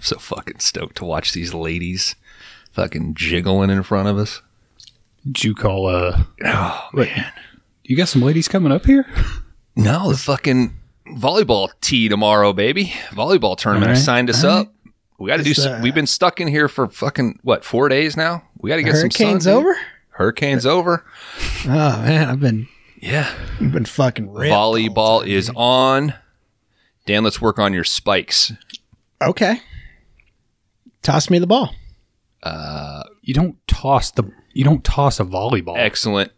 so fucking stoked to watch these ladies fucking jiggling in front of us. Did you call? Uh, Oh, wait, you got some ladies coming up here? No, the fucking volleyball tee tomorrow, baby. Volleyball tournament. All right, signed us all right. up. We got to do. Is, Some, uh, we've been stuck in here for fucking what four days now. We got to get Hurricane's some sun, dude. over. Hurricane's over. Oh man, I've been Yeah, I've been fucking ripped. volleyball is on. Dan, let's work on your spikes. Okay, toss me the ball. You don't toss the. You don't toss a volleyball. Excellent.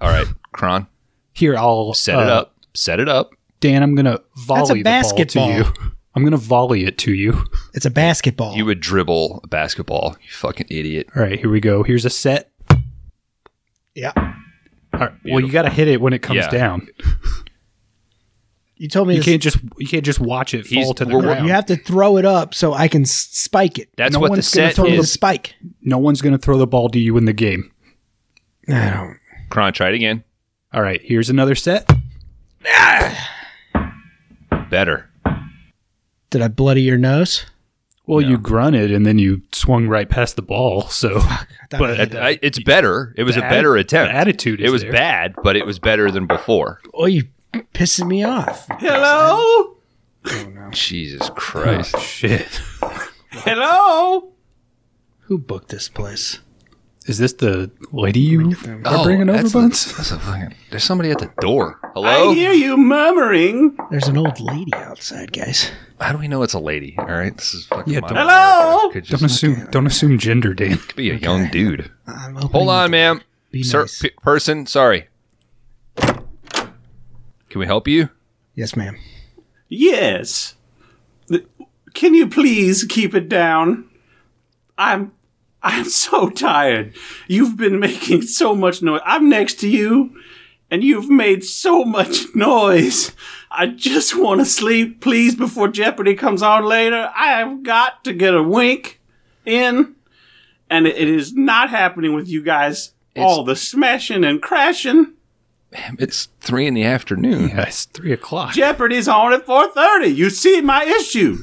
All right, Kron, Here, I'll set it uh, up. Set it up. Dan. I'm gonna volley basketball. the ball to you. I'm gonna volley it to you. It's a basketball. You would dribble a basketball. You fucking idiot. All right, here we go. Here's a set. yeah. All right, well, you got to hit it when it comes Yeah. down. You told me You this- can't just you can't just watch it He's- fall to the we're- we're- ground. you have to throw it up so I can s- spike it. That's No what the one's gonna set Throw the is. spike. no one's gonna throw the ball to you in the game. I don't. Kron, try it again. All right, here's another set. Better. Did I bloody your nose? Well, you grunted and then you swung right past the ball. So I thought But I had at- to- I, it's better. It was The a atti- better attempt. the attitude it is was there. bad, but it was better than before. oh, you pissing me off. Hello. Jesus Christ. Oh, shit. Hello. Who booked this place? Is this the lady you are bringing over, Oh, that's a- Buns? that's a fucking. There's somebody at the door. Hello. you murmuring. There's an old lady outside, guys. How do we know it's a lady? All right. This is fucking. Yeah, my don't- Hello? Could just Don't assume. Don't assume gender, Dan. be a young dude. I'm Hold on, opening the door. ma'am. Be Sir, nice. p- person. Sorry. Can we help you? yes, ma'am. Yes. Th- Can you please keep it down? I'm I'm so tired. You've been making so much noise. I'm next to you and you've made so much noise. I just want to sleep, please, before Jeopardy comes on later. I have got to get a wink in. And it it is not happening with you guys. All the smashing and crashing. Ma'am, It's three in the afternoon. Yeah, it's three o'clock. Jeopardy's on at 4:30. You see my issue.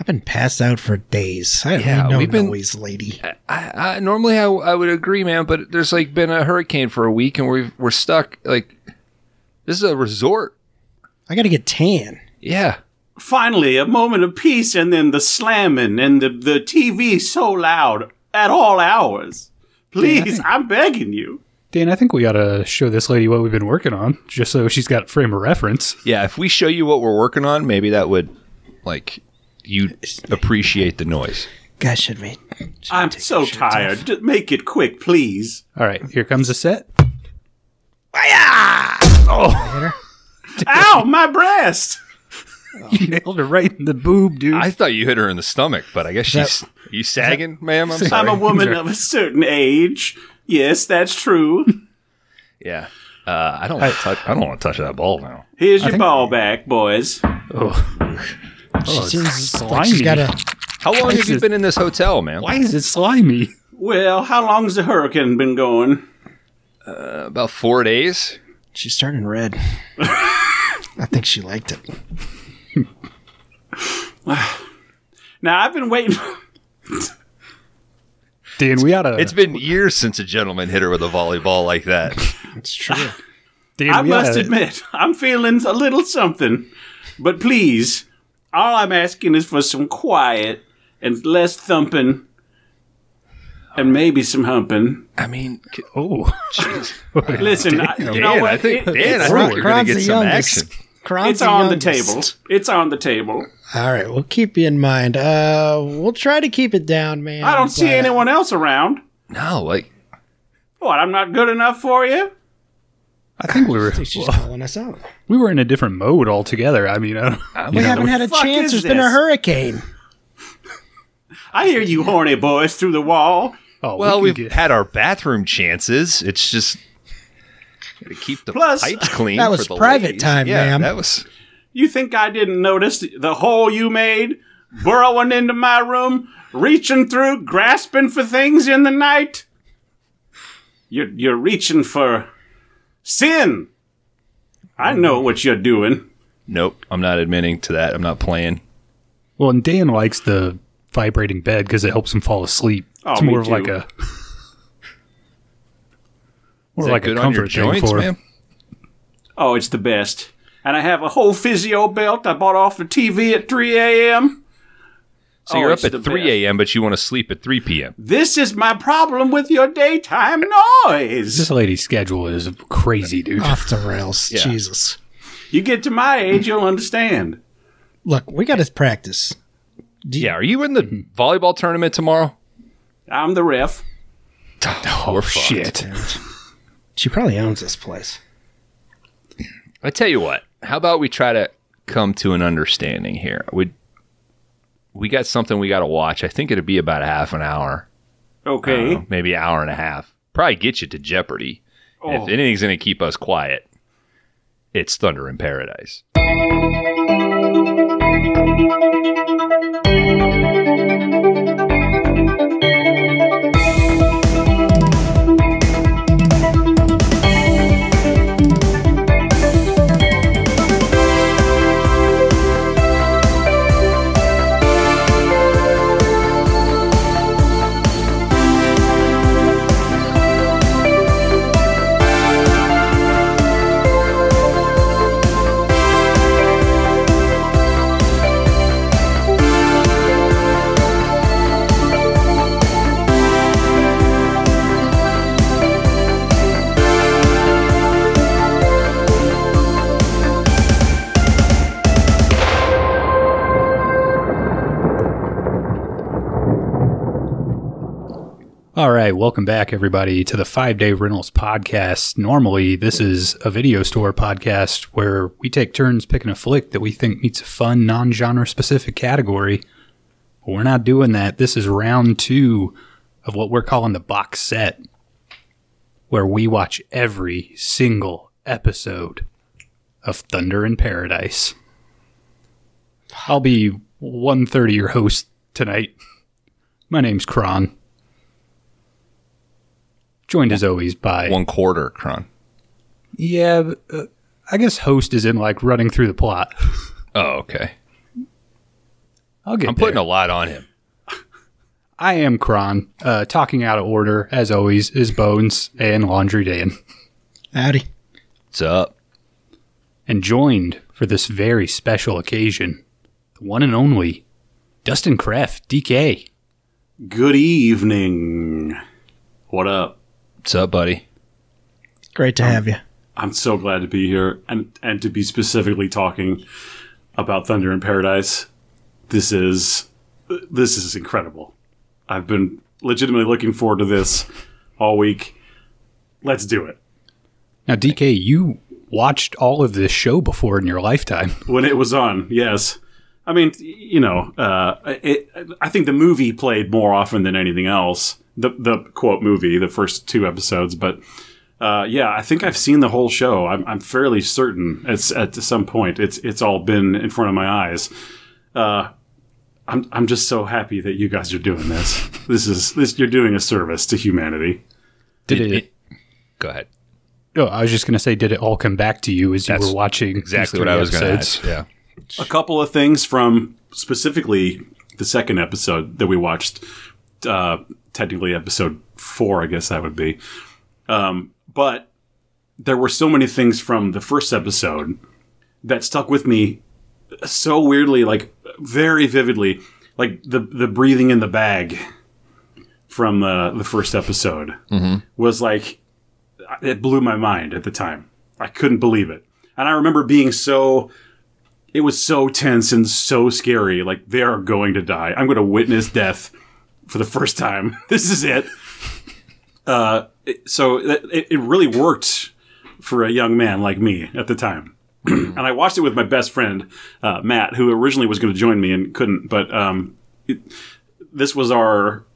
I've been passed out for days. I Yeah, yeah, no we've been- Uh, noise, lady. I, I normally I, I would agree, man, but there's like been a hurricane for a week and we've, we're stuck. Like this is a resort. I got to get tan. Yeah, finally a moment of peace and then the slamming and the, the TV so loud at all hours. Please, I'm begging you. Dan, I think we ought to show this lady what we've been working on, just so she's got frame of reference. yeah. If we show you what we're working on, maybe that would like you appreciate the noise. Guys should be. I'm so tired. Just make it quick, please. All right, here comes the set. Ow, my breast! You nailed it right in the boob, dude. I thought you hit her in the stomach, but I guess she's you sagging, ma'am. I'm I'm sorry. a woman Sorry. of a certain age. Yes, that's true. yeah, uh, I don't want to touch. I don't want to touch that ball now. Here's your ball back, boys. oh. She it's seems like she's slimy. got a. How long have is you it- been in this hotel, man? Why is it slimy? Well, how long's the hurricane been going? About four days. She's turning red. I think she liked it. Now, I've been waiting. Dan, we ought to. It's been years since a gentleman hit her with a volleyball like that. It's true. Dan, I we oughta- must admit, I'm feeling a little something. But please, all I'm asking is for some quiet and less thumping and maybe some humping. I mean, Oh, jeez. Listen, I, you know Dan, what? I think It- Dan, I Kron- think you're gonna Kron's get the some youngest. action. Kron's it's on the table. youngest. It's on the table. All right, we'll keep you in mind. Uh, we'll try to keep it down, man. I don't see but- uh, anyone else around. No, like What, I'm not good enough for you? I think we were She's calling us out. we were in a different mode altogether. I mean, I don't, We you know, haven't had a fuck chance. is There's been a this? hurricane. I hear you horny boys through the wall. oh, well, we we've can get- had our bathroom chances. It's just gotta keep the Plus- pipes clean. That for was the private ladies. time, yeah, ma'am. That was You think I didn't notice the hole you made? Burrowing into my room, reaching through, grasping for things in the night? You're, you're reaching for sin. I know what you're doing. nope. I'm not admitting to that. I'm not playing. Well, and Dan likes the vibrating bed because it helps him fall asleep. Oh, it's me more of too. like a more Is that like a good comfort on your thing joints, for him. man? Oh, it's the best. And I have a whole physio belt I bought off the TV at 3 a.m. So Oh, you're up it's at the 3 best. a.m., but you want to sleep at 3 p.m. This is my problem with your daytime noise. This lady's schedule is crazy, dude. Off the rails. Yeah. Jesus. You get to my age, you'll understand. Look, we got to practice. Yeah, are you Mm-hmm. in the volleyball tournament tomorrow? I'm the ref. Oh, Shit. She probably owns this place. I tell you what. How about we try to come to an understanding here? We we got something we got to watch. I think it'd be about a half an hour, I don't Okay. know, maybe an hour and a half. Probably get you to Jeopardy. And Oh. If anything's going to keep us quiet, it's Thunder in Paradise. All right, welcome back, everybody, to the Five Day Rentals podcast. Normally, this is a video store podcast where we take turns picking a flick that we think meets a fun, non genre specific category. But we're not doing that. This is round two of what we're calling the box set, where we watch every single episode of Thunder in Paradise. I'll be one third of your host tonight. My name's Kron. Joined as always by One quarter, Kron. yeah, but, uh, I guess host is in like running through the plot. Oh, okay. I'll get. I'm putting there. a lot on him. I am Kron. Uh, talking out of order as always is Bones and Laundry Dan, Howdy. What's up? and joined for this very special occasion, the one and only Dustin Kreff, DK. Good evening. What up? What's up, buddy? Great to have you. I'm so glad to be here and, and to be specifically talking about Thunder in Paradise. This is this is incredible. I've been legitimately looking forward to this all week. Let's do it. Now, DK, you watched all of this show before in your lifetime. when it was on. Yes, I mean, you know, uh, it, I think the movie played more often than anything else. The the quote movie, the first two episodes, but uh, yeah, I think I've seen the whole show. I'm, I'm fairly certain it's at some point. It's it's all been in front of my eyes. Uh, I'm I'm just so happy that you guys are doing this. This is this you're doing a service to humanity. Did it? Go ahead. oh, I was just gonna say, did it all come back to you as you That's were watching these Exactly what three I was going to episodes? ask. Yeah. a couple of things from specifically the second episode that we watched. Uh, technically, episode four, I guess that would be. Um, but there were so many things from the first episode that stuck with me so weirdly, like very vividly, like the the breathing in the bag from uh, the first episode was like it blew my mind at the time. I couldn't believe it, and I remember being so it was so tense and so scary. Like they are going to die. I'm going to witness death for the first time. This is it. Uh, it- so that- it, it really worked for a young man like me at the time. and I watched it with my best friend uh, Matt, who originally was going to join me and couldn't. But um, it, this was our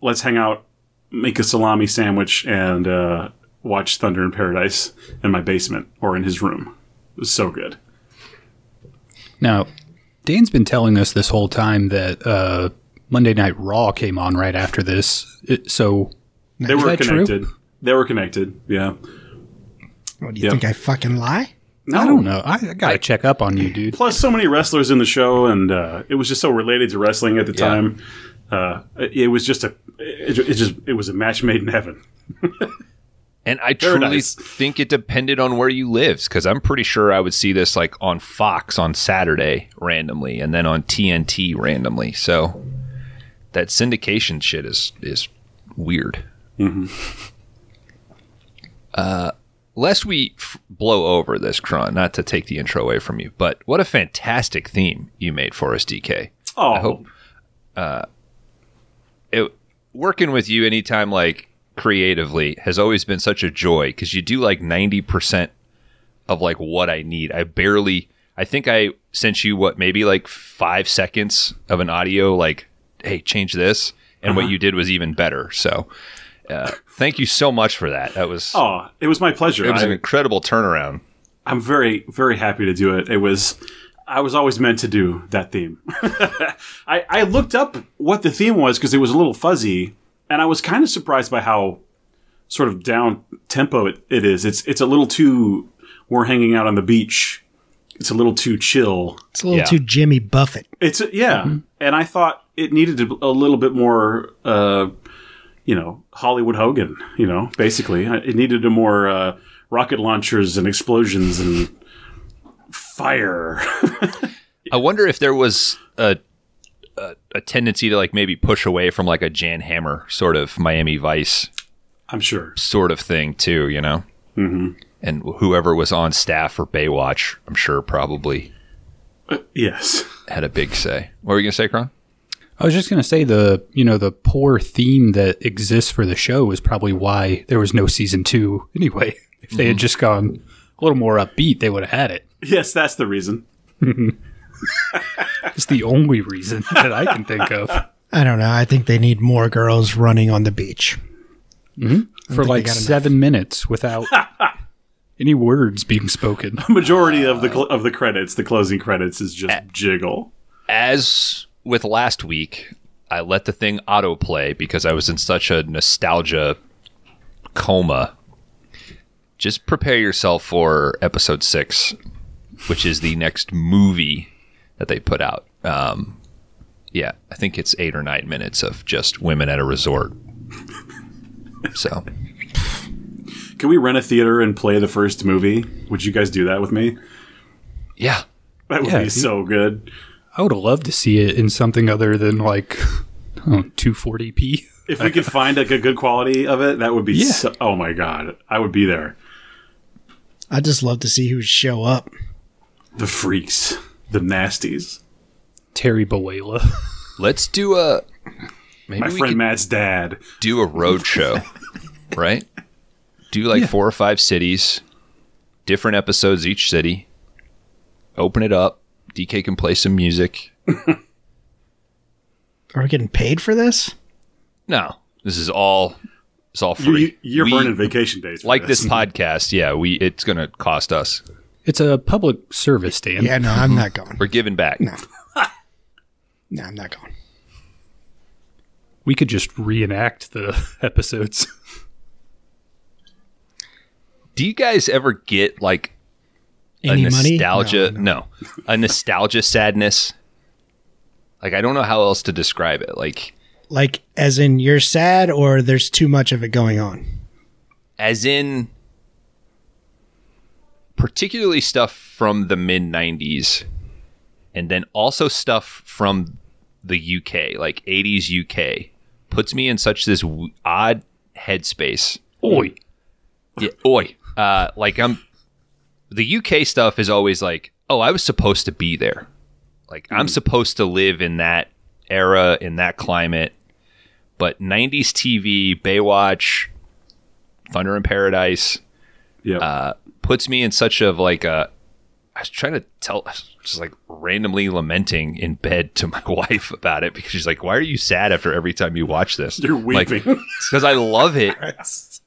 let's hang out, make a salami sandwich, and uh, watch Thunder in Paradise in my basement or in his room. It was so good. Now, Dan's been telling us this whole time that uh, Monday Night Raw came on right after this. It, so, They Is were that true? connected. They were connected. Yeah. What do you Yep. think? I fucking lie? No. I don't know. I, I gotta check up on you, dude. Plus, so many wrestlers in the show, and uh, it was just so related to wrestling at the Yeah. time. Uh, it it was just a, it, it just it was a match made in heaven. And I truly Paradise. think it depended on where you lived because I'm pretty sure I would see this like on Fox on Saturday randomly and then on TNT randomly. So that syndication shit is is weird. Uh, lest we f- blow over this, Kron, not to take the intro away from you, but what a fantastic theme you made for us, DK Oh, hope- uh, it working with you anytime like creatively has always been such a joy because you do like 90% of like what i need i barely i think i sent you what maybe like five seconds of an audio like hey change this and Uh-huh. what you did was even better so uh, thank you so much for that that was oh, it was my pleasure. it was I- an incredible turnaround I'm very, very happy to do it. It was, I was always meant to do that theme. I, I looked up what the theme was because it was a little fuzzy, and I was kind of surprised by how sort of down tempo it, it is. It's it's a little too. We're hanging out on the beach. It's a little too chill. It's a little Yeah. too Jimmy Buffett. It's yeah, Mm-hmm. and I thought it needed a, a little bit more, uh, you know, Hollywood Hogan. You know, basically, it needed a more uh, rocket launchers and explosions and fire. I wonder if there was a, a a tendency to like maybe push away from like a Jan Hammer sort of Miami Vice I'm sure. sort of thing too, you know. Mm-hmm. And whoever was on staff for Baywatch, I'm sure probably Yes, had a big say. What were you gonna say, Kron? I was just gonna say the you know the poor theme that exists for the show is probably why there was no season two anyway. If they Mm-hmm. had just gone a little more upbeat, they would have had it. yes, that's the reason. It's the only reason that I can think of I don't know. I think they need more girls running on the beach. for like got enough. seven minutes without any words being spoken. Majority of the cl- of the credits, the closing credits, is Eh. just jiggle. As with last week, I let the thing autoplay because I was in such a nostalgia coma. Just prepare yourself for episode six, which is the next movie that they put out. Um, yeah, I think it's eight or nine minutes of just women at a resort. So. Can we rent a theater and play the first movie? Would you guys do that with me? Yeah. That would Yeah. be so good. I would have loved to see it in something other than like oh, 240p. If we could find like a good quality of it, that would be. Yeah. So- oh my god, I would be there. I just love to see who show up. The freaks, the nasties. Terry Boella. Let's do a maybe My we friend could Matt's dad. do a road show, right? Do like four or five cities, different episodes each city. Open it up. DK can play some music. Are we getting paid for this? No, this is all. It's all free. You, you're We- burning vacation days. For Like this podcast, yeah. We it's gonna cost us. It's a public service, Dan. Yeah, no, I'm not going. We're giving back. No, I'm not going. We could just reenact the episodes. Do you guys ever get like Any a money? nostalgia no, a nostalgia sadness? Like I don't know how else to describe it. Like Like, as in you're sad or there's too much of it going on? as in particularly stuff from the mid 90s and then also stuff from the UK like 80s UK puts me in such this w- odd headspace Oi. yeah, oi uh like I'm the UK stuff is always like oh I was supposed to be there like I'm supposed to live in that era in that climate but 90s TV Baywatch Thunder in Paradise Yeah. uh, puts me in such of like a I was trying to tell I was just like randomly lamenting in bed to my wife about it because she's like, Why are you sad after every time you watch this? You're weeping. Because I love it.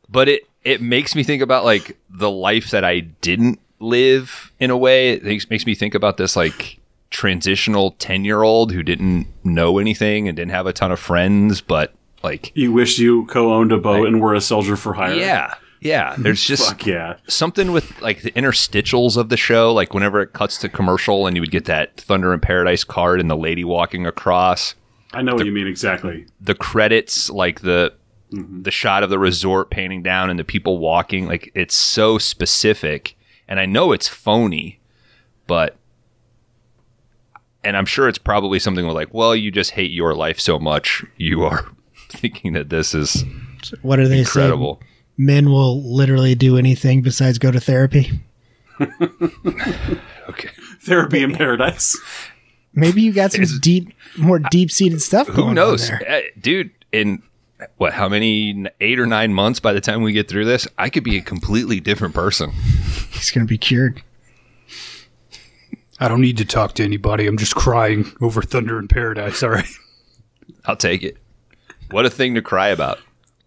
But it it makes me think about like the life that I didn't live in a way. It makes, makes me think about this like transitional ten year old who didn't know anything and didn't have a ton of friends, but like you wish you co-owned a boat and were a soldier for hire. yeah. Yeah, there's just Fuck yeah. something with like the interstitials of the show. Like whenever it cuts to commercial, and you would get that Thunder in Paradise card and the lady walking across I know what you mean exactly. the credits, like the the shot of the resort painting down and the people walking. Like it's so specific, and I know it's phony, but and I'm sure it's probably something with like, well, you just hate your life so much, you are thinking that this is What do they incredible. say? Men will literally do anything besides go to therapy. Okay. Therapy in paradise. Maybe you got some deep, more deep seated stuff. going Who on knows, there. Eh, dude? In what? How many? n- Eight or nine months? By the time we get through this, I could be a completely different person. He's going to be cured. I don't need to talk to anybody. I'm just crying over Thunder in Paradise. All right. I'll take it. What a thing to cry about.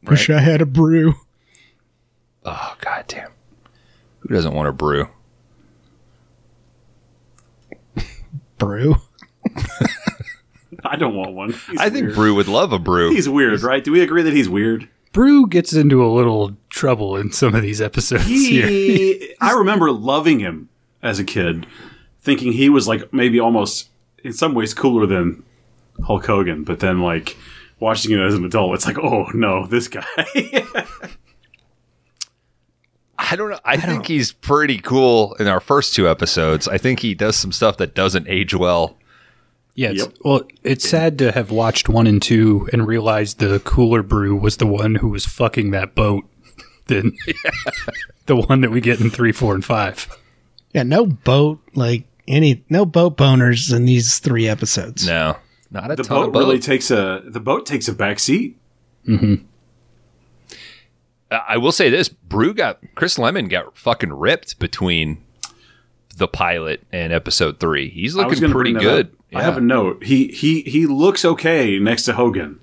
Wish I had a brew. Oh god damn. Who doesn't want a brew? Brew. I don't want one. He's I think weird. Brew would love a brew. he's weird, right? Do we agree that he's weird? Brew gets into a little trouble in some of these episodes here. He, I remember loving him as a kid, thinking he was like maybe almost in some ways cooler than Hulk Hogan, but then like watching it as an adult, it's like, oh no, this guy. I don't know. I, think he's pretty cool in our first two episodes. I think he does some stuff that doesn't age well. Yeah, it's, Yep. well, it's sad to have watched one and two and realized the cooler brew was the one who was fucking that boat than the one that we get in three, four, and five. Yeah, no boat, like any, no boat boners in these three episodes. No. Not a the ton boat of boat. really takes a the boat takes a back seat. I I will say this, Brew got Chris Lemon got fucking ripped between the pilot and episode 3. He's I was looking gonna pretty bring that good. up. I have a note. He he he looks okay next to Hogan.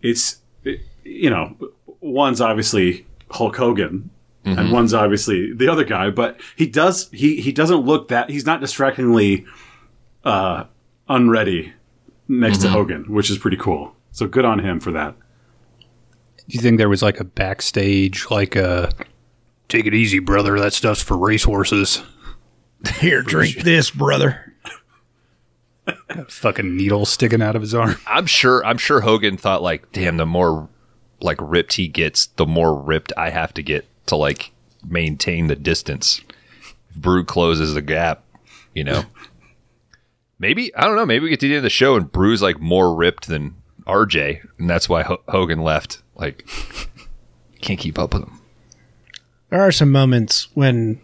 It's it- you know, one's obviously Hulk Hogan, Mm-hmm. and one's obviously the other guy. But he does he he doesn't look that he's not distractingly uh, unready next Mm-hmm. to Hogan, which is pretty cool. So good on him for that. Do you think there was like a backstage, like a take it easy, brother? That stuff's for racehorses. Here, drink this, brother. Fucking needle sticking out of his arm. I'm sure I'm sure Hogan thought like, damn, the more like ripped he gets, the more ripped I have to get to like maintain the distance. If Brew closes the gap, you know. maybe I don't know, maybe we get to the end of the show and Brew's like more ripped than RJ, and that's why Ho- Hogan left. Like can't keep up with him. There are some moments when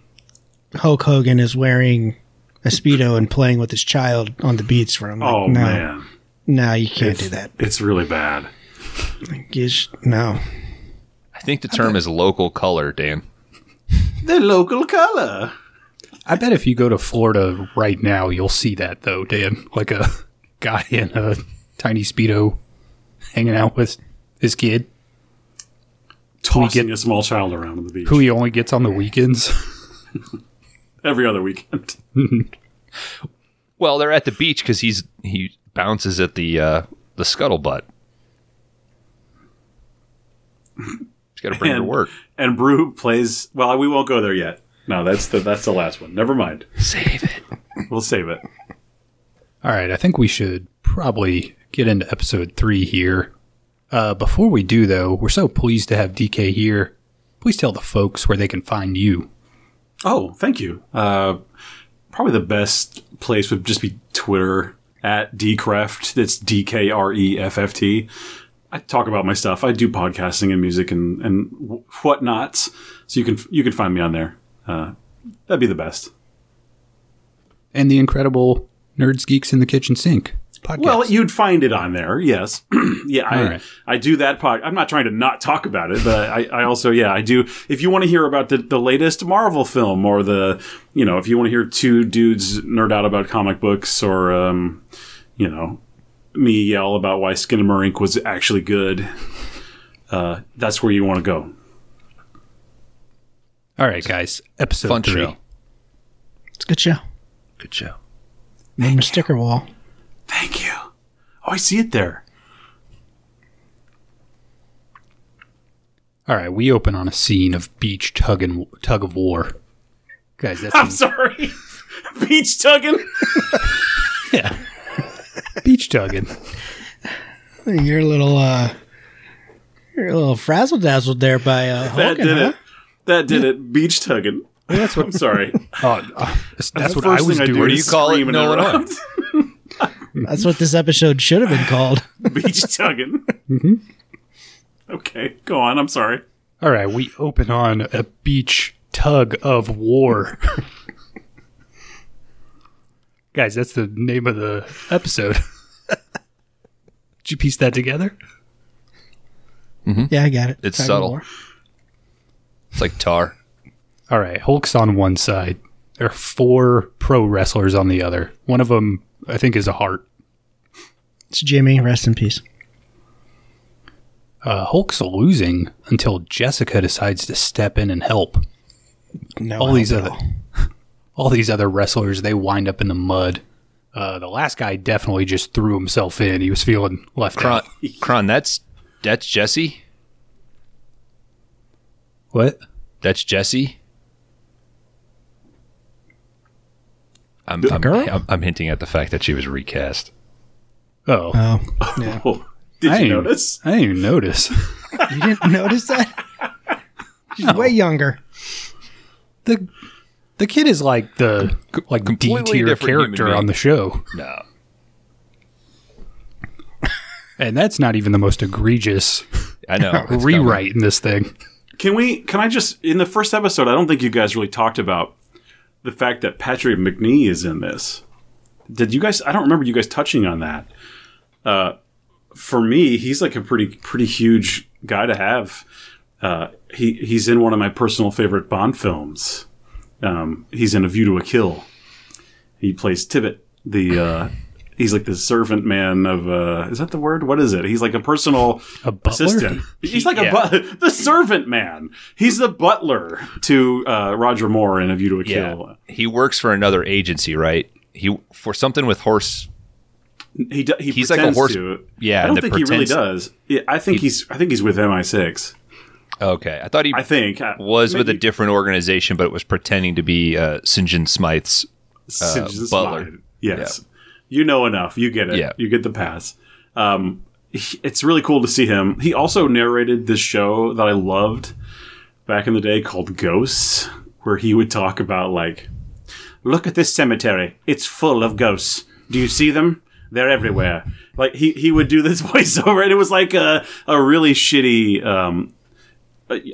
Hulk Hogan is wearing a Speedo and playing with his child on the beach for him. Oh no, man, No, you can't do that. it's really bad. You sh- no. I think the term is local color, Dan. The local color. I bet if you go to Florida right now, you'll see that though, Dan. Like a guy in a tiny speedo hanging out with his kid, Tossing a small child around on the beach who he only gets on the weekends. every other weekend. Well, they're at the beach because he's he bounces at the uh, the scuttlebutt. he's got to bring her to And- work. and Brew plays. Well, we won't go there yet. No, that's the that's the last one. Never mind. Save it. We'll save it. All right, I think we should probably get into episode three here. Uh, before we do, though, we're so pleased to have DK here. Please tell the folks where they can find you. Oh, thank you. Uh, probably the best place would just be Twitter at dcreft. That's D K R E F F T. I talk about my stuff. I do podcasting and music and and wh- whatnots. So you can you can find me on there. Uh, that'd be the best. And the incredible Nerds, Geeks in the Kitchen Sink podcast. Well, you'd find it on there. Yes, yeah. I, All right. I do that pod. I'm not trying to not talk about it, but I, I also yeah I do. If you want to hear about the, the latest Marvel film or the you know if you want to hear two dudes nerd out about comic books or um, you know me yell about why Skinnamarink was actually good, uh, that's where you want to go. All right, guys, episode Fun three. show. It's a good show. Good show. Name a sticker wall. Thank you. Oh, I see it there. All right, we open on a scene of beach tug and tug of war. Guys, that's I'm sorry. Beach tugging. beach tugging. You're a little, uh, you're a little frazzle dazzled there by uh, That Hogan, did huh? it. That did it. Beach tugging. That's what. I'm sorry. Oh, uh, that's That's what I was doing. do you call it in Illinois? That's what this episode should have been called. Beach tugging. Mm-hmm. Okay, go on. I'm sorry. All right, we open on a beach tug of war. Guys, that's the name of the episode. Did you piece that together? yeah, I got it. It's Tug of subtle. war. It's like tar. All right, Hulk's on one side. There are four pro wrestlers on the other. One of them, I think, is a heart. It's Jimmy. Rest in peace. Uh, Hulk's losing until Jessica decides to step in and help. No, all I these don't other know. all these other wrestlers they wind up in the mud uh, the last guy definitely just threw himself in he was feeling left Kron, out Kron, that's that's Jesse. what That's Jesse. I'm, I'm, girl? I'm, I'm hinting at the fact that she was recast. oh Oh, Oh, did I you didn't- notice? i didn't even notice you didn't notice that? She's way younger. the the kid is like the like d Completely tier different human character being. on the show No, and that's not even the most egregious I know. it's rewrite in this thing Can we? Can I just in the first episode? I don't think you guys really talked about the fact that Patrick McNee is in this. Did you guys? I don't remember you guys touching on that. Uh, for me, he's like a pretty pretty huge guy to have. Uh, he he's in one of my personal favorite Bond films. Um, he's in A View to a Kill. He plays Tibbet. The uh, he's like the servant man of uh, is that the word? What is it? He's like a personal A butler? assistant. He's like Yeah. a but the servant man. He's the butler to uh, Roger Moore in A View to a Yeah, Kill. he works for another agency, right? He for something with horse. He do- he He's like a pretends horse- to. Yeah, I don't that think he really pretends- does. Yeah, I think he's I think he's with MI6. Okay, I thought he I think I- was with a maybe- different organization, but it was pretending to be uh, St. John Smythe's. Singe's Uh, Butler. mind. Yes. You know enough. You get it. Yeah. You get the pass. Um, he- it's really cool to see him. He also narrated this show that I loved back in the day called Ghosts, where he would talk about, like, look at this cemetery. It's full of ghosts. Do you see them? They're everywhere. Like, he, he would do this voiceover, and it was like a, a really shitty um,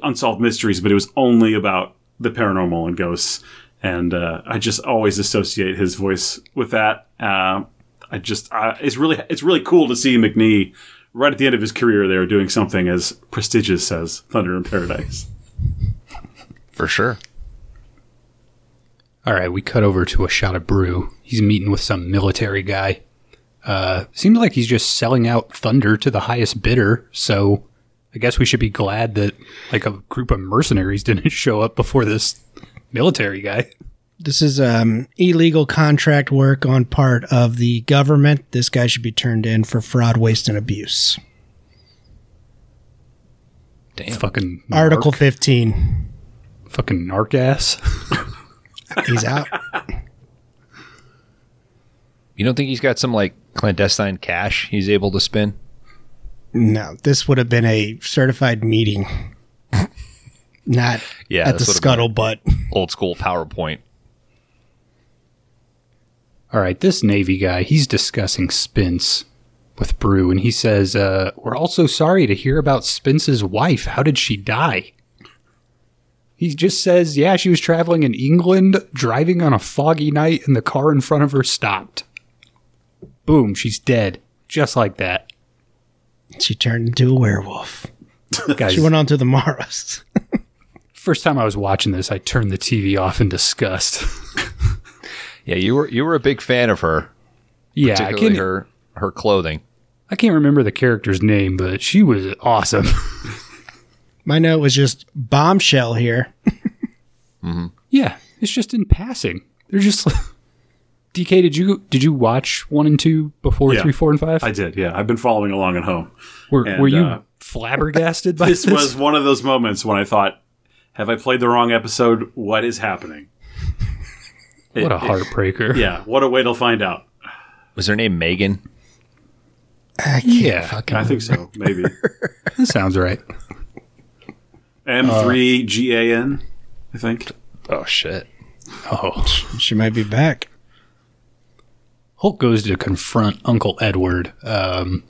unsolved mysteries, but it was only about the paranormal and ghosts. And uh, I just always associate his voice with that. Uh, I just I, it's really it's really cool to see McNee right at the end of his career there doing something as prestigious as Thunder in Paradise. For sure. All right, we cut over to a shot of brew. He's meeting with some military guy. Uh, seems like he's just selling out Thunder to the highest bidder. So I guess we should be glad that like a group of mercenaries didn't show up before this military guy. This is um, illegal contract work on part of the government. This guy should be turned in for fraud, waste, and abuse. Damn. Fucking Article narc, 15. fucking narc ass. He's out. You don't think he's got some like clandestine cash he's able to spin? no, this would have been a certified meeting, not Yeah, at the this would've been scuttlebutt. Old school PowerPoint. All right, this Navy guy, he's discussing Spence with Brew, and he says, uh, We're also sorry to hear about Spence's wife. How did she die? He just says, Yeah, she was traveling in England, driving on a foggy night, and the car in front of her stopped. Boom, she's dead. Just like that. She turned into a werewolf. Guys, She went on to the Maros. first time I was watching this, I turned the TV off in disgust. Yeah, you were you were a big fan of her, yeah, I particularly can't, her her clothing. I can't remember the character's name, but she was awesome. My note was just bombshell here. Yeah, it's just in passing. They're just DK, did you did you watch one and two before Yeah. three, four, and five? I did, yeah. I've been following along at home. were and, were you uh, flabbergasted by this? This was one of those moments when I thought, have I played the wrong episode? What is happening? what a It- it- heartbreaker. yeah, what a way to find out. Was her name Megan? I can't Yeah. fucking I think so, maybe. that sounds right. M3GAN, I think. Oh shit! Oh. She might be back. Hulk goes to confront Uncle Edward. Um,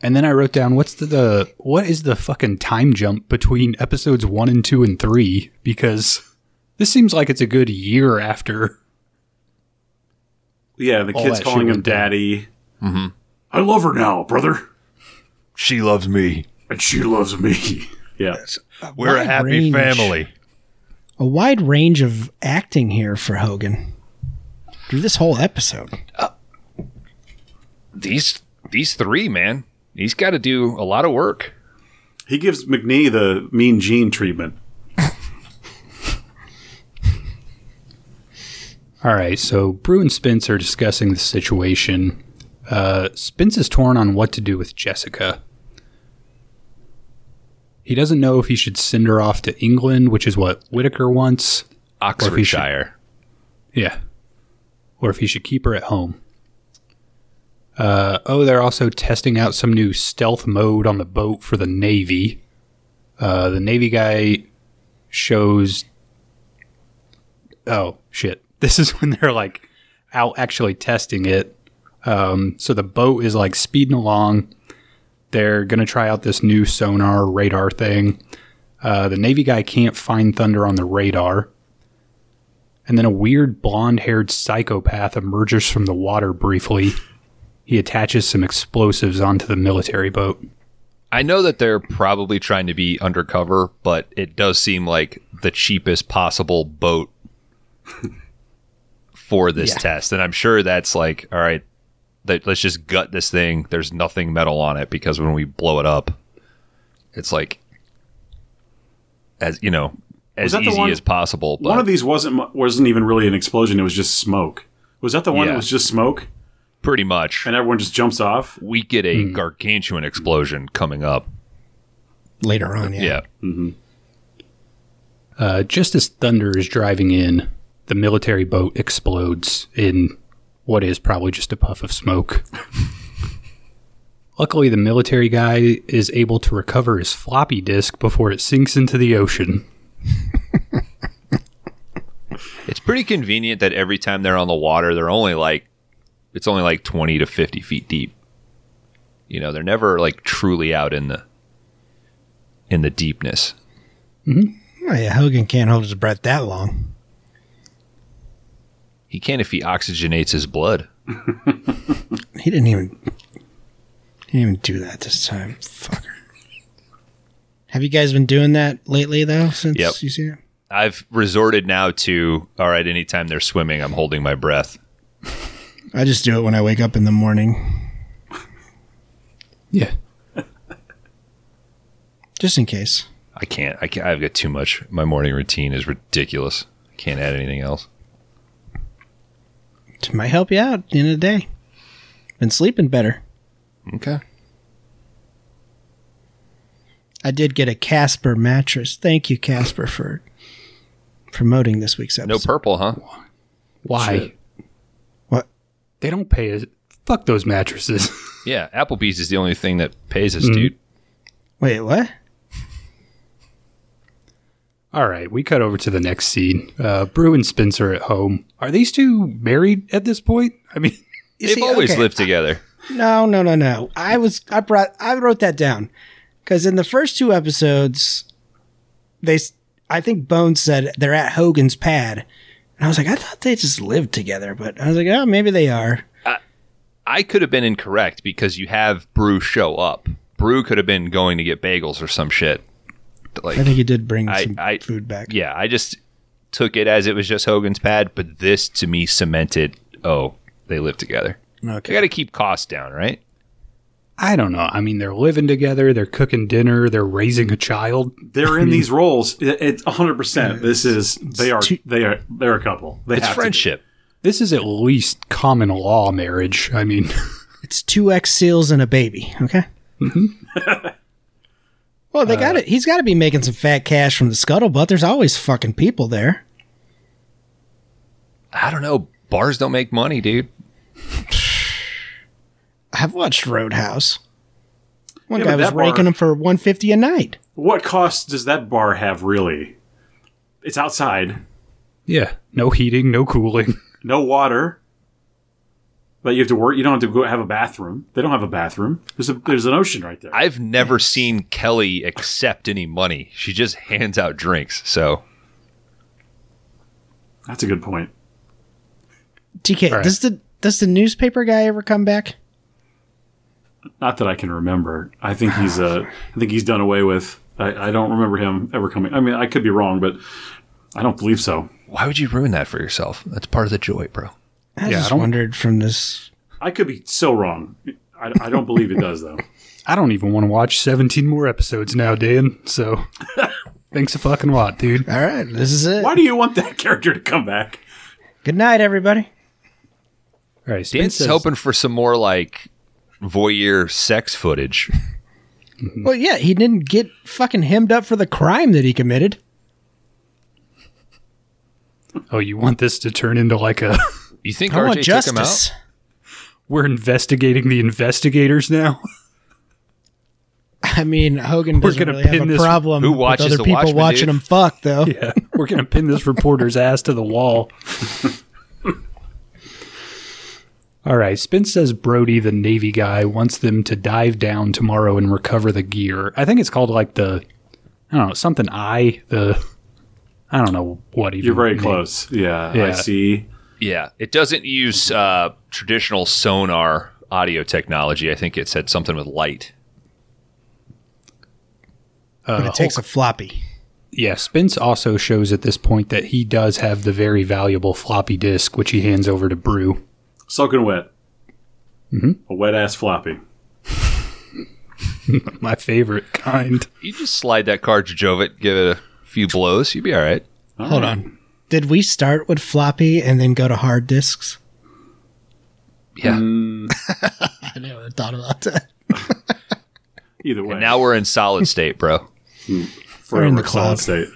and then I wrote down what's the, the what is the fucking time jump between episodes one and two and three? Because this seems like it's a good year after. Yeah, the All kid's that calling shit him went down. daddy. Mm-hmm. I love her now, brother. She loves me. And she loves me. Yeah. We're a Wide happy range. family. A wide range of acting here for Hogan through this whole episode. These these three man. He's got to do a lot of work. He gives McNee the mean gene treatment. All right, so Brew and Spence are discussing the situation. Uh, Spence is torn on what to do with Jessica. He doesn't know if he should send her off to England, which is what Whitaker wants, should- Oxfordshire. Yeah. Or if he should keep her at home. Uh, oh, they're also testing out some new stealth mode on the boat for the Navy. Uh, the Navy guy shows. Oh, shit. This is when they're like out actually testing it. Um, so the boat is like speeding along. They're going to try out this new sonar radar thing. Uh, the Navy guy can't find Thunder on the radar and then a weird blonde haired psychopath emerges from the water briefly. He attaches some explosives onto the military boat. I know that they're probably trying to be undercover, but it does seem like the cheapest possible boat for this test. And I'm sure that's like, all right, that let's just gut this thing. There's nothing metal on it because when we blow it up, it's like as you know, as that the easy one- as possible. But One of these wasn't mu- wasn't even really an explosion. It was just smoke. Was that the one Yeah. that was just smoke, pretty much, and everyone just jumps off? we get a gargantuan explosion coming up. Later on, yeah. Yeah. Uh, just as Thunder is driving in, the military boat explodes in what is probably just a puff of smoke. Luckily, the military guy is able to recover his floppy disk before it sinks into the ocean. It's pretty convenient that every time they're on the water, they're only like it's only like twenty to fifty feet deep. You know, they're never like truly out in the in the deepness. Oh, yeah, Hogan can't hold his breath that long. He can if he oxygenates his blood. He didn't even he didn't even do that this time. Fucker. Have you guys been doing that lately though? Since Yep. you seen it? I've resorted now to all right, anytime they're swimming, I'm holding my breath. I just do it when I wake up in the morning, Yeah. just in case. I can't I can't I've got too much. My morning routine is ridiculous. I can't add anything else. It might help you out at the end of the day. Been sleeping better. Okay. I did get a Casper mattress. Thank you, Casper, for promoting this week's episode. No purple, huh? Why? Shit. What? They don't pay us. Fuck those mattresses. Yeah, Applebee's is the only thing that pays us, dude. Wait, what? All right, we cut over to the next scene. Uh, Brew and Spencer at home. Are these two married at this point? I mean, You They've see, always okay, lived together. No, no, no, no. I was I brought I wrote that down because in the first two episodes, they s- I think Bones said they're at Hogan's pad, and I was like, I thought they just lived together, but I was like, oh, maybe they are. I could have been incorrect because you have Brew show up. Brew could have been going to get bagels or some shit. Like, I think he did bring I- some I- food back. yeah, I just took it as it was just Hogan's pad, but this to me cemented. Oh, they live together. I Okay. got to keep costs down, right? I don't know. I mean, they're living together, they're cooking dinner, they're raising a child. They're in these roles. It- It's hundred percent. This is they are too- they are they're a couple. They It's have to be. friendship. This is at least common law marriage. I mean, It's two ex seals and a baby. Okay. well, they got it. He's got to be making some fat cash from the scuttlebutt. There's always fucking people there. I don't know. Bars don't make money, dude. I've watched Roadhouse. One Yeah, guy but was that bar- raking them for one fifty a night. What cost does that bar have, really? It's outside, yeah, no heating, no cooling. no water. But you have to work. You don't have to go have a bathroom. They don't have a bathroom. There's a there's an ocean right there. I've never seen Kelly accept any money. She just hands out drinks. So That's a good point. TK, All right. does the does the newspaper guy ever come back? Not that I can remember. I think he's uh, I think he's done away with. I, I don't remember him ever coming. I mean, I could be wrong, but I don't believe so. why would you ruin that for yourself? That's part of the joy, bro. I Yeah, I just don't- wondered from this. I could be so wrong. I, I don't believe it does though. I don't even want to watch 17 more episodes now, Dan. So thanks a fucking lot, dude. All right, this is it. Why do you want that character to come back? Good night, everybody. All right, Spence Dan's says- hoping for some more like voyeur sex footage. Well, yeah, he didn't get fucking hemmed up for the crime that he committed. Oh, you want this to turn into like a You think I want RJ took him out? justice. we're investigating the investigators now? I mean, Hogan We're doesn't gonna really pin have a this- problem Who with watches other the people Watchmen, watching dude? him fuck, though. yeah, we're gonna pin this reporter's ass to the wall. All right, Spence says Brody, the Navy guy, wants them to dive down tomorrow and recover the gear. I think it's called like the, I don't know, something I the, I don't know what even. You're very name- close. Yeah, Yeah. I see. Yeah, it doesn't use uh, traditional sonar audio technology. I think it said something with light. Uh, But Oh, it takes a floppy. Yeah, Spence also shows at this point that he does have the very valuable floppy disk, which he hands over to Brew. Soaking wet. Mm-hmm. A wet ass floppy. My favorite kind. You just slide that cartridge over it, give it a few blows, you'd be all right. Hold on. Did we start with floppy and then go to hard disks? Yeah. Mm. I never thought about that. Either way, Now we're in solid state, bro. forever in the solid cloud. state.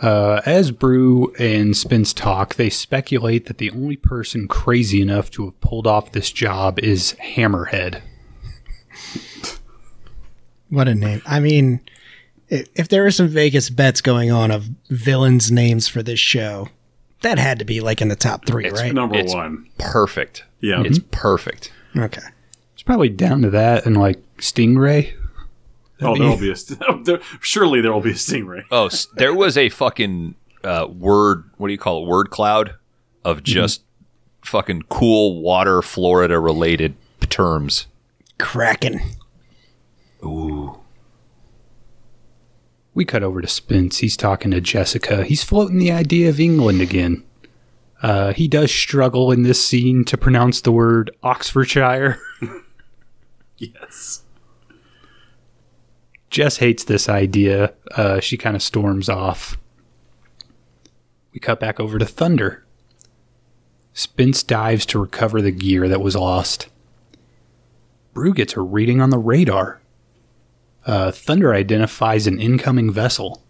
Uh, as Brew and Spence talk, they speculate that the only person crazy enough to have pulled off this job is Hammerhead. What a name. I mean, i- if there were some Vegas bets going on of villains' names for this show, that had to be like in the top three, It's right? Number It's- one. Perfect. Yeah. It's perfect. Okay. It's probably down to that and like Stingray. oh, there will be a. st- there- surely there will be a stingray. Oh, s- there was a fucking uh, word, what do you call it? Word cloud Mm-hmm. of just fucking cool water Florida related terms. Kraken. We cut over to Spence. He's talking to Jessica. He's floating the idea of England again. Uh, he does struggle in this scene to pronounce the word Oxfordshire. Yes. Jess hates this idea. Uh, she kind of storms off. We cut back over to Thunder. Spence dives to recover the gear that was lost. Brew gets a reading on the radar. Uh, Thunder identifies an incoming vessel.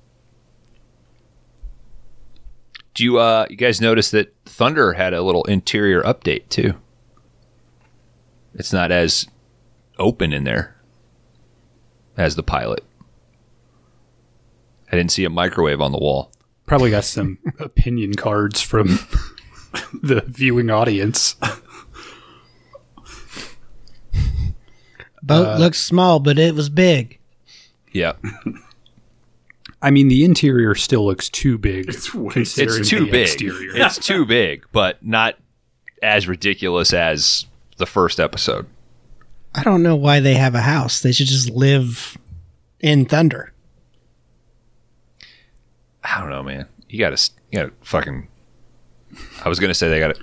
Do you uh you guys notice that Thunder had a little interior update too? It's not as open in there as the pilot. I didn't see a microwave on the wall. Probably got some opinion cards from the viewing audience. Boat Uh, looks small, but it was big. Yeah. I mean, the interior still looks too big. It's way- considering It's too the big. exterior. It's too big, but not as ridiculous as the first episode. I don't know why they have a house. They should just live in thunder. I don't know, man. You got to you got to fucking I was going to say they got to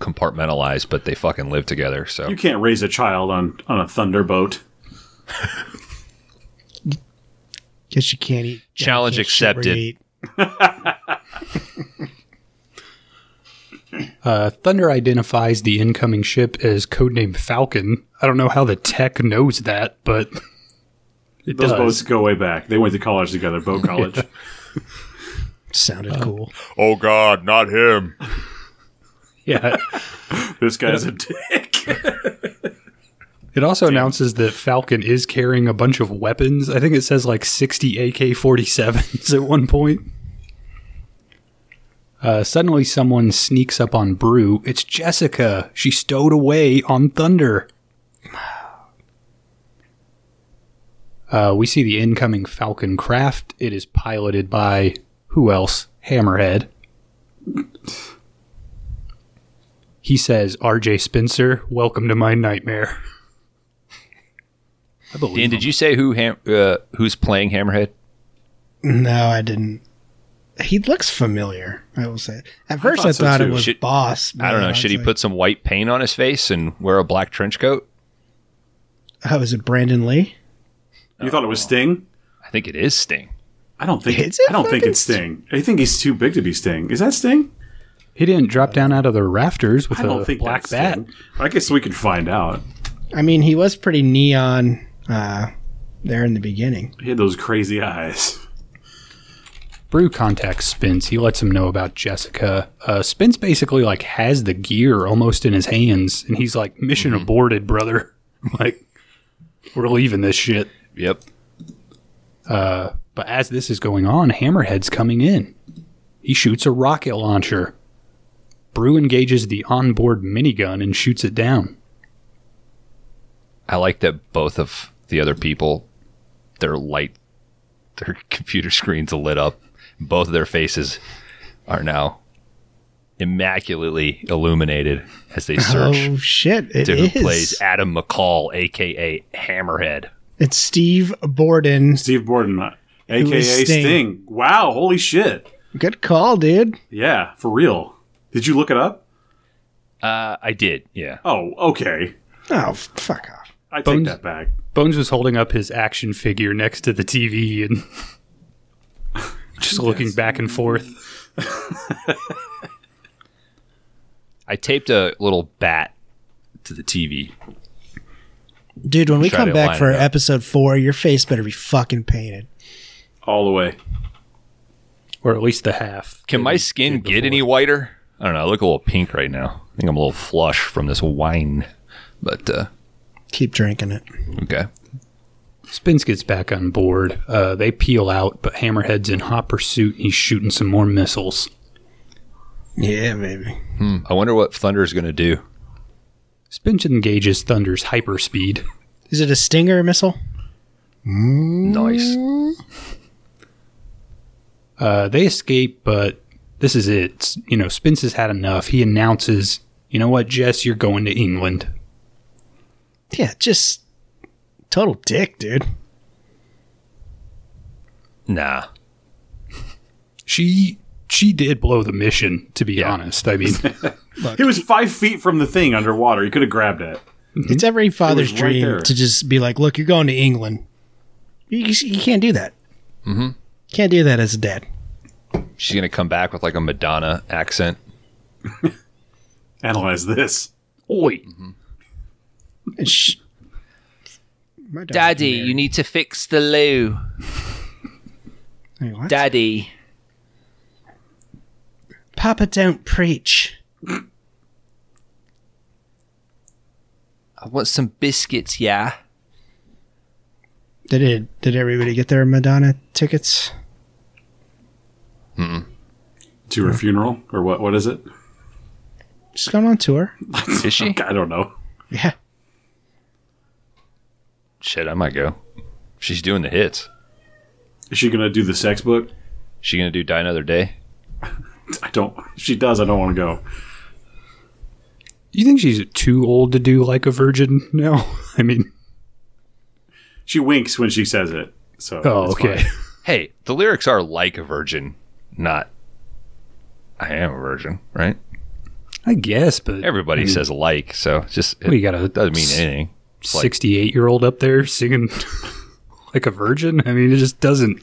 compartmentalize, but they fucking live together, so You can't raise a child on on a thunderboat. Guess you can't eat. Challenge can't shit where you accepted. eat. Uh, Thunder identifies the incoming ship as codename Falcon. I don't know how the tech knows that, but it Those does. boats go way back. They went to college together, boat college. Sounded cool. Oh God, not him. Yeah. This guy's a dick. It also announces that Falcon is carrying a bunch of weapons. I think it says like 60 AK 47s at one point. Uh, suddenly, someone sneaks up on Brew. It's Jessica. She stowed away on Thunder. Uh, we see the incoming Falcon craft. It is piloted by who else? Hammerhead. He says, RJ Spencer, welcome to my nightmare. I believe Dan, him. did you say who ham- uh, who's playing Hammerhead? No, I didn't. He looks familiar. I will say. At first, I so, thought, too. it was Should- Boss. I don't but know. Should he was put some white paint on his face and wear a black trench coat? like, Oh, is it Brandon Lee? You thought it was Sting? I think it is Sting. I don't think. Is it I don't think fucking it's Sting. I think he's too big to be Sting. Is that Sting? He didn't drop down out of the rafters with I don't a think black that's bat. Sting. I guess we can find out. I mean, he was pretty neon uh, there in the beginning. He had those crazy eyes. Brew contacts Spence. He lets him know about Jessica. Uh, Spence basically like has the gear almost in his hands, and he's like, "Mission aborted, brother." like, we're leaving this shit. Uh, Yep. But as this is going on, Hammerhead's coming in. He shoots a rocket launcher. Brew engages the onboard minigun and shoots it down. I like that both of the other people, their light, their computer screens lit up. Both of their faces are now immaculately illuminated as they search. Oh shit! It to is. who plays Adam McCall, aka Hammerhead. It's Steve Borden. Steve Borden, uh, aka is Sting. Sting. Wow, holy shit! Good call, dude. Yeah, for real. Did you look it up? Uh, I did, yeah. Oh, okay. Oh, f- fuck off. I take Bones- that back. Bones was holding up his action figure next to the TV and just looking back and forth. I taped a little bat to the TV. Dude, when we Try come to back line for it up. episode four, your face better be fucking painted. All the way. or at least the half. Can my skin get any whiter? I don't know. I look a little pink right now. I think I'm a little flush from this wine, but uh, Keep drinking it. okay. Spence gets back on board. Uh, they peel out, but Hammerhead's in hot pursuit. and He's shooting some more missiles. Yeah, baby. I wonder what Thunder is going to do. Spence engages Thunder's hyperspeed. Is it a Stinger missile? Nice. Uh, they escape, but this is it. S- you know, Spence has had enough. He announces, "You know what, Jess? You're going to England." Yeah, just total dick, dude. Nah. She she did blow the mission. To be honest, I mean, He was five feet from the thing underwater. He could have grabbed it. Mm-hmm. It's every father's right dream there. to just be like, "Look, you're going to England." You, you, you can't do that. Mm-hmm. Can't do that as a dad. She's going to come back with like a Madonna accent. Analyze this. oi, And sh- My dog's married. need to fix the loo. Wait, what? Daddy. Papa don't preach. I want some biscuits, yeah. Did it? Did everybody get their Madonna tickets? To her funeral? Or what what is it? She's going on tour. Is she? I don't know. Yeah, Shit, I might go. She's doing the hits. Is she gonna do the sex book? She going to do Die Another Day? I don't if she does, I don't wanna go. you think she's too old to do like a virgin now? I mean, She winks when she says it. So oh, it's okay. fine. Hey, the lyrics are like a virgin, not I am a virgin, right? I guess, but Everybody says like, so just it we got a doesn't mean anything. 68 year old up there singing like a virgin. I mean, it just doesn't.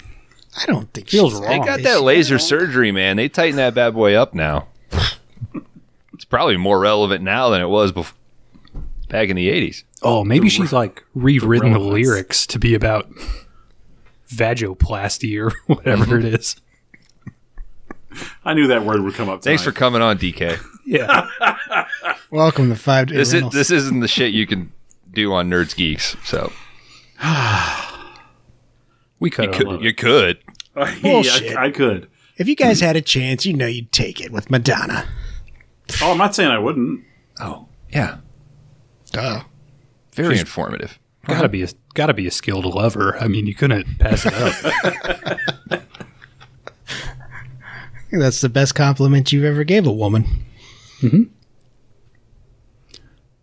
I don't think Feels she's- wrong. They got that laser surgery, man. They tighten that bad boy up now. It's probably more relevant now than it was before, back in the 80s. Oh, maybe she's like rewritten the, relevance. lyrics to be about vagioplasty or whatever it is. I knew that word would come up. Tonight. Thanks for coming on, DK. Yeah. Welcome to Five Day This, is, Rentals. this isn't the shit you can do on Nerds Geeks. So We could. you could, you could. yeah, Bullshit. I, I could. if you guys had a chance, you know you'd take it with Madonna. Oh, I'm not saying I wouldn't. Oh, yeah. Duh. Very informative. Gotta be a gotta be a skilled lover. I mean, you couldn't pass it up. I think that's the best compliment you've ever gave a woman.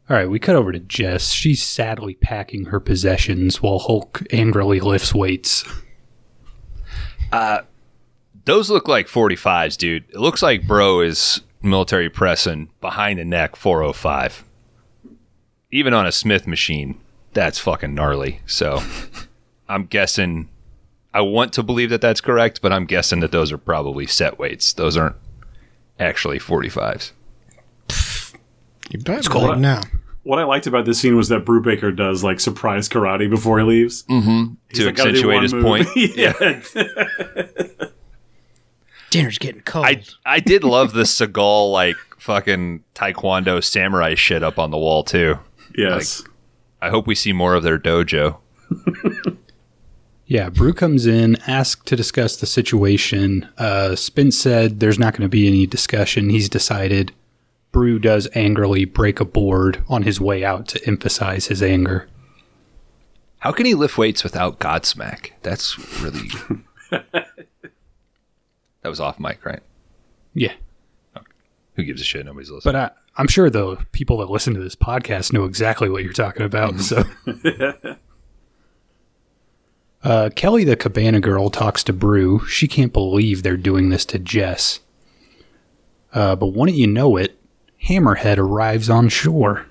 All right, we cut over to Jess. She's sadly packing her possessions while Hulk angrily lifts weights. Those look like 45s, dude. It looks like bro is military pressing behind the neck 405. Even on a Smith machine, that's fucking gnarly. So I'm guessing, I want to believe that that's correct, but I'm guessing that those are probably set weights. Those aren't actually 45s. You better it's called- now. What I liked about this scene was that Brubaker does like surprise karate before he leaves. Mm. to like, gotta do accentuate one his move. point. yeah. Dinner's getting cold. I, I did love the Seagal, like, fucking taekwondo samurai shit up on the wall, too. yes. I hope we see more of their dojo. Yeah, Brew comes in, asked to discuss the situation. Uh, Spence said there's not going to be any discussion. He's decided. Brew does angrily break a board on his way out to emphasize his anger. How can he lift weights without Godsmack? That's really. that was off mic, right? Yeah, Who gives a shit? Nobody's listening. but I, I'm sure though people that listen to this podcast know exactly what you're talking about. So, uh, Kelly, the Cabana girl, talks to Brew. She can't believe they're doing this to Jess. Uh, but wouldn't you know it, Hammerhead arrives on shore.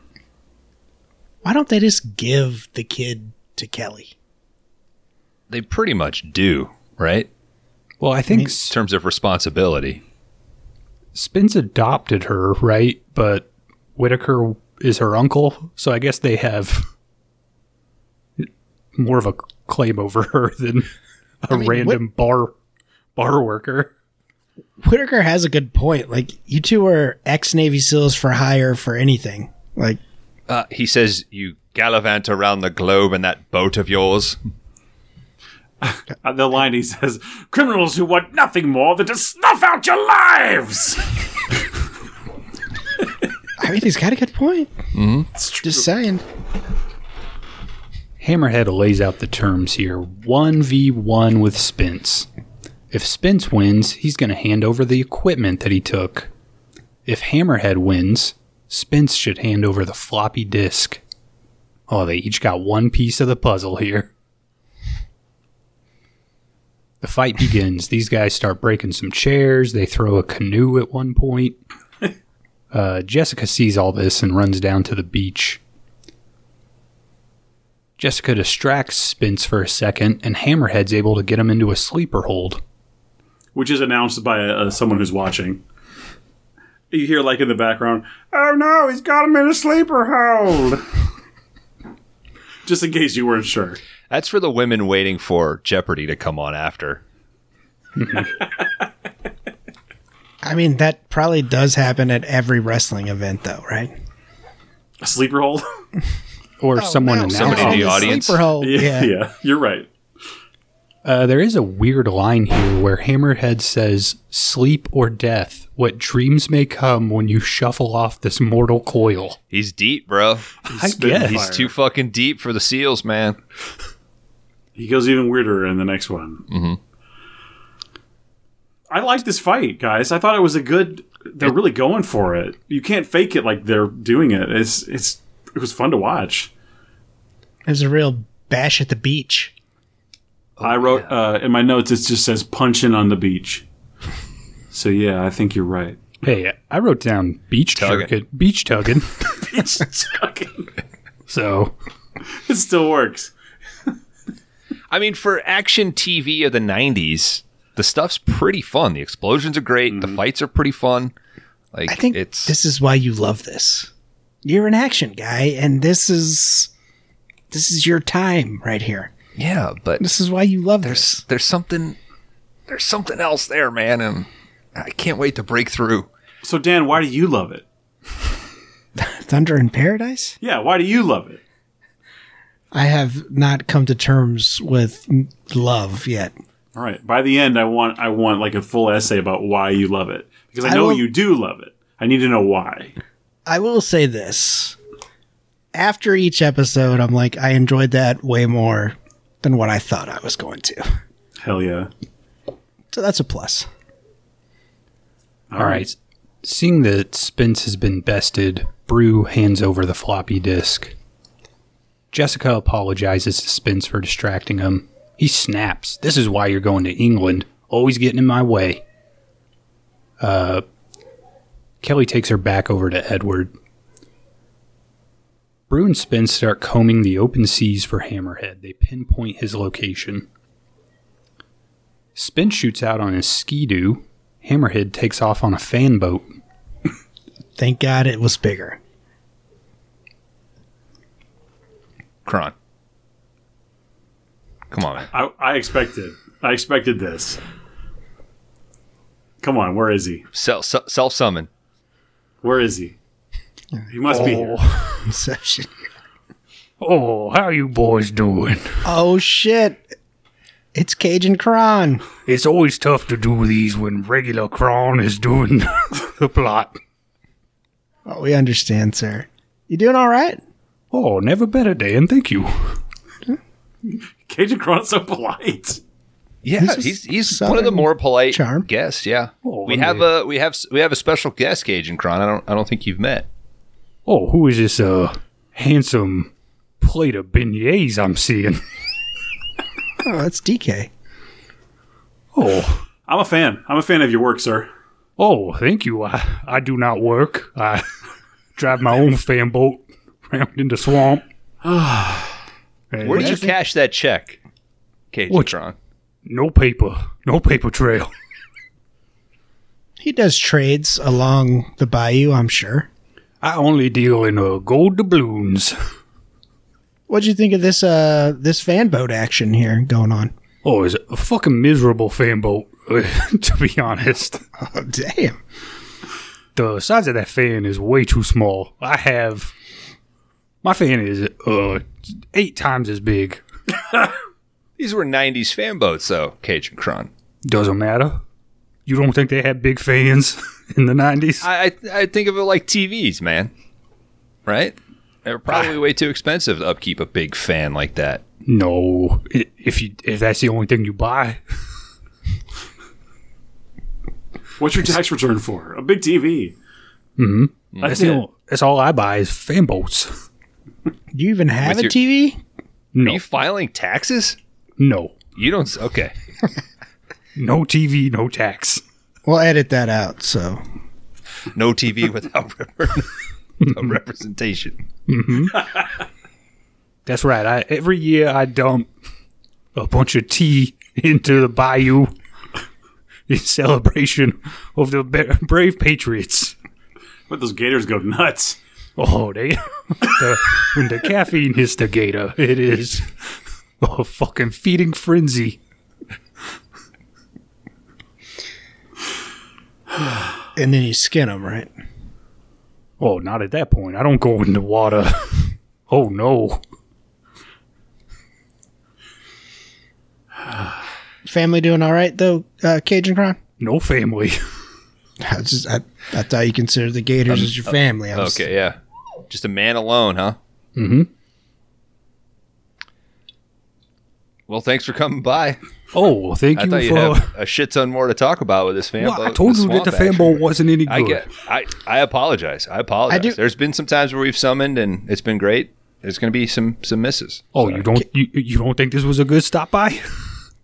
Why don't they just give the kid to Kelly? they pretty much do, right? Well, I think S- In terms of responsibility. Spence adopted her, right? But Whitaker is her uncle, so I guess they have more of a claim over her than a I mean, random bar bar worker. Whitaker has a good point. Like, you two are ex Navy SEALs for hire for anything. Like, Uh, he says, You gallivant around the globe in that boat of yours. Uh, the line he says, "Criminals who want nothing more than to snuff out your lives." I mean, he's got a good point. Mm-hmm. It's true. Just saying. Hammerhead lays out the terms here 1v1 with Spence. If Spence wins, he's going to hand over the equipment that he took. If Hammerhead wins, Spence should hand over the floppy disk. Oh, they each got one piece of the puzzle here. The fight begins. These guys start breaking some chairs. They throw a canoe at one point. Uh, Jessica sees all this and runs down to the beach. Jessica distracts Spence for a second, and Hammerhead's able to get him into a sleeper hold. which is announced by uh, someone who's watching. You hear, like in the background, "Oh no, he's got him in a sleeper hold." Just in case you weren't sure. That's for the women waiting for Jeopardy to come on after. I mean, that probably does happen at every wrestling event, though, right? A sleeper hold. Or someone now- announces. Somebody in the Oh, audience? sleeper hole. Yeah. yeah, you're right. Uh, there is a weird line here where Hammerhead says, Sleep or death, what dreams may come when you shuffle off this mortal coil. He's deep, bro. I guess. He's too fucking deep for the SEALs, man. He goes even weirder in the next one. Mm-hmm. I liked this fight, guys. I thought it was a good. They're really going for it. You can't fake it like they're doing it. It's it's it was fun to watch. There's a real bash at the beach. I Oh, wrote uh, in my notes. It just says punching on the beach. So yeah, I think you're right. Hey, I wrote down beach Tugging. tugging. Beach tugging. It's fucking- so, it still works. I mean, for action TV of the '90s, the stuff's pretty fun. The explosions are great. The fights are pretty fun. Like I think it's this is why you love this. You're an action guy, and this is this is your time right here. yeah, but This is why you love there's there's something there's something else there, man, and I can't wait to break through. So, Dan, why do you love it? this. Thunder in Paradise. Yeah, why do you love it? I have not come to terms with m- love yet. All right. By the end, I want I want like a full essay about why you love it because I I know will- you do love it. I need to know why. I will say this. After each episode, I'm like, I enjoyed that way more than what I thought I was going to. Hell yeah! So that's a plus. All right. Seeing that Spence has been bested, Brew hands over the floppy disk. Jessica apologizes to Spence for distracting him. He snaps. This is why you're going to England. Always getting in my way. Uh, Kelly takes her back over to Edward. Brew and Spence start combing the open seas for Hammerhead. They pinpoint his location. Spence shoots out on his skidoo, Hammerhead takes off on a fan boat. Thank God it was bigger. Kron. Come on, man. I, I expected I expected this. Come on, where is he? Self self summon. Where is he? He must be Oh. here. Inception. Oh, how you boys doing? Oh shit. It's Cajun Kron. It's always tough to do these when regular Kron is doing the plot. Oh, we understand, sir. You doing all right? Oh, never better, Dan. Thank you. Cajun Cron's so polite. Yeah, He's a he's he's one of the southern more polite charm. guests. Yeah, Oh, we let have me- a we have we have a special guest, Cajun Cron. I don't I don't think you've met. Oh, who is this uh handsome plate of beignets I'm seeing? Oh, that's DK. Oh, I'm a fan. I'm a fan of your work, sir. oh, thank you. I I do not work. I drive my own fan boat round in the swamp. And Where did you that's- cash that check, Cajun Which- Cron? No paper. No paper trail. He does trades along the bayou, I'm sure. I only deal in uh, gold doubloons. What'd you think of this uh this fan boat action here going on? Oh, it's a fucking miserable fan boat, to be honest. Oh damn. The size of that fan is way too small. I have. My fan is uh, eight times as big. These were '90s fan boats, though, Cajun Cron. Doesn't matter. You don't think they had big fans in the 90s? I, I I think of it like TVs, man. Right? They're probably Ah. way too expensive to upkeep a big fan like that. no. I- If, you, if that's the only thing you buy, What's your tax return for? A big TV. Mm-hmm. That's that's, the it. only, that's all I buy is fan boats. Do you even have With a your- TV? Are No. you filing taxes? No. You don't. s- Okay. No TV, no tax. We'll edit that out, so No TV without, rep- without representation. That's right. I every year I dump a bunch of tea into the bayou in celebration of the ba- brave patriots. But those gators go nuts. Oh, they the, when the caffeine hits the gator, it is a fucking feeding frenzy. and then you skin them, right? Oh, not at that point. I don't go in the water. Oh no. Family doing all right though, uh, Cajun Cron? No family. I, just, I, I thought you considered the Gators as your family. I was- Um, Okay, yeah. Just a man alone, huh? Mhm. Well, thanks for coming by. Oh, thank I you thought for. you had a shit ton more to talk about with this fan. Well, I boat, told you that swamp the action. fanboy wasn't any good. I get. I I apologize. I apologize. do- There's been some times where we've summoned and it's been great. There's going to be some some misses. oh, you don't you, you don't think this was a good stop by?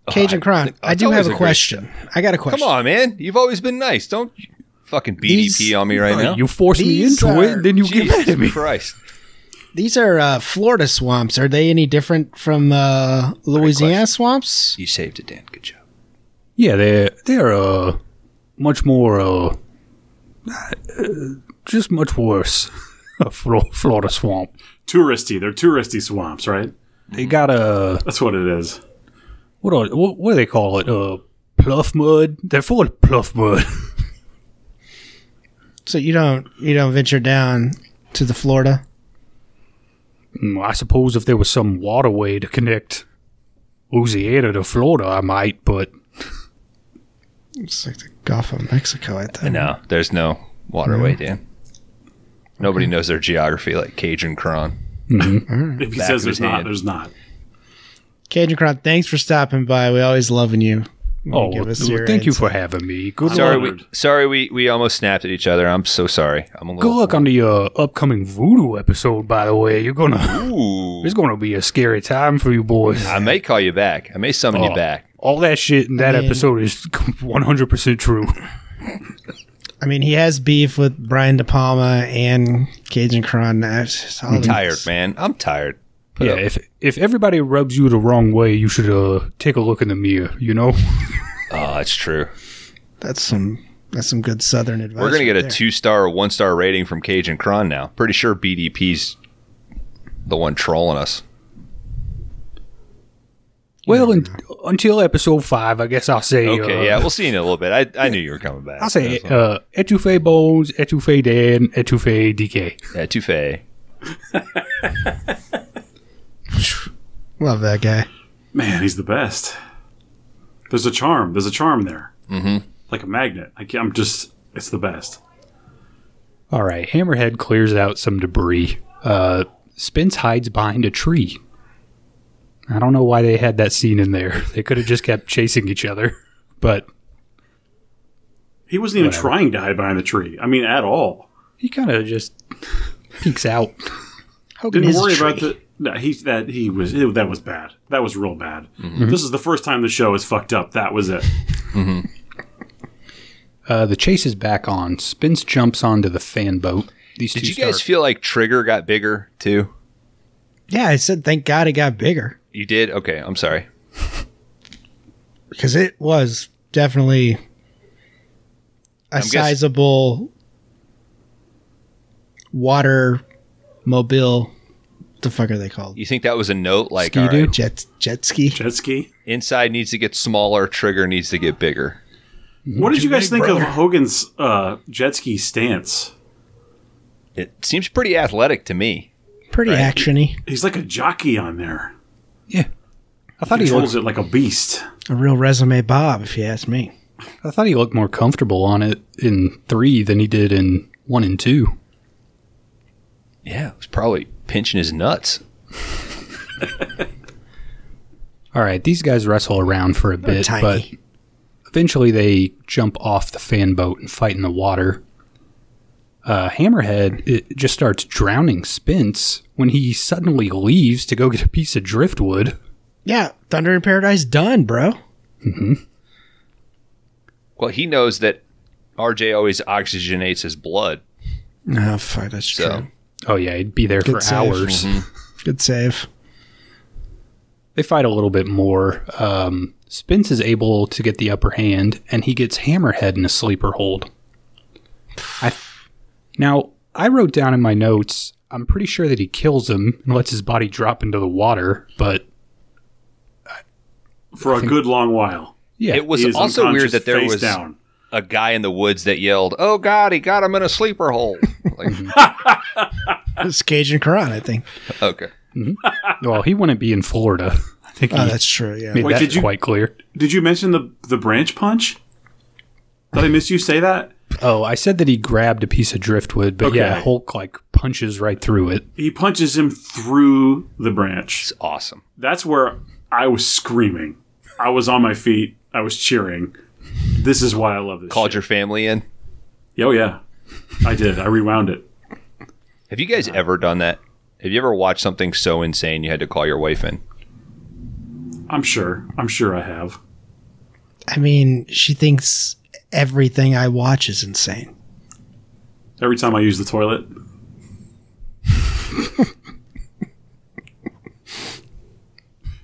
Cajun Cron, think- I it's do always have a a great question. I got a question. Come on, man. You've always been nice. Don't you fucking BDP These- on me right now. You force me These into are- it, then you get mad Jesus at me. Christ. These are uh, Florida swamps. Are they any different from uh, Louisiana swamps? You saved it, Dan. Good job. Yeah, they're they're uh much more uh just much worse. A Flo- Florida swamp. Touristy. They're touristy swamps, right? They got a That's what it is. what? Are, what, what do they call it? Uh, pluff mud. They're full of pluff mud. So you don't you don't venture down to the Florida. Mm, I suppose if there was some waterway to connect Louisiana to Florida, I might. But It's like the Gulf of Mexico. I think. No, there's no waterway, Mm-hmm. Dan. Nobody knows their geography like Cajun Cron. If he Back of says there's his not, hand. there's not. Cajun Crop, thanks for stopping by. We always love when you. when you oh, give us well, your thank you insight. for having me. Good Sorry, luck. we, Honored. sorry, we we almost snapped at each other. I'm so sorry. I'm a Good little. luck on the uh, upcoming voodoo episode. By the way, you're gonna. Ooh, It's gonna be a scary time for you boys. I may call you back. I may summon you Oh. back. All that shit in that I mean- episode is 100% true. I mean, he has beef with Brian De Palma and Cajun Cron. I'm I'm tired, man. I'm tired. Put yeah, up. if if everybody rubs you the wrong way, you should uh, take a look in the mirror, you know? Oh, it's true. That's some that's some good Southern advice. We're gonna right get a there. two star or one star rating from Cajun Cron now. Pretty sure BDP's the one trolling us. well, un- until episode 5, I guess I'll say Okay, uh, yeah, we'll see you in a little bit. I, I knew you were coming back. I'll say That's all. uh, etouffee bones, etouffee Dan, etouffee DK. yeah, Touffet. Love that guy. Man, he's the best. There's a charm. There's a charm there. Mm-hmm. Like a magnet. I can't, I'm just, it's the best. All right, Hammerhead clears out some debris. Uh, Spence hides behind a tree. I don't know why they had that scene in there. They could have just kept chasing each other, but He wasn't even Whatever. trying to hide behind the tree. I mean, at all. he kind of just peeks out. Hogan Didn't is a worry about tree. the. No, he that he was it- that was bad. That was real bad. This is the first time the show is fucked up. That was it. Uh, the chase is back on. Spence jumps onto the fan boat. These Did two you guys start- feel like Trigger got bigger too? Yeah, I said thank God it got bigger You did? Okay, I'm sorry. because it was definitely a guess- sizable water mobile. The fuck are they called? You think that was a note like all Ski-Doo? right, Jet jet ski. Jet ski. inside needs to get smaller, Trigger needs to get bigger. What did you guys think of brother. Hogan's uh, jet ski stance? It seems pretty athletic to me. Pretty Right. actiony. He's like a jockey on there. Yeah, I thought he Controls looked. it like a beast. A real resume, Bob, if you ask me. I thought he looked more comfortable on it in three than he did in one and two. Yeah, it was probably pinching his nuts. All right, these guys wrestle around for a They're bit, tiny. but eventually they jump off the fan boat and fight in the water. Uh, Hammerhead it just starts drowning Spence when he suddenly leaves to go get a piece of driftwood. Yeah, Thunder in Paradise done, bro. Well, he knows that RJ always oxygenates his blood. Oh, No, fuck, that's So- true. Oh yeah, he'd be there Good for save. hours. Good save. They fight a little bit more. Um, Spence is able to get the upper hand, and he gets Hammerhead in a sleeper hold. I, now, I wrote down in my notes, I'm pretty sure that he kills him and lets his body drop into the water, but for a good long while. yeah. It was He is also weird unconscious, that there face was down. a guy in the woods that yelled, "Oh God, he got him in a sleeper hole." Like, It's Cajun Quran, I think. okay, well, he wouldn't be in Florida. I think he Oh, that's true. Yeah. made Wait, that did you- quite clear. Uh, Did you mention the the branch punch? Did I miss you say that? Oh, I said that he grabbed a piece of driftwood, but yeah, Okay. Hulk like punches right through it. He punches him through the branch. it's awesome. That's where I was screaming. I was on my feet. I was cheering. This is why I love this. Called shit. your family in. Oh yeah, I did. I rewound it. Have you guys ever done that? Have you ever watched something so insane you had to call your wife in? I'm sure. I'm sure I have. I mean, she thinks everything I watch is insane. Every time I use the toilet.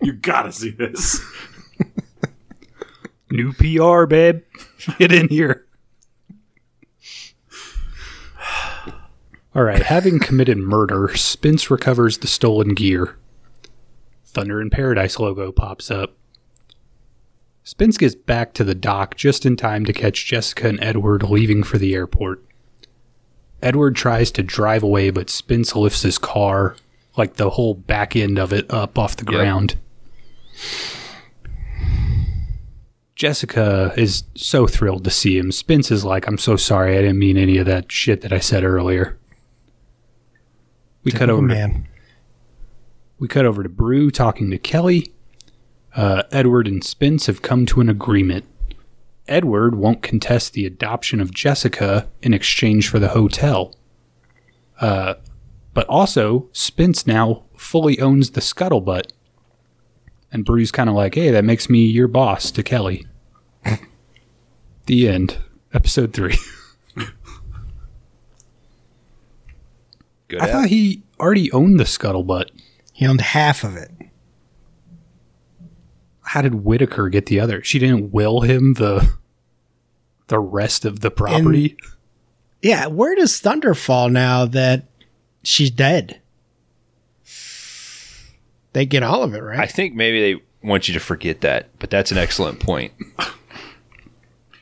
you gotta see this. New PR, babe. Get in here. All right. Having committed murder, Spence recovers the stolen gear. Thunder in Paradise logo pops up. Spence gets back to the dock just in time to catch Jessica and Edward leaving for the airport. Edward tries to drive away, but Spence lifts his car, like the whole back end of it, up off the Yep. ground. Jessica is so thrilled to see him. Spence is like, I'm so sorry. I didn't mean any of that shit that I said earlier. We cut Typical over to "Oh, man. we cut over to Brew talking to Kelly. Uh, Edward and Spence have come to an agreement. Edward won't contest the adoption of Jessica in exchange for the hotel. Uh, but also, Spence now fully owns the scuttlebutt. And Brew's kind of like, hey, that makes me your boss to Kelly. the end. Episode three. Good I app. thought he already owned the scuttlebutt. He owned half of it. how did Whitaker get the other? She didn't will him the the rest of the property. Yeah, where does Thunder fall now that she's dead? They get all of it, I right? think maybe they want you to forget that, but that's an excellent point.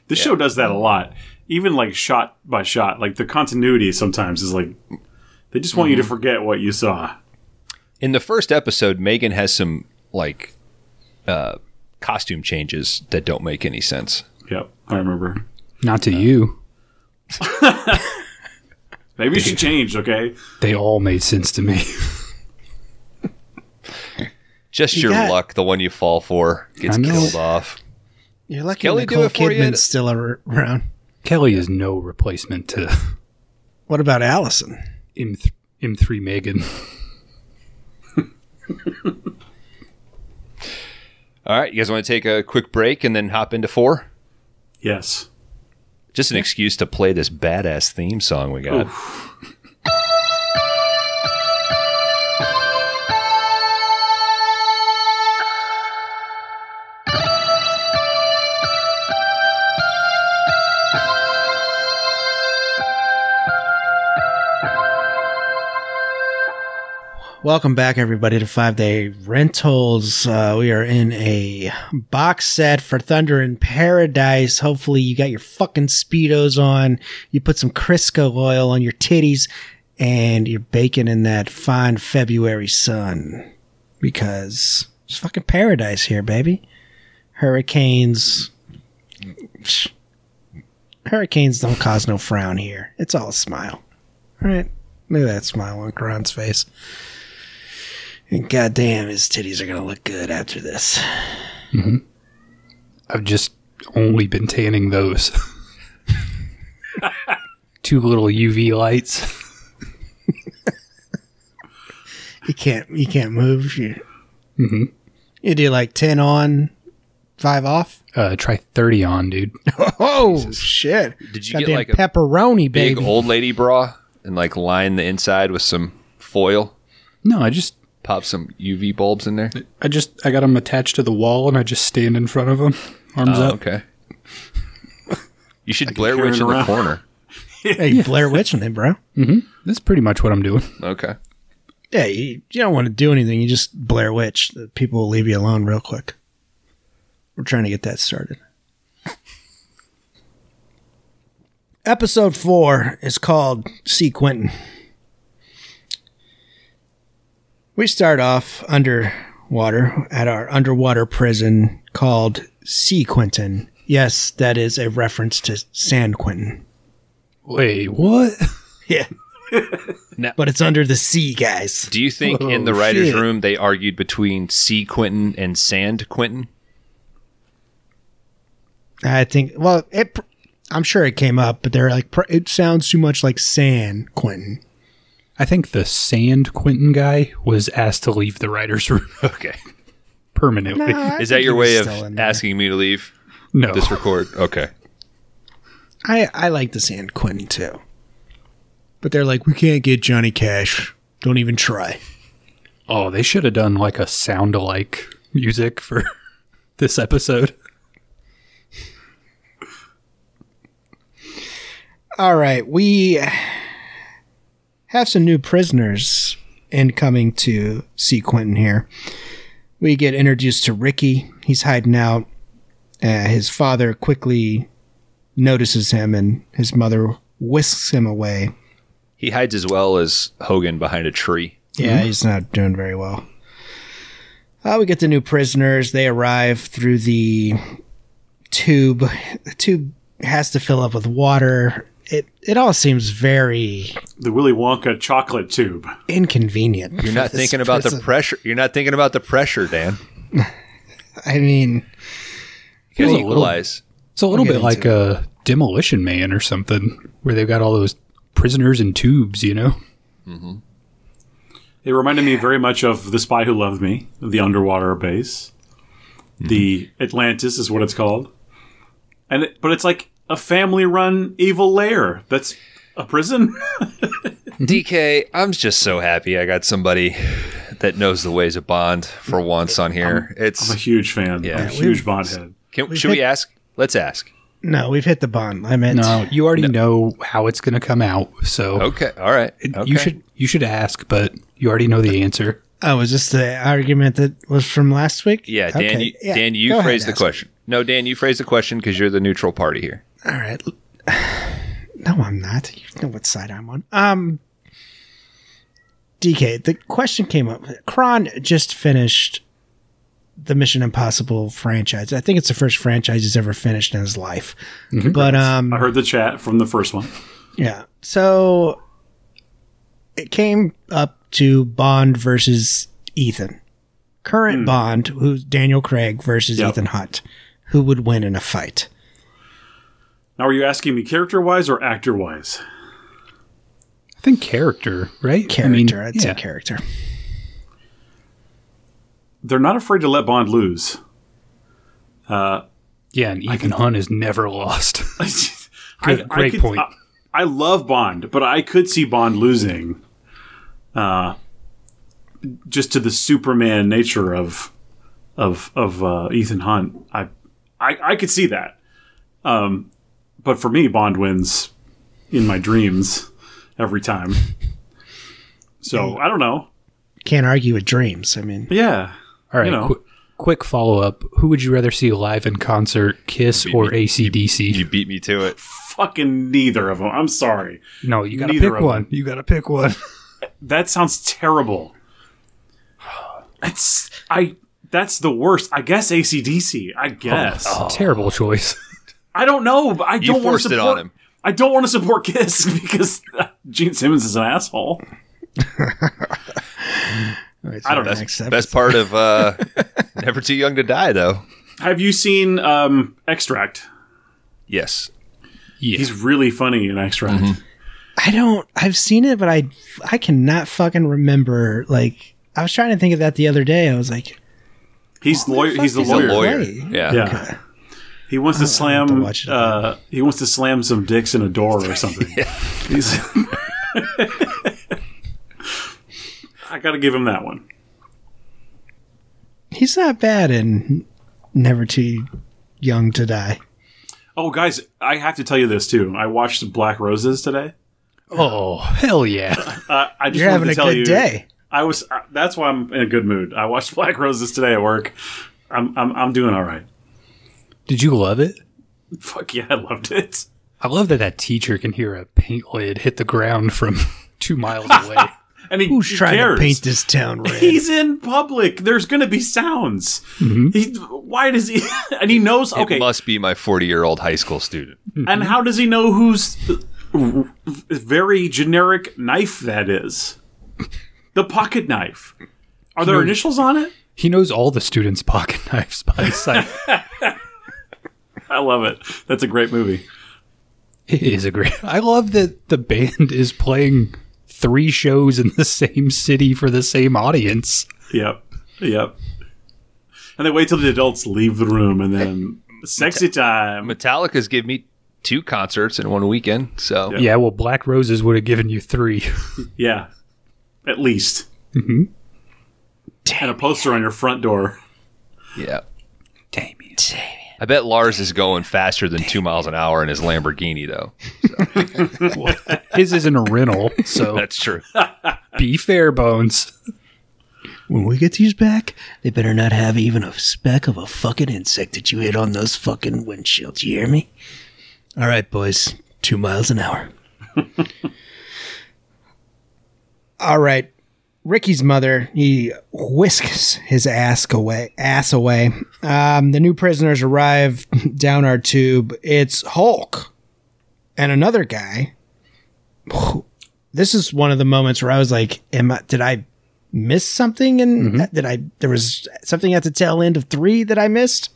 This show does that a lot. Even like shot by shot, like the continuity sometimes is like they just want you to forget what you saw. In the first episode, Megan has some like uh, costume changes that don't make any sense. Yep, I remember. Not to you. Maybe she changed. Okay, They all made sense to me. Just You your got- luck, the one you fall for gets I know. killed off. You're lucky Kelly do Nicole it for you? Kidman's still ar- around. Kelly is no replacement to What about Allison? M th- M three Megan. All right, you guys want to take a quick break and then hop into four? yes. Just an excuse to play this badass theme song we got. Welcome back, everybody, to Five Day Rentals. Uh, we are in a box set for Thunder in Paradise. Hopefully, you got your fucking Speedos on, you put some Crisco oil on your titties, and you're baking in that fine February sun because it's fucking paradise here, baby. Hurricanes. Hurricanes don't cause no frown here. It's all a smile. All right. Look at that smile on Karan's face. And goddamn, his titties are gonna look good after this. I've just only been tanning those. Two little UV lights. You can't you can't move. You Mm-hmm. Mhm. you do like ten on, five off. Uh, try thirty on, dude. Oh shit! Did you Goddamn get like a pepperoni, big baby. old lady bra and like line the inside with some foil? No, I just Pop some UV bulbs in there. I just I got them attached to the wall and I just stand in front of them, arms Oh, up. okay. You should Blair carry Witch it in the around. corner. hey, Blair Witch on it, bro. That's pretty much what I'm doing. Okay. Yeah, you, you don't want to do anything. You just Blair Witch. The People will leave you alone real quick. We're trying to get that started. Episode four is called See Quentin. We start off underwater at our underwater prison called Sea Quentin. Yes, that is a reference to San Quentin. Wait, what? Yeah. Now- but it's under the sea, guys. Do you think in Oh, the writers' shit. room they argued between C. Quentin and Sand Quentin? I think. Well, it. pr- I'm sure it came up, but they're like, pr- it sounds too much like San Quentin. I think the Sand Quentin guy was asked to leave the writer's room Okay. permanently. Is that your way of still in there. asking me to leave No. this record? Okay. I I like the San Quentin too, but they're like, we can't get Johnny Cash. Don't even try. Oh, they should have done like a sound alike music for this episode. All right, we have some new prisoners incoming to see Quentin here. We get introduced to Ricky. He's hiding out. Uh, his father quickly notices him, and his mother whisks him away. He hides as well as Hogan behind a tree. Yeah, he's not doing very well. Uh, we get the new prisoners. They arrive through the tube. The tube has to fill up with water. It it all seems very The Willy Wonka chocolate tube. inconvenient. You're not for this thinking about prison. the pressure. You're not thinking about the pressure, Dan. I mean, You Feels gotta a little- equalize. It's a little We'll bit get like a demolition man or something, where they've got all those prisoners in tubes. You know, It reminded me very much of The Spy Who Loved Me, the underwater base. The Atlantis is what it's called. And it, but it's like a family-run evil lair. That's a prison. DK, I'm just so happy I got somebody that knows the ways of Bond for once on here. I'm a It's huge fan. Yeah. I'm a Yeah, huge Bond head. can, should we ask? Let's ask. no, we've hit the bond limit. no, you already know how it's going to come out. So Okay, all right. you Okay. should you should ask, but you already know the answer. Oh, was this the argument that was from last week? Yeah, Dan. Okay, You, yeah, Dan, you go ahead, phrase the ask. question. No, Dan, you phrase the question because you're the neutral party here. All right. No, I'm not. You know what side I'm on. Um, DK, the question came up. Kron just finished the Mission Impossible franchise. I think it's the first franchise he's ever finished in his life. Mm-hmm. But um, I heard the chat from the first one. Yeah. So it came up to Bond versus Ethan. Hmm. Current Bond, who's Daniel Craig versus Yep. Ethan Hunt. Who would win in a fight? Now, are you asking me character-wise or actor-wise? I think character, right? I mean, Character. I would say yeah. character. They're not afraid to let Bond lose. Uh, Yeah, and Ethan Hunt has never lost. I, I great could- point. I, I love Bond, but I could see Bond losing, uh, just to the Superman nature of of of uh, Ethan Hunt. I, I I could see that, um, but for me, Bond wins in my dreams every time. So I don't know. Can't argue with dreams. I mean, Yeah, all right, you know. qu- quick follow up. Who would you rather see live in concert, Kiss or ACDC? You beat me to it. fucking neither of them. I'm sorry. no, you gotta neither pick of 'em. one. You gotta pick one. That sounds terrible. That's I. That's the worst. I guess ACDC. Oh, I guess. Terrible choice. I don't know. But I You don't want to forced it support. on him. I don't want to support Kiss because Gene Simmons is an asshole. I don't know. That's best part of uh, Never Too Young to Die, though. Have you seen um, Extract? Yes, Yeah. He's really funny in Extract. Mm-hmm. I don't. I've seen it, but I I cannot fucking remember. Like I was trying to think of that the other day. I was like, He's lawyer. fuck He's a is a lawyer. a lawyer. way. Yeah. Yeah. He wants to have slam. to watch it. uh, he wants to slam some dicks in a door or something. He's. I got to give him that one. he's not bad and never too young to die. Oh, guys, I have to tell you this too. I watched Black Roses today. oh hell yeah! Uh, I just You're wanted having to a tell good you, day. I was. Uh, that's why I'm in a good mood. I watched Black Roses today at work. I'm. I'm. I'm doing all right. Did you love it? Fuck yeah, I loved it. I love that that teacher can hear a paint lid hit the ground from two miles away. And he, Who's he trying cares. to paint this town red? He's in public. There's gonna be sounds. Mm-hmm. He, why does he? And he knows. it Okay. must be my 40 year old high school student. And how does he know whose uh, very generic knife that is? The pocket knife. Are there initials on it? he knows all the students' pocket knives by sight. I love it. That's a great movie. it is a great. I love that the band is playing three shows in the same city for the same audience. Yep. Yep. And they wait till the adults leave the room and then sexy time. Metallica's give me two concerts in one weekend, so Yeah, well, Black Roses would have given you three. Yeah. At least. Mm-hmm. And a poster on your front door. yeah. Damien. I bet Lars is going faster than two miles an hour in his Lamborghini, though. His isn't a rental, so That's true. be fair, Bones. When we get these back, they better not have even a speck of a fucking insect that you hit on those fucking windshields. You hear me? All right, boys. Two miles an hour. All right. Ricky's mother, he whisks his ass away. Ass away. Um, the new prisoners arrive down our tube. It's Hulk and another guy. This is one of the moments where I was like, "Am I? Did I miss something? And did I? There was something at the tail end of three that I missed."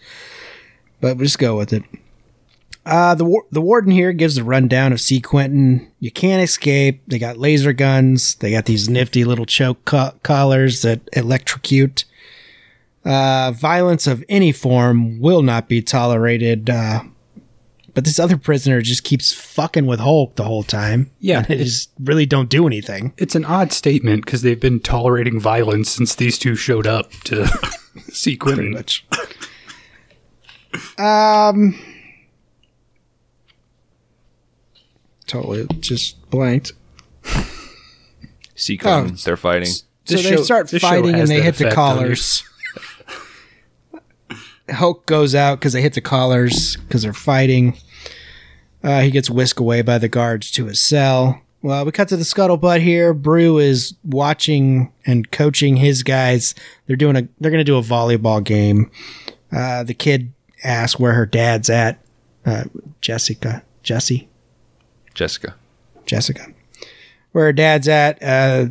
But we'll just go with it. Uh, the war- the warden here gives a rundown of C. Quentin. You can't escape. They got laser guns. They got these nifty little choke co- collars that electrocute. Uh, violence of any form will not be tolerated. Uh, but this other prisoner just keeps fucking with Hulk the whole time. Yeah, and they it's- just really don't do anything. It's an odd statement because they've been tolerating violence since these two showed up to see Quentin. much. um, totally just blanked. Sea Clown, Oh. they're fighting. So This they show- start this show fighting and has they that hit the effect on you. collars. Hulk goes out because they hit the collars because they're fighting. Uh, he gets whisked away by the guards to his cell. Well, we cut to the scuttlebutt here. Brew is watching and coaching his guys. They're doing a they're gonna do a volleyball game. Uh, the kid asks where her dad's at. Uh, Jessica, Jesse, Jessica. Jessica, where her dad's at. Uh,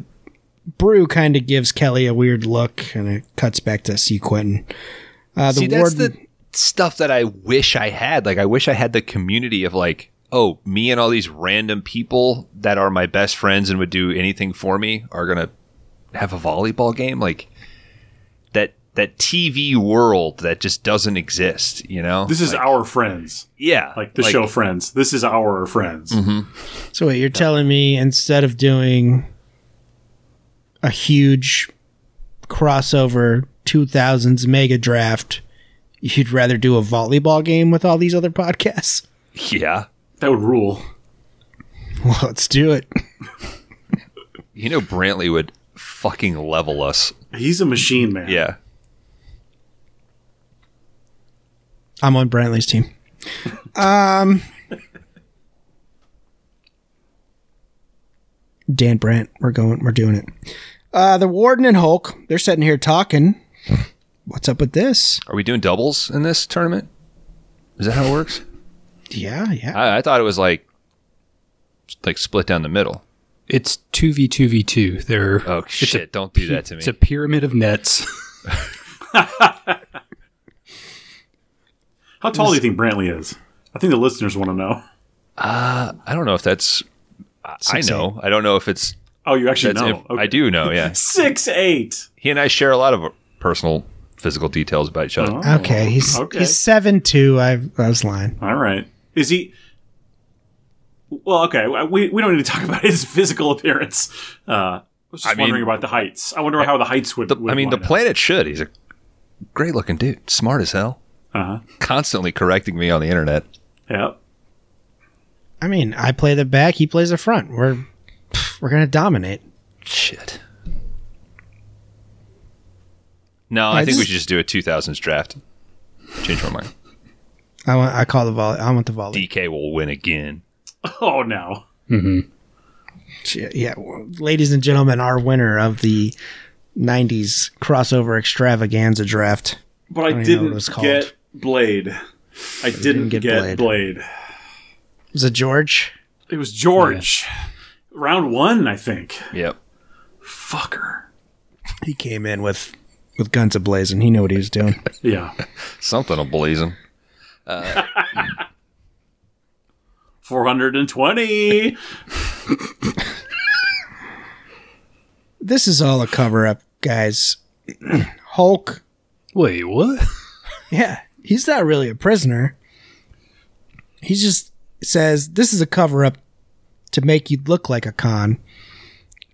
Brew kind of gives Kelly a weird look, and it cuts back to see Quentin. Uh, the See, that's warden, the stuff that I wish I had. Like, I wish I had the community of like, oh, me and all these random people that are my best friends and would do anything for me are gonna have a volleyball game. Like that that TV world that just doesn't exist. You know? This is our friends, yeah, like the show Friends. This is our friends. Mm-hmm. so wait, you're telling me instead of doing a huge crossover 2000s mega draft, you'd rather do a volleyball game with all these other podcasts? Yeah. That would rule. Well, let's do it. You know, Brantley would fucking level us. He's a machine man. Yeah. I'm on Brantley's team. Um, Dan Brant, we're going, we're doing it. Uh, the warden and Hulk, they're sitting here talking. What's up with this? Are we doing doubles in this tournament? Is that how it works? Yeah, yeah. I, I thought it was like like split down the middle. It's two v two v two. They're Oh shit! don't do that to me. it's a pyramid of nets. How tall do you think Brantley is? I think the listeners want to know. I don't know if that's. I, I Six, know. I don't know if it's. Oh, you actually That's know. if- I do know. Yeah. Six eight. he and I share a lot of uh, personal physical details about each other. Oh, okay, he's okay. he's seven two. I I was lying. All right. Is he? Well, okay. uh, We, we don't need to talk about his physical appearance. Uh, I was just I mean- wondering about the heights. I wonder how the heights would. The- would I mean, the line up. planet should. He's a great looking dude. Smart as hell. Uh-huh. Constantly correcting me on the internet. Yeah. I mean, I play the back, he plays the front. We're pff, we're gonna dominate. Shit. No, Yeah, I think we this- should just do a 2000s draft. Change my mind. I want. I call the volley. I want the volley. DK will win again. Oh no. yeah, well, ladies and gentlemen, our winner of the '90s crossover extravaganza draft. But I, don't even know what it didn't was called. get Blade. I didn't, get get, Blade. Blade. Was it George? It was George. Round one, I think. Yep. Fucker. He came in with with guns ablazing. He knew what he was doing. Yeah. Something will blaze him. Four hundred and twenty. this is all a cover up, guys. Hulk. Wait, what? Yeah, he's not really a prisoner. He just says this is a cover up to make you look like a con.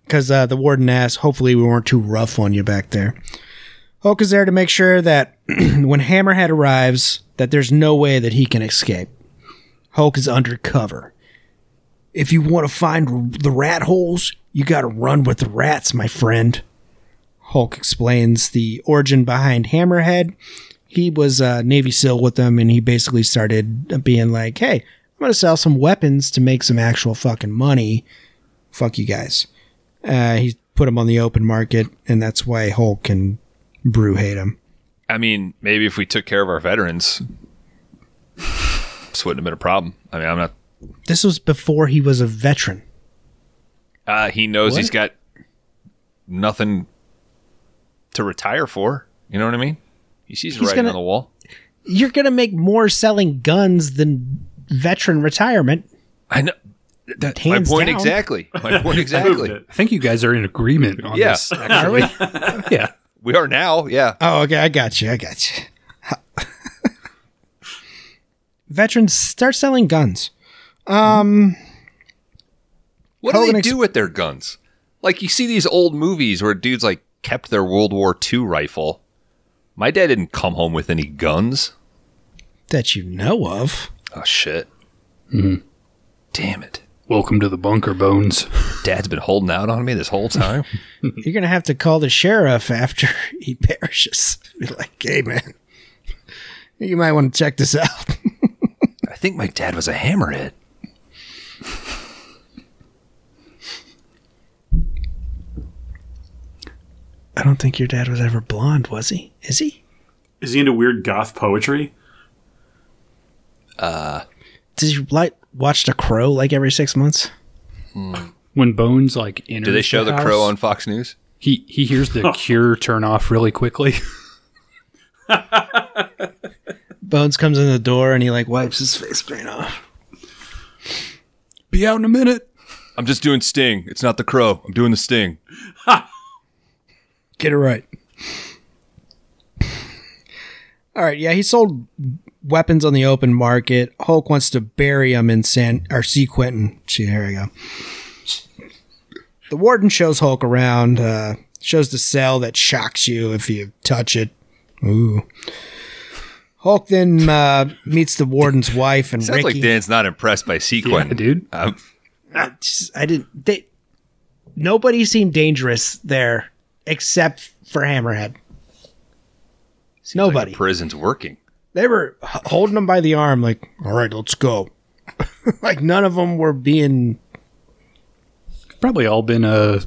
Because uh, the warden asked, hopefully we weren't too rough on you back there. Hulk is there to make sure that when Hammerhead arrives, that there's no way that he can escape. Hulk is undercover. If you want to find the rat holes, you got to run with the rats, my friend. Hulk explains the origin behind Hammerhead. He was a Navy SEAL with them, and he basically started being like, hey, I'm going to sell some weapons to make some actual fucking money. Fuck you guys. Uh, he put them on the open market, and that's why Hulk and Brew hate him. I mean, maybe if we took care of our veterans, this wouldn't have been a problem. I mean, I'm not. This was before he was a veteran. Uh, he knows he's got nothing to retire for. You know what I mean? He sees it He's right gonna- on the wall. You're going to make more selling guns than veteran retirement. I know. That, my Hands point down. exactly. My point Proved exactly. it. I think you guys are in agreement on Yeah. this. Actually, yeah. We are now. Yeah. Oh, okay. I got you. I got you. Veterans start selling guns. What do Hogan they ex- do with their guns? Like you see these old movies where dudes like kept their World War II rifle. My dad didn't come home with any guns. That you know of. Oh shit. Damn it. Welcome to the bunker, Bones. Dad's been holding out on me this whole time. You're going to have to call the sheriff after he perishes. Be like, hey, man, you might want to check this out. I think my dad was a hammerhead. I don't think your dad was ever blonde, was he? Is he? Is he into weird goth poetry? Does you like watch The Crow like every six months? When Bones like enters, Do they show the house, crow on Fox News? He he hears the Cure turn off really quickly. Bones comes in the door and he like wipes his face Oh. clean off. Be out in a minute. I'm just doing Sting. It's not the crow. I'm doing the Sting. Get it right. All right, yeah, he sold weapons on the open market. Hulk wants to bury him in San or C Quentin. See, here we go. The warden shows Hulk around, uh, shows the cell that shocks you if you touch it. Ooh. Hulk then uh, meets the warden's wife and Sounds Ricky. like Dan's not impressed by Sequin. Yeah, dude. Um, just- I didn't. They, nobody seemed dangerous there except for Hammerhead. seems like Nobody. the prison's working. they were h- holding him by the arm, like, "All right, let's go." like none of them were being. Probably all been uh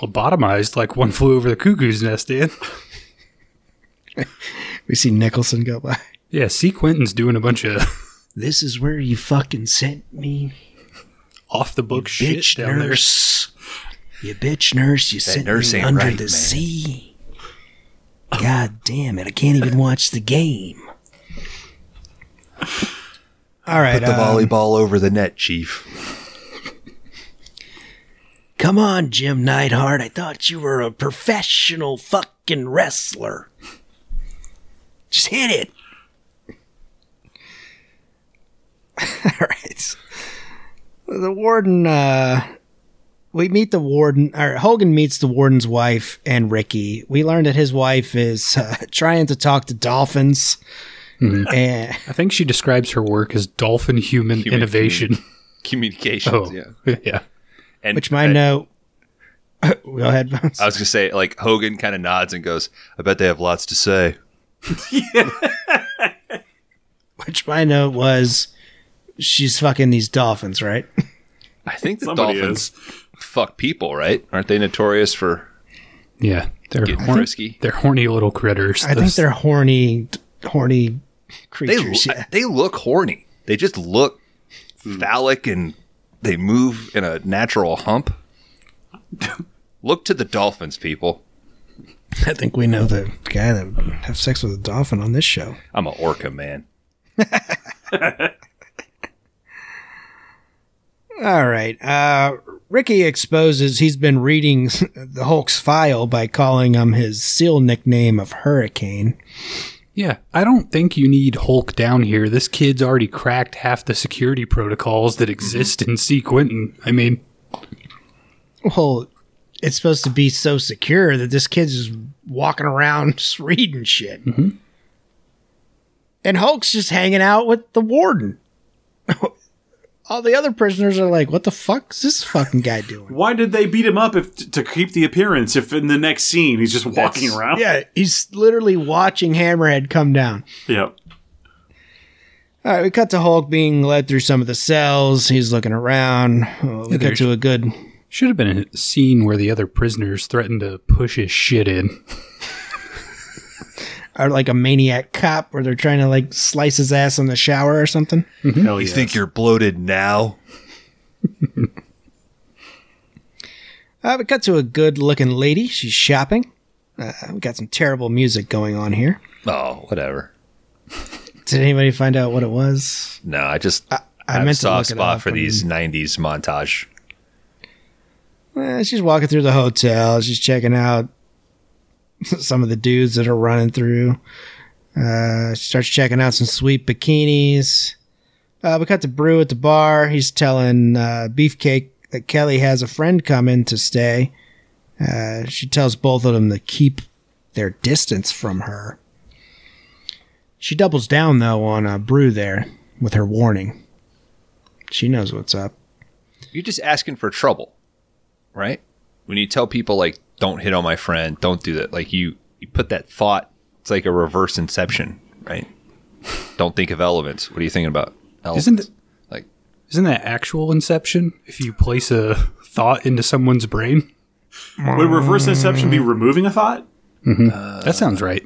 lobotomized like one flew over the cuckoo's nest, Dan. We see Nicholson go by. Yeah, C. Quentin's doing a bunch of This is where you fucking sent me, off the book shit bitch down there. nurse. You bitch nurse, you sent nurse me ain't under right, the man. sea. God damn it! I can't even watch the game. All right, um, volleyball over the net, Chief. Come on, Jim Neidhart. I thought you were a professional fucking wrestler. Just hit it. all right. The warden. uh We meet the warden. Or Hogan meets the warden's wife and Ricky. We learn that his wife is uh, trying to talk to dolphins. Hmm. And I think she describes her work as dolphin human, Human innovation. Communications. Oh, Yeah. yeah. And which my I- note. go ahead. Bones. I was gonna say, like Hogan kind of nods and goes, "I bet they have lots to say." Which my note was, she's fucking these dolphins, right? I think the Somebody dolphins is. fuck people, right? Aren't they notorious for Yeah. They're getting horny, frisky? they're horny little critters. I think Those- they're horny, horny They creatures. lo- yeah. they look horny. They just look phallic and they move in a natural hump. look to the dolphins, people. I think we know the guy that would have sex with a dolphin on this show. I'm an orca man. All right. Uh, Ricky exposes he's been reading the Hulk's file by calling him his seal nickname of Hurricane. Yeah, I don't think you need Hulk down here. This kid's already cracked half the security protocols that exist in C. Quentin. I mean, Well, it's supposed to be so secure that this kid's just walking around just reading shit. And Hulk's just hanging out with the warden. All the other prisoners are like, what the fuck's this fucking guy doing? Why did they beat him up if t- to keep the appearance? If in the next scene he's just walking around. Yeah, he's literally watching Hammerhead come down. Yep. All right, we cut to Hulk being led through some of the cells. He's looking around. Uh, we cut there's- to a good. Should have been a scene where the other prisoners threatened to push his shit in. or uh, like a maniac cop where they're trying to like slice his ass in the shower or something. Hell Mm-hmm. You think you're bloated now? Uh, we cut to a good looking lady. She's shopping. Uh, we got some terrible music going on here. Oh, whatever. Did anybody find out what it was? No, I just I, I have a meant to soft look it spot up for these and- '90s montage. Eh, she's walking through the hotel. She's checking out some of the dudes that are running through. Uh, she starts checking out some sweet bikinis. Uh, we cut to Brew at the bar. He's telling uh, Beefcake that Kelly has a friend coming to stay. Uh, she tells both of them to keep their distance from her. She doubles down, though, on uh, Brew there with her warning. She knows what's up. You're just asking for trouble, right? When you tell people like, "Don't hit on my friend," "Don't do that," like you you put that thought. It's like a reverse inception, right? Don't think of elements. What are you thinking about? Elements. Isn't it- like Isn't that actual inception? If you place a thought into someone's brain? Would reverse inception be removing a thought? that sounds right.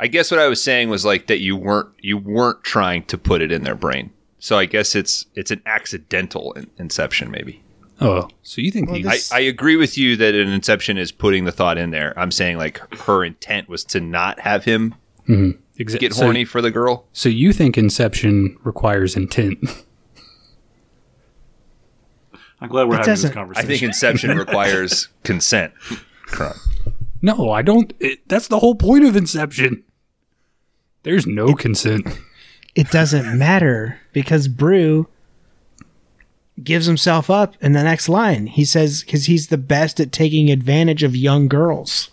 I guess what I was saying was like that you weren't you weren't trying to put it in their brain. So I guess it's it's an accidental in- inception, maybe. Oh, so you think he I, just- I agree with you that an inception is putting the thought in there. I'm saying like her intent was to not have him exa- get so- horny for the girl. So you think inception requires intent? I'm glad we're It having this doesn't- I conversation. think inception requires consent. No, I don't. It, that's the whole point of inception. There's no consent. it doesn't matter because Brew gives himself up in the next line. He says because he's the best at taking advantage of young girls.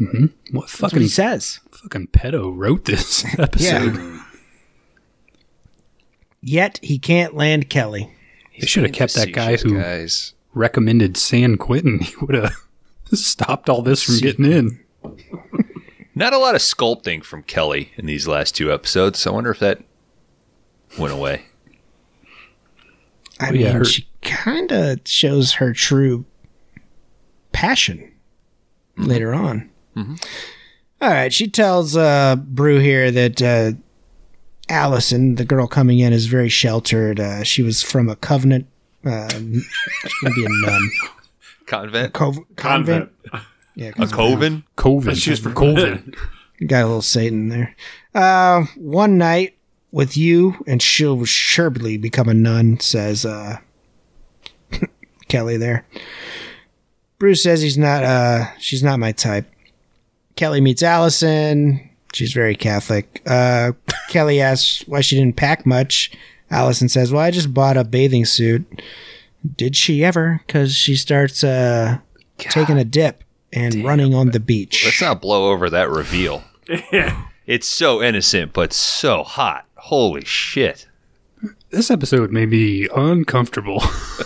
What That's what fucking he says. fucking pedo wrote this episode? Yet he can't land Kelly. They should have kept that guy who guys. recommended San Quentin. He would have stopped all this from getting in. Not a lot of sculpting from Kelly in these last two episodes. I wonder if that went away. I Oh, yeah, mean, her- she kind of shows her true passion Mm-hmm. later on. All right, she tells uh, Brew here that uh, Allison, the girl coming in, is very sheltered. Uh, she was from a covenant. Uh, she's gonna be a nun, Convent, Cove- convent. Convent. Yeah, a coven. Coven. She was from- Coven. Got a little Satan there. Uh, one night with you, and she'll surely become a nun, says uh, Kelly there. Bruce says he's not, uh, she's not my type. Kelly meets Allison. She's very Catholic. Uh, Kelly asks why she didn't pack much. Allison says, Well, I just bought a bathing suit. Did she ever? Because she starts uh, taking a dip and running on the beach. Let's not blow over that reveal. Yeah. It's so innocent, but so hot. Holy shit. This episode made me uncomfortable.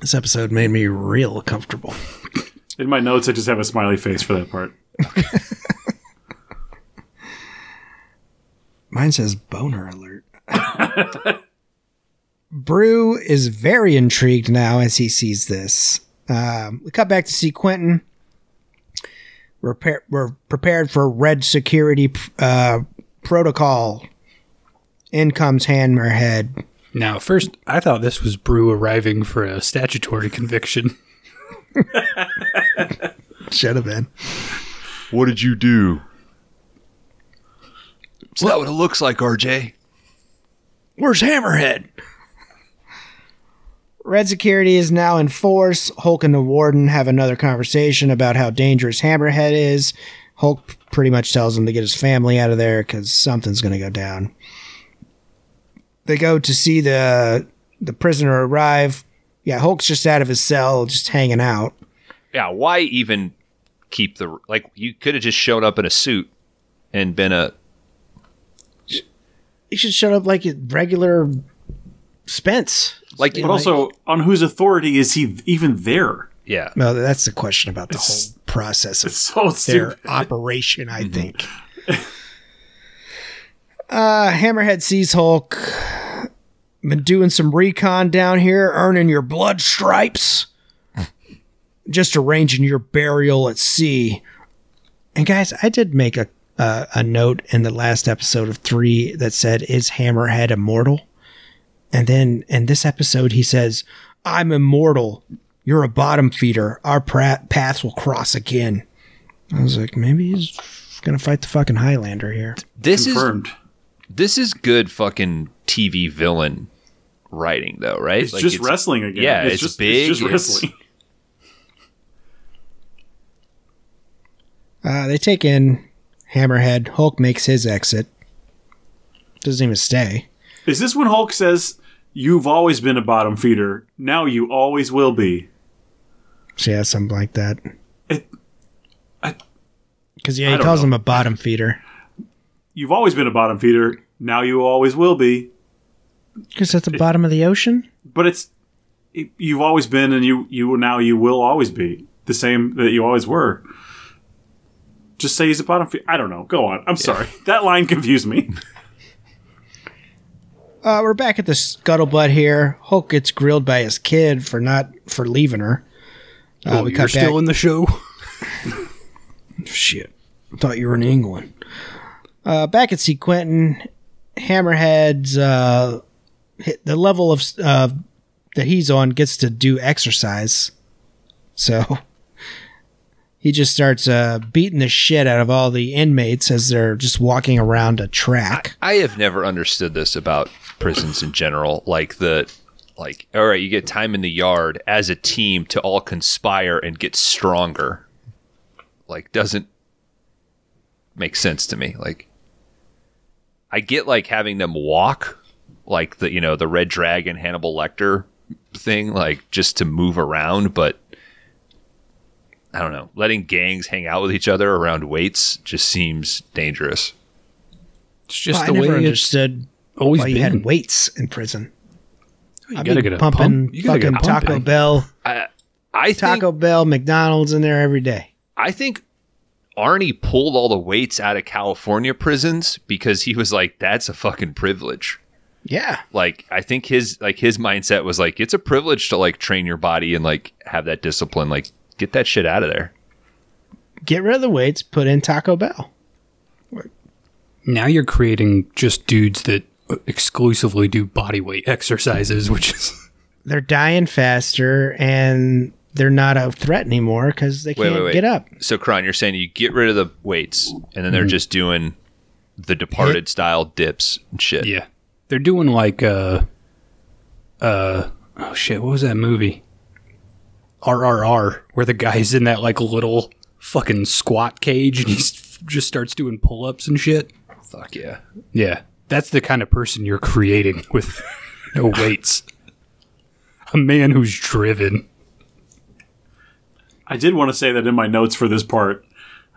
This episode made me real comfortable. In my notes, I just have a smiley face for that part. Mine says boner alert. Brew is very intrigued now as he sees this. Um, we cut back to see Quentin. Repair, we're prepared for red security uh, protocol. In comes Hammerhead. now, first, I thought this was Brew arriving for a statutory conviction. Should have been. What did you do? Is that what it looks like, RJ? Where's Hammerhead? Red security is now in force. Hulk and the warden have another conversation about how dangerous Hammerhead is. Hulk p- pretty much tells him to get his family out of there because something's going to go down. They go to see the the prisoner arrive. Yeah, Hulk's just out of his cell, just hanging out. Yeah, why even keep the like? You could have just shown up in a suit and been a He should shut up like a regular Spence. like. But also, on whose authority is he even there? yeah, No, that's the question about the whole process of It's so their stupid. operation, I think. uh, Hammerhead sees Hulk. Been doing some recon down here, earning your blood stripes. Just arranging your burial at sea. And guys, I did make a uh, a note in the last episode of three that said, "Is Hammerhead immortal?" And then in this episode, he says, "I'm immortal. You're a bottom feeder. Our pra- paths will cross again." I was like, maybe he's gonna fight the fucking Highlander here. this is Confirmed. this is good fucking TV villain writing though, right? it's just wrestling again. yeah, it's, it's just big, It's just it's- wrestling. Uh, they take in Hammerhead. Hulk makes his exit. Doesn't even stay. Is this when Hulk says, "You've always been a bottom feeder. Now you always will be." So yeah, something like that. It- I- Because yeah, I he don't calls know. him a bottom feeder. You've always been a bottom feeder. Now you always will be. Because at the bottom of the ocean. But it's it- you've always been, and you you now you will always be the same that you always were. Just say he's a bottom feeder. I don't know. Go on. I'm sorry. That line confused me. Uh, we're back at the scuttlebutt here. Hulk gets grilled by his kid for not for leaving her. Uh, oh, you're still in the show. Shit. Thought you were in England. Uh, back at C. Quentin, Hammerhead's uh, hit the level of uh, that he's on gets to do exercise, so he just starts uh, beating the shit out of all the inmates as they're just walking around a track. I have never understood this about prisons in general. Like the like, all right, you get time in the yard as a team to all conspire and get stronger. Like doesn't make sense to me. Like I get like having them walk, like the you know, the red dragon Hannibal Lecter thing, like just to move around, but I don't know. Letting gangs hang out with each other around weights just seems dangerous. It's just Well, the I never way it's understood always why you been. had weights in prison. You I'd gotta be get a pump. pumping You gotta fucking get a pump eh? Taco in. Bell, I think Taco Bell, McDonald's in there every day. I think Arnie pulled all the weights out of California prisons because he was like, that's a fucking privilege. Yeah. Like, I think his like his mindset was like, it's a privilege to like train your body and like have that discipline. Like, get that shit out of there. get rid of the weights, put in Taco Bell. Now you're creating just dudes that exclusively do body weight exercises, which is They're dying faster and they're not a threat anymore because they Wait, can't wait, wait. get up. So, Kron, you're saying you get rid of the weights and Mm-hmm. then they're just doing the departed style dips and shit. yeah. They're doing like uh uh oh shit, what was that movie? RRR, where the guy's in that like little fucking squat cage and he just starts doing pull-ups and shit. Fuck yeah. Yeah, that's the kind of person you're creating with no weights. A man who's driven. I did want to say that in my notes for this part,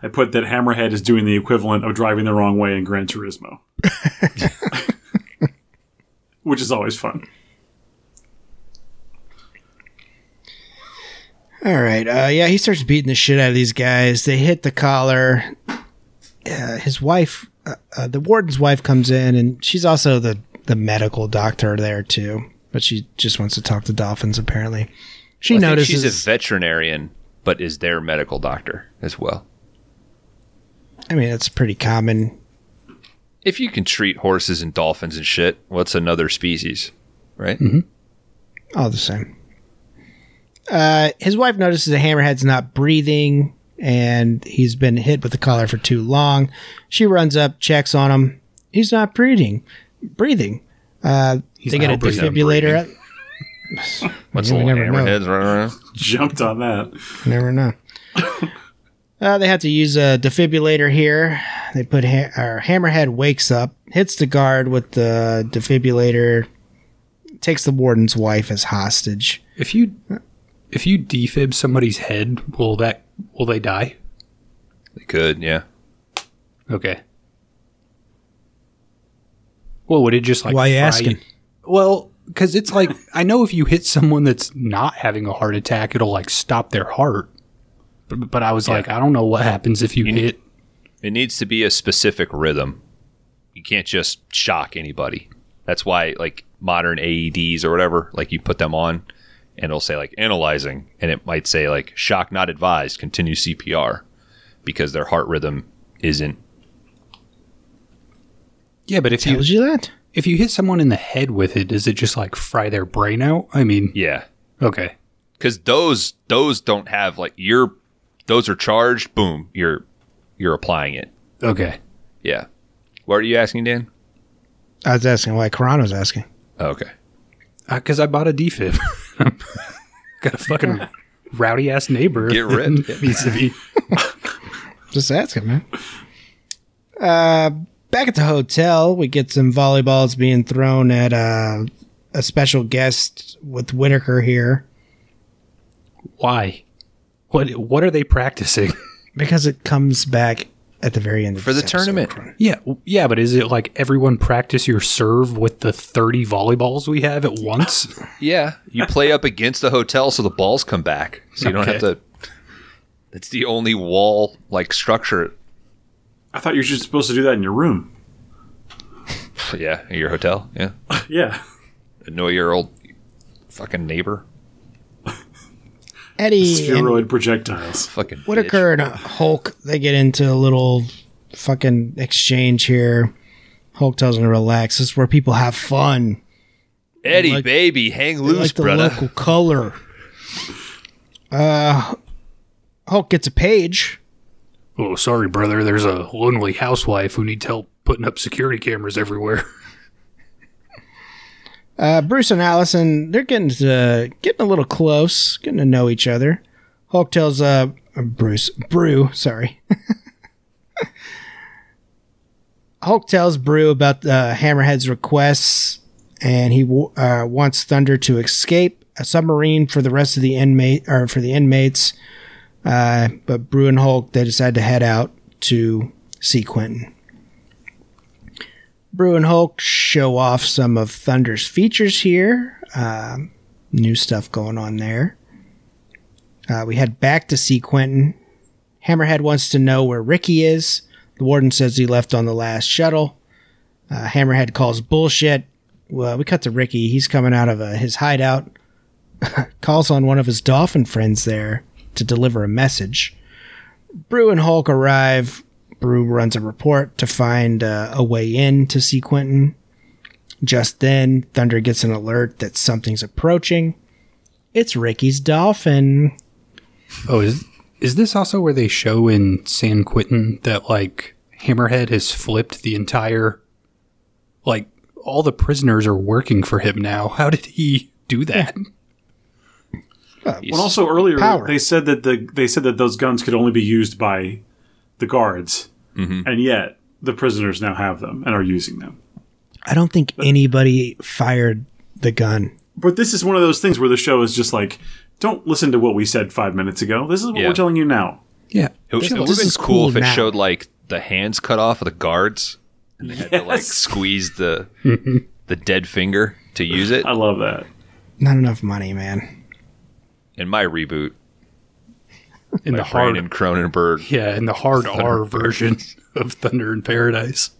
I put that Hammerhead is doing the equivalent of driving the wrong way in Gran Turismo, which is always fun. All right. Uh, yeah, he starts beating the shit out of these guys. They hit the collar. Uh, his wife, uh, uh, the warden's wife, comes in and she's also the, the medical doctor there too. But she just wants to talk to dolphins apparently. She I think notices. she's a veterinarian, but is their medical doctor as well. I mean, that's pretty common. If you can treat horses and dolphins and shit, what's another species? Right? All the same. Uh, his wife notices the hammerhead's not breathing and he's been hit with the collar for too long. She runs up, checks on him. He's not breathing. Breathing. Uh, they get a not breathing. defibrillator. At, What's Yeah, the we little never know. hammerheads running around? Jumped on that. you never know. uh, they have to use a defibrillator here. They put ha- or hammerhead wakes up, hits the guard with the defibrillator, takes the warden's wife as hostage. If you if you defib somebody's head, will that will they die? They could, yeah. Okay. Well, would it just like Why you fry asking? Well, because it's like I know if you hit someone that's not having a heart attack, it'll like stop their heart. But, but I was like, I don't know what happens if you, hit. It needs to be a specific rhythm. You can't just shock anybody. That's why, like modern AEDs or whatever, like you put them on, and it'll say like analyzing, and it might say like shock not advised, continue CPR, because their heart rhythm isn't. Yeah, but if you Tells you that? if you hit someone in the head with it, does it just like fry their brain out? I mean, Yeah, okay, because those those don't have like your those are charged. Boom, you're you're applying it. okay. Yeah. What are you asking, Dan? I was asking why Carano's asking. Oh, okay. Because Uh, I bought a defib. Got a fucking rowdy ass neighbor. Get ripped. Needs to be- Just asking, man. Uh, back at the hotel, we get some volleyballs being thrown at uh, a special guest with Whitaker here Why? What? What are they practicing? because it comes back at the very end of For the this episode. tournament. Yeah, w- yeah, but is it like everyone practice your serve with the 30 volleyballs we have at once? Yeah, you play up against the hotel, so the balls come back, so you don't have to. Okay. It's the only wall like structure. I thought you were just supposed to do that in your room. Yeah, your hotel. Yeah, Yeah. annoy your old fucking neighbor. Eddie and Spheroid projectiles. Fucking bitch. Whitaker and Hulk they get into a little fucking exchange here. Hulk tells him to relax. This is where people have fun. Eddie, like- baby, hang They loose, like the brother. local color. Uh, Hulk gets a page. oh, sorry, brother. There's a lonely housewife who needs help putting up security cameras everywhere. Uh, Bruce and Allison, they're getting to, getting a little close, getting to know each other. Hulk tells uh Bruce Brew, sorry. Hulk tells Brew about uh, Hammerhead's requests, and he w- uh, wants Thunder to escape a submarine for the rest of the inmate or for the inmates. Uh, but Brew and Hulk they decide to head out to see Quentin. Brew and Hulk show off some of Thunder's features here. Um, new stuff going on there. Uh, we head back to see Quentin. Hammerhead wants to know where Ricky is. The warden says he left on the last shuttle. Uh, Hammerhead calls bullshit. Well, we cut to Ricky. He's coming out of uh, his hideout. calls on one of his dolphin friends there to deliver a message. Brew and Hulk arrive Brew runs a report to find uh, a way in to see Quentin. Just then, Thunder gets an alert that something's approaching. It's Ricky's dolphin. Oh, is is this also where they show in San Quentin that like Hammerhead has flipped the entire like all the prisoners are working for him now. How did he do that? Well, also earlier Power. they said that the they said that those guns could only be used by the guards, Mm-hmm. and yet the prisoners now have them and are using them. I don't think anybody fired the gun. But this is one of those things where the show is just like, don't listen to what we said five minutes ago. This is what Yeah. we're telling you now. Yeah. It, it This would have been is cool, cool if it now. showed like the hands cut off of the guards, and they had to like Yes. squeeze the the dead finger to use it. I love that. Not enough money, man. In my reboot, In the hard Brandon Cronenberg. Yeah, in the hard Thunder R in version of Thunder in Paradise.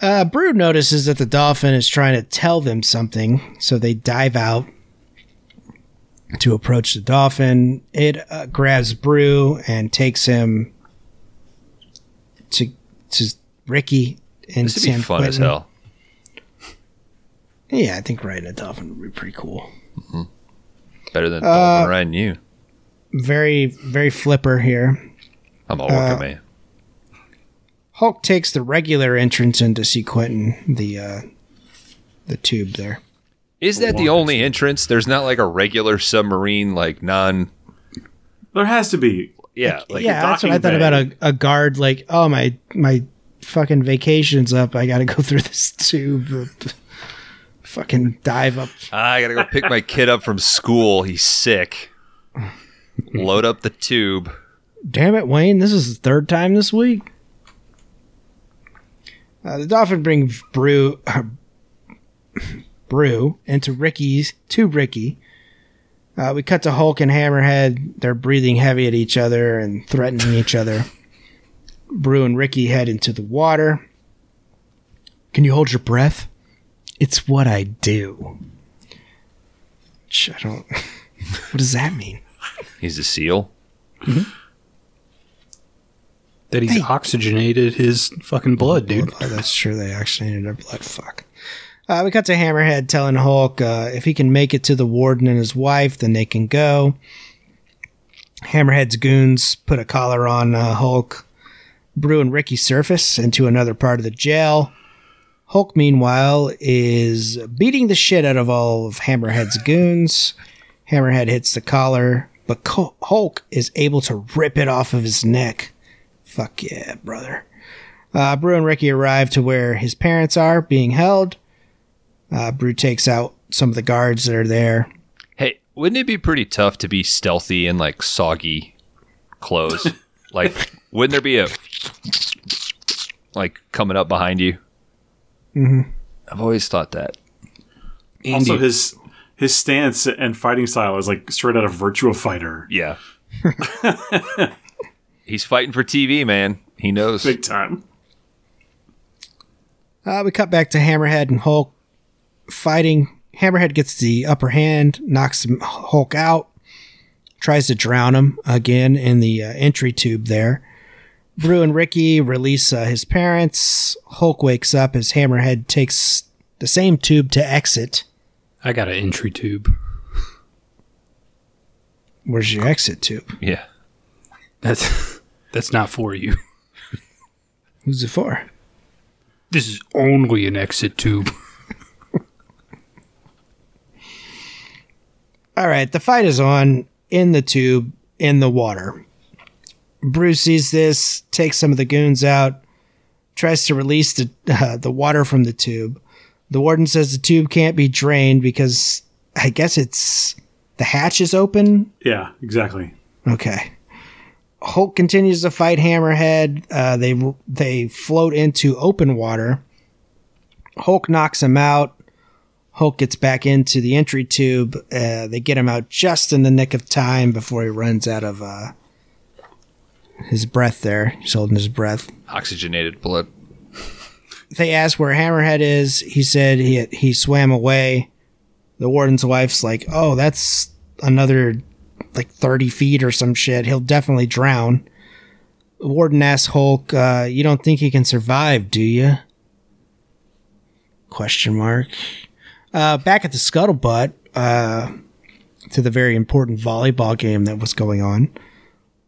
Uh, Brew notices that the dolphin is trying to tell them something, so they dive out to approach the dolphin. It uh, grabs Brew and takes him to to Ricky and This would be San fun as Quentin. hell. Yeah, I think riding a dolphin would be pretty cool. Better Uh, than Dolphin Ryan. You, Very, very flipper here. I'm a uh, working man. Hulk takes the regular entrance into see Quentin, the uh, the tube there. Is that the walk only entrance? There's not like a regular submarine, like non. There has to be. Yeah, like yeah, that's what I thought docking bay. about a, a guard. Like, oh my my fucking vacation's up. I got to go through this tube. fucking dive up. "Ah, I gotta go pick my kid up from school. He's sick. Load up the tube. Damn it, Wayne. This is the third time this week. Uh, the Dolphin bring Brew, uh, Brew into Ricky's, to Ricky. Uh, we cut to Hulk and Hammerhead. They're breathing heavy at each other and threatening each other. Brew and Ricky head into the water. Can you hold your breath? It's what I do. Which I don't. what does that mean? He's a seal. That he's oxygenated his fucking blood, dude. Oh, that's true. They oxygenated their blood. Fuck. Uh, we cut to Hammerhead telling Hulk uh, if he can make it to the warden and his wife, then they can go. Hammerhead's goons put a collar on uh, Hulk. Brew and Ricky surface into another part of the jail. Hulk, meanwhile, is beating the shit out of all of Hammerhead's goons. Hammerhead hits the collar, but Co- Hulk is able to rip it off of his neck. Fuck yeah, brother. Uh, Brew and Ricky arrive to where his parents are being held. Uh, Brew takes out some of the guards that are there. Hey, wouldn't it be pretty tough to be stealthy in like soggy clothes? like, wouldn't there be a like coming up behind you? Mm-hmm. I've always thought that. Also, his his stance and fighting style is like straight out of Virtua Fighter, Yeah. He's fighting for TV, man. He knows. big time. Uh, we cut back to Hammerhead and Hulk fighting. Hammerhead gets the upper hand, knocks him- Hulk out, tries to drown him again in the uh, entry tube there. Brew and Ricky release uh, his parents. Hulk wakes up as Hammerhead takes the same tube to exit. I got an entry tube. Where's your exit tube? Yeah. That's that's not for you. Who's it for? This is only an exit tube. All right, the fight is on in the tube in the water. Bruce sees this, takes some of the goons out, tries to release the uh, the water from the tube. The warden says the tube can't be drained because I guess it's the hatch is open. Yeah, exactly. Okay. Hulk continues to fight Hammerhead. Uh, they they float into open water. Hulk knocks him out. Hulk gets back into the entry tube. Uh, they get him out just in the nick of time before he runs out of uh, his breath. There, he's holding his breath. Oxygenated blood. They ask where Hammerhead is. He said he he swam away. The warden's wife's like, "Oh, that's another like 30 feet or some shit. He'll definitely drown. Warden asks Hulk, uh, you don't think he can survive, do you? Question mark. Uh, back at the scuttlebutt, uh, to the very important volleyball game that was going on,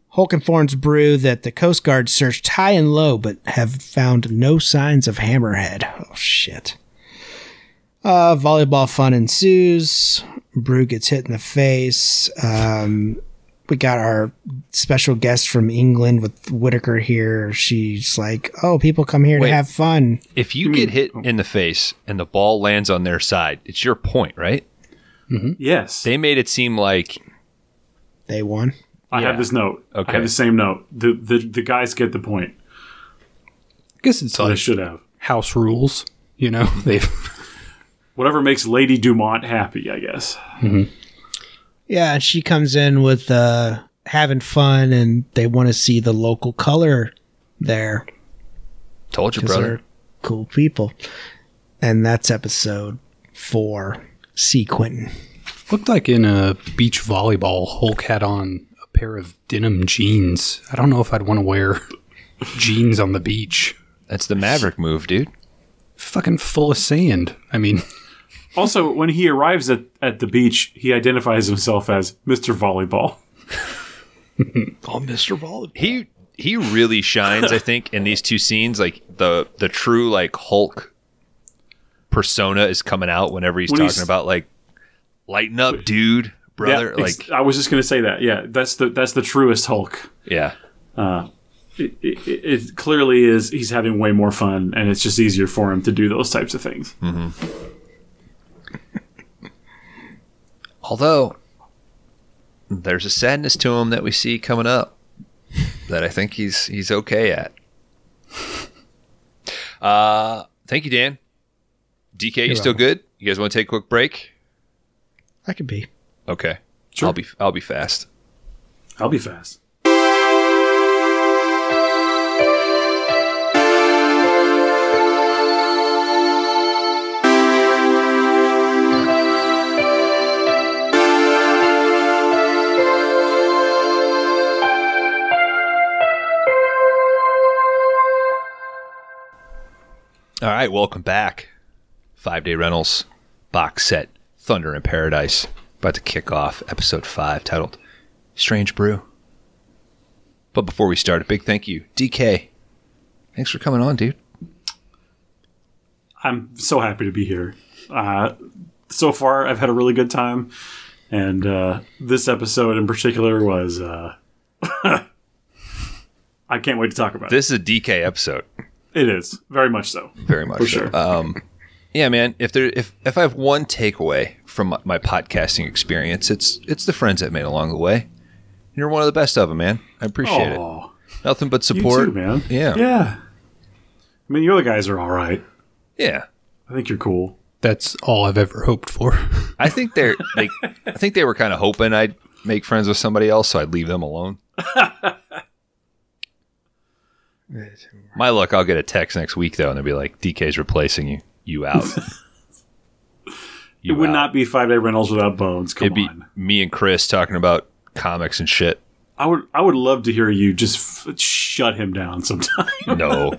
Hulk informs Brew that the Coast Guard searched high and low but have found no signs of Hammerhead. Oh, shit. Uh, volleyball fun ensues. Brew gets hit in the face. Um, we got our special guest from England with Whitaker here. She's like, "Oh, people come here Wait. to have fun." If you get oh. hit in the face and the ball lands on their side, it's your point, right? Hmm? Yes, They made it seem like They won. I yeah. have this note. I Okay. have the same note. The the, the guys get the point. guess it's They like should have. house rules. You know, they've Whatever makes Lady Dumont happy, I guess. Yeah, and she comes in with uh, having fun, and they want to see the local color there told you, because brother. they're cool people. And that's episode four. See Quentin. looked like in a beach volleyball. Hulk had on a pair of denim jeans. I don't know if I'd want to wear jeans on the beach. That's the Maverick move, dude. Fucking full of sand. I mean, Also, when he arrives at, at the beach, he identifies himself as Mr. Volleyball. Oh, Mr. Volleyball. He he really shines, I think, in these two scenes. Like the the true like Hulk persona is coming out whenever he's When talking he's- about like lighten up, dude, brother. Yeah, like ex- I was just going to say that. Yeah, that's the that's the truest Hulk. yeah. It, it, it clearly is. He's having way more fun, and it's just easier for him to do those types of things. Although there's a sadness to him that we see coming up that I think he's he's okay at. Uh, thank you, Dan. DK, you still good? You guys want to take a quick break? I could be. Okay, Sure. I'll be I'll be fast. I'll be fast. All right, welcome back. Five Day Rentals box set Thunder in Paradise about to kick off episode five titled Strange Brew. But before we start, a big thank you, DK. Thanks for coming on, dude. I'm so happy to be here. Uh, so far, I've had a really good time, and uh, this episode in particular was. Uh, I can't wait to talk about This is a DK episode, it. It is very much so. very much. For so. sure. Um, yeah, man. If there, if if I have one takeaway from my, my podcasting experience, it's it's the friends I've made along the way. You're one of the best of them, man. I appreciate it. Aw, Nothing but you support, too, man. Yeah. yeah. I mean, you other guys are all right. Yeah. I think you're cool. That's all I've ever hoped for. I think they're they, I think they were kind of hoping I'd make friends with somebody else, so I'd leave them alone. My luck, I'll get a text next week though, and they'll be like, "DK's replacing you. You out." It would out. not be five day rentals without bones. Come It'd be on, me and Chris talking about comics and shit. I would. I would love to hear you just f- shut him down sometime. No,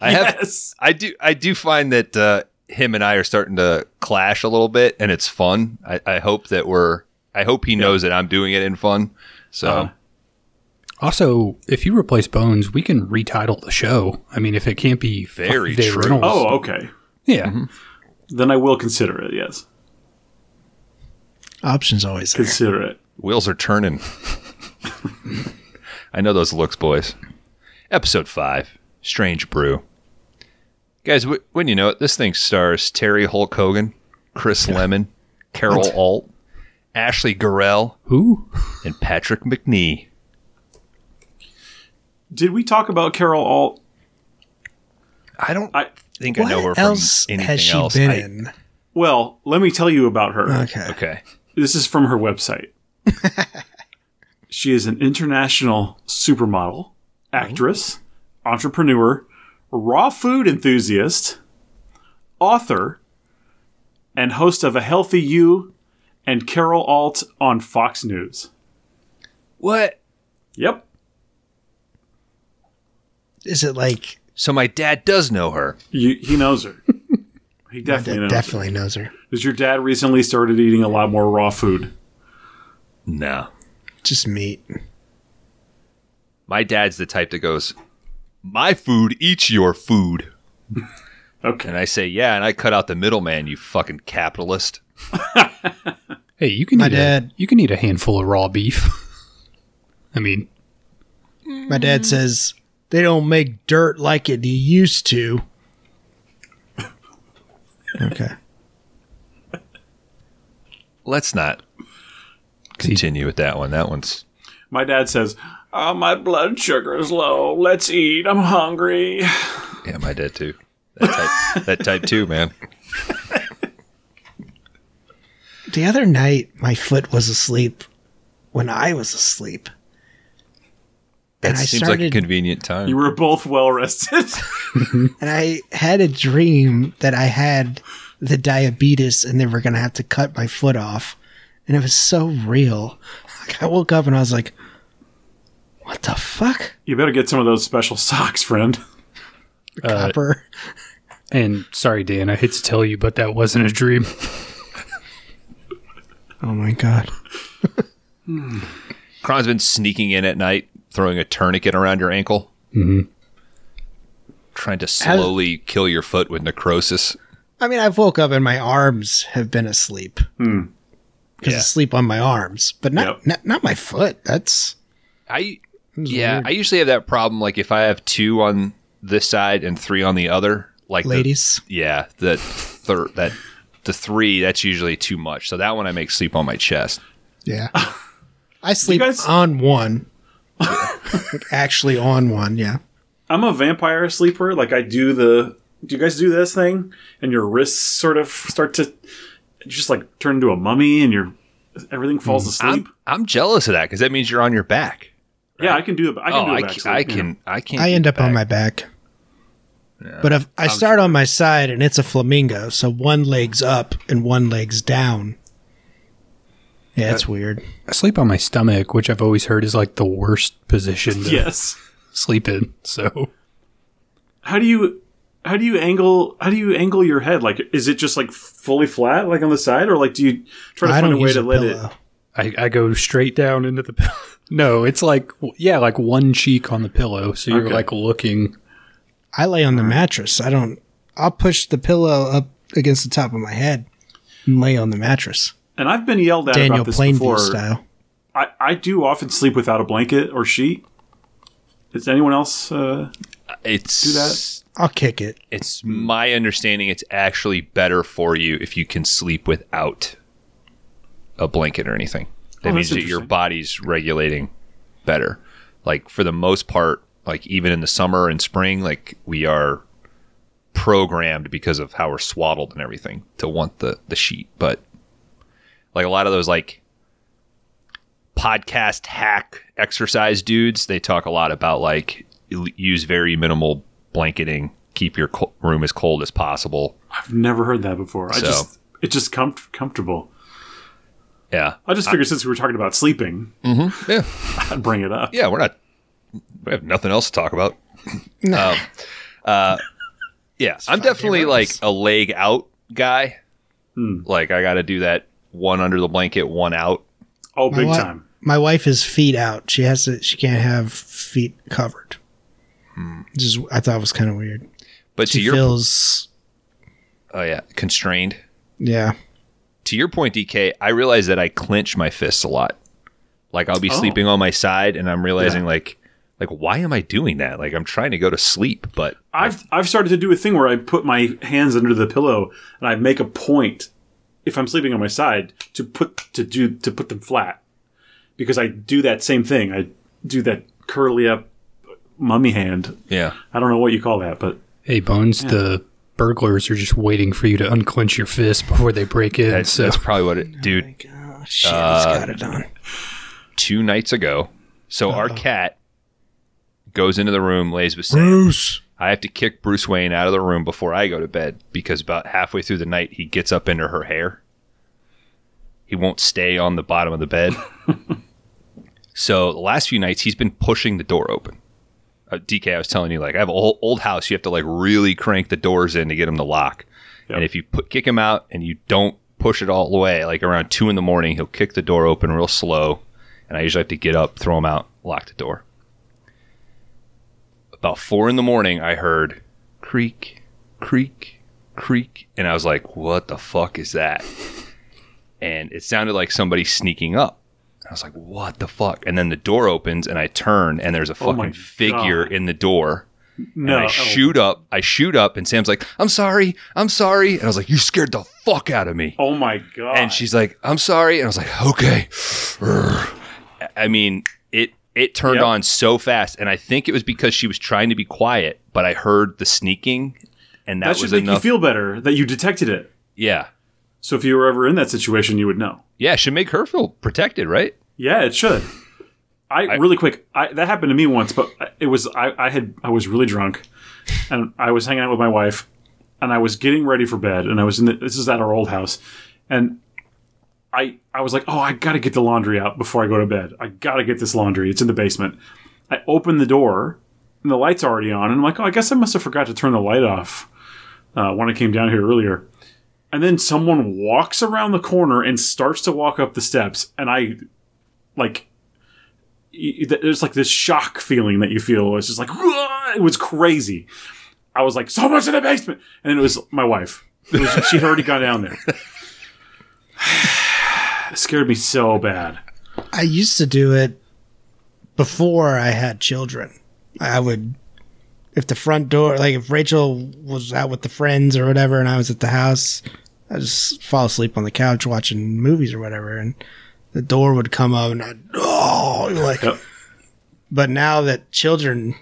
I have. yes. I do. I do find that uh, him and I are starting to clash a little bit, and it's fun. I, I hope that we're. I hope he knows that I'm doing it in fun. So Uh-huh. Also, if you replace Bones, we can retitle the show. I mean, if it can't be Very Five Day true. uh, mm-hmm. Rentals. Oh, okay. yeah. Then I will consider it. Yes, Options always there. consider it. Wheels are turning. I know those looks, boys. Episode 5 Strange Brew. Guys, w- when you know it, this thing stars Terry Hulk Hogan, Chris Lemon, Carol Alt, Ashley Gurrell, Who? and Patrick McNee. Did we talk about Carol Alt? I don't I think I What know her from else anything has she else. been I- in? well, let me tell you about her. Okay. Okay. This is from her website. she is an international supermodel, actress, entrepreneur, raw food enthusiast, author, and host of A Healthy You and Carol Alt on Fox News. What? Yep. Is it like So my dad does know her. You, he knows her. He definitely knows. her. definitely knows her? Has your dad recently started eating a lot more raw food? No. Just meat. My dad's the type that goes, "My food eats your food." Okay. And I say, "Yeah," and I cut out the middleman, you fucking capitalist. Hey, you can My eat a- dad. you can eat a handful of raw beef. I mean, My dad says they don't make dirt like it used to. okay. let's not continue with that one. That one's My dad says, oh, "My blood sugar is low. Let's eat. I'm hungry." yeah, my dad too. That type, that type too, man. The other night, my foot was asleep when I was asleep. That And I seems like a started- convenient time. You were both well rested. And I had a dream that I had the diabetes and they were going to have to cut my foot off. And it was so real. Like, I woke up and I was like, what the fuck? you better get some of those special socks, friend. uh, Copper. and sorry, Dan, I hate to tell you, but that wasn't a dream. Oh my God. Cron's been sneaking in at night, throwing a tourniquet around your ankle, trying to slowly kill your foot with necrosis. I mean, I've woke up and my arms have been asleep. Because Yeah. asleep on my arms, but not, Yep. not not my foot. That's I yeah, I usually have that problem. Like if I have two on this side and three on the other, like the- ladies. yeah, that third that the three, that's usually too much. So that one I make sleep on my chest. Yeah. I sleep guys- on one. Like, actually on one, yeah. I'm a vampire sleeper. Like I do the. Do you guys do this thing? And your wrists sort of start to just like turn into a mummy, and your everything falls asleep. I'm, I'm jealous of that because that means you're on your back. Yeah, I can do it. I can oh, do I, it. ca- actually, I yeah. can, I can. I end up on my back. But if I start on my side and it's a flamingo, so one leg's up and one leg's down. Yeah, it's weird. I sleep on my stomach, which I've always heard is like the worst position to Yes. sleep in. So How do you? How do you angle? How do you angle your head? Like, is it just like fully flat, like on the side, or like do you try to I find don't a way use to a let pillow. I, I go straight down into the pillow. No, it's like, yeah, like one cheek on the pillow. So you're Okay. like looking. I lay on the mattress. I don't. I'll push the pillow up against the top of my head and lay on the mattress. it? And I've been yelled at Daniel about this Plainview before. style. I, I do often sleep without a blanket or sheet. Is anyone else? Uh, It's that. I'll kick it. It's Hmm. my understanding. It's actually better for you if you can sleep without a blanket or anything. That Oh, means that's that your interesting. body's regulating better. Like for the most part, like even in the summer and spring, like we are programmed because of how we're swaddled and everything to want the the sheet. But like a lot of those like podcast hack exercise dudes, they talk a lot about like l- use very minimal blanketing, keep your co- room as cold as possible. I've never heard that before. I So. just it's just comf- comfortable. Yeah, I just figured since we were talking about sleeping, Mm-hmm. yeah, I'd bring it up. yeah. We're not. We have nothing else to talk about. Oh, No, Yeah, I'm definitely like a leg out guy. Like I got to do that one under the blanket, one out. Oh, my, big wi- time. my wife is feet out. She has to. She can't have feet covered. Hmm. Which is I thought was kind of weird. But to She your feels. oh yeah, constrained. Yeah. to your point, DK, I realize that I clench my fists a lot. Like I'll be Oh. sleeping on my side, and I'm realizing like, like why am I doing that? Like I'm trying to go to sleep, but I've I've started to do a thing where I put my hands under the pillow and I make a point if I'm sleeping on my side to put to do to put them flat because I do that same thing. I do that curly up mummy hand. yeah, I don't know what you call that, but Hey, Bones, the burglars are just waiting for you to unclench your fist before they break in. that's, so that's probably what it, dude. Oh shit! Uh, he's got it on. Two nights ago, so our cat goes into the room, lays with Sam. Bruce. I have to kick Bruce Wayne out of the room before I go to bed because about halfway through the night he gets up into her hair. He won't stay on the bottom of the bed. so the last few nights he's been pushing the door open. Uh, DK, I was telling you, like I have an old, old house. You have to like really crank the doors in to get him to lock. Yep. And if you put, kick him out and you don't push it all the way, like around two in the morning, he'll kick the door open real slow. And I usually have to get up, throw him out, lock the door about four in the morning, I heard creak, creak, creak, and I was like, "What the fuck is that?" And it sounded like somebody sneaking up. I was like, "What the fuck?" And then the door opens, and I turn, and there's a Oh fucking my figure God. in the door. no. And I shoot up. I shoot up, and Sam's like, "I'm sorry, I'm sorry," and I was like, "You scared the fuck out of me." Oh my god! And she's like, "I'm sorry," and I was like, "Okay." I mean, it it turned Yep. on so fast, and I think it was because she was trying to be quiet, but I heard the sneaking, and that, that should was make enough. you feel better that you detected it. yeah, So if you were ever in that situation, you would know. yeah, it should make her feel protected, right? Yeah, it should. I, really quick. I, that happened to me once, but it was I, I had I was really drunk, and I was hanging out with my wife, and I was getting ready for bed, and I was in the, this is at our old house, and I I was like, oh, I gotta get the laundry out before I go to bed. I gotta get this laundry. It's in the basement. I open the door, and the light's already on, and I'm like, oh, I guess I must have forgot to turn the light off uh, when I came down here earlier. And then someone walks around the corner and starts to walk up the steps, and I like y- y- there's like this shock feeling that you feel. It's just like "Whoa!" it was crazy. I was like, so much in the basement, and then it was my wife. It was- she'd already gone down there. it scared me so bad. I used to do it before I had children. I would, if the front door, like if Rachel was out with the friends or whatever, and I was at the house, I just fall asleep on the couch watching movies or whatever, and the door would come up, and I'd oh, like. Yep. But now that children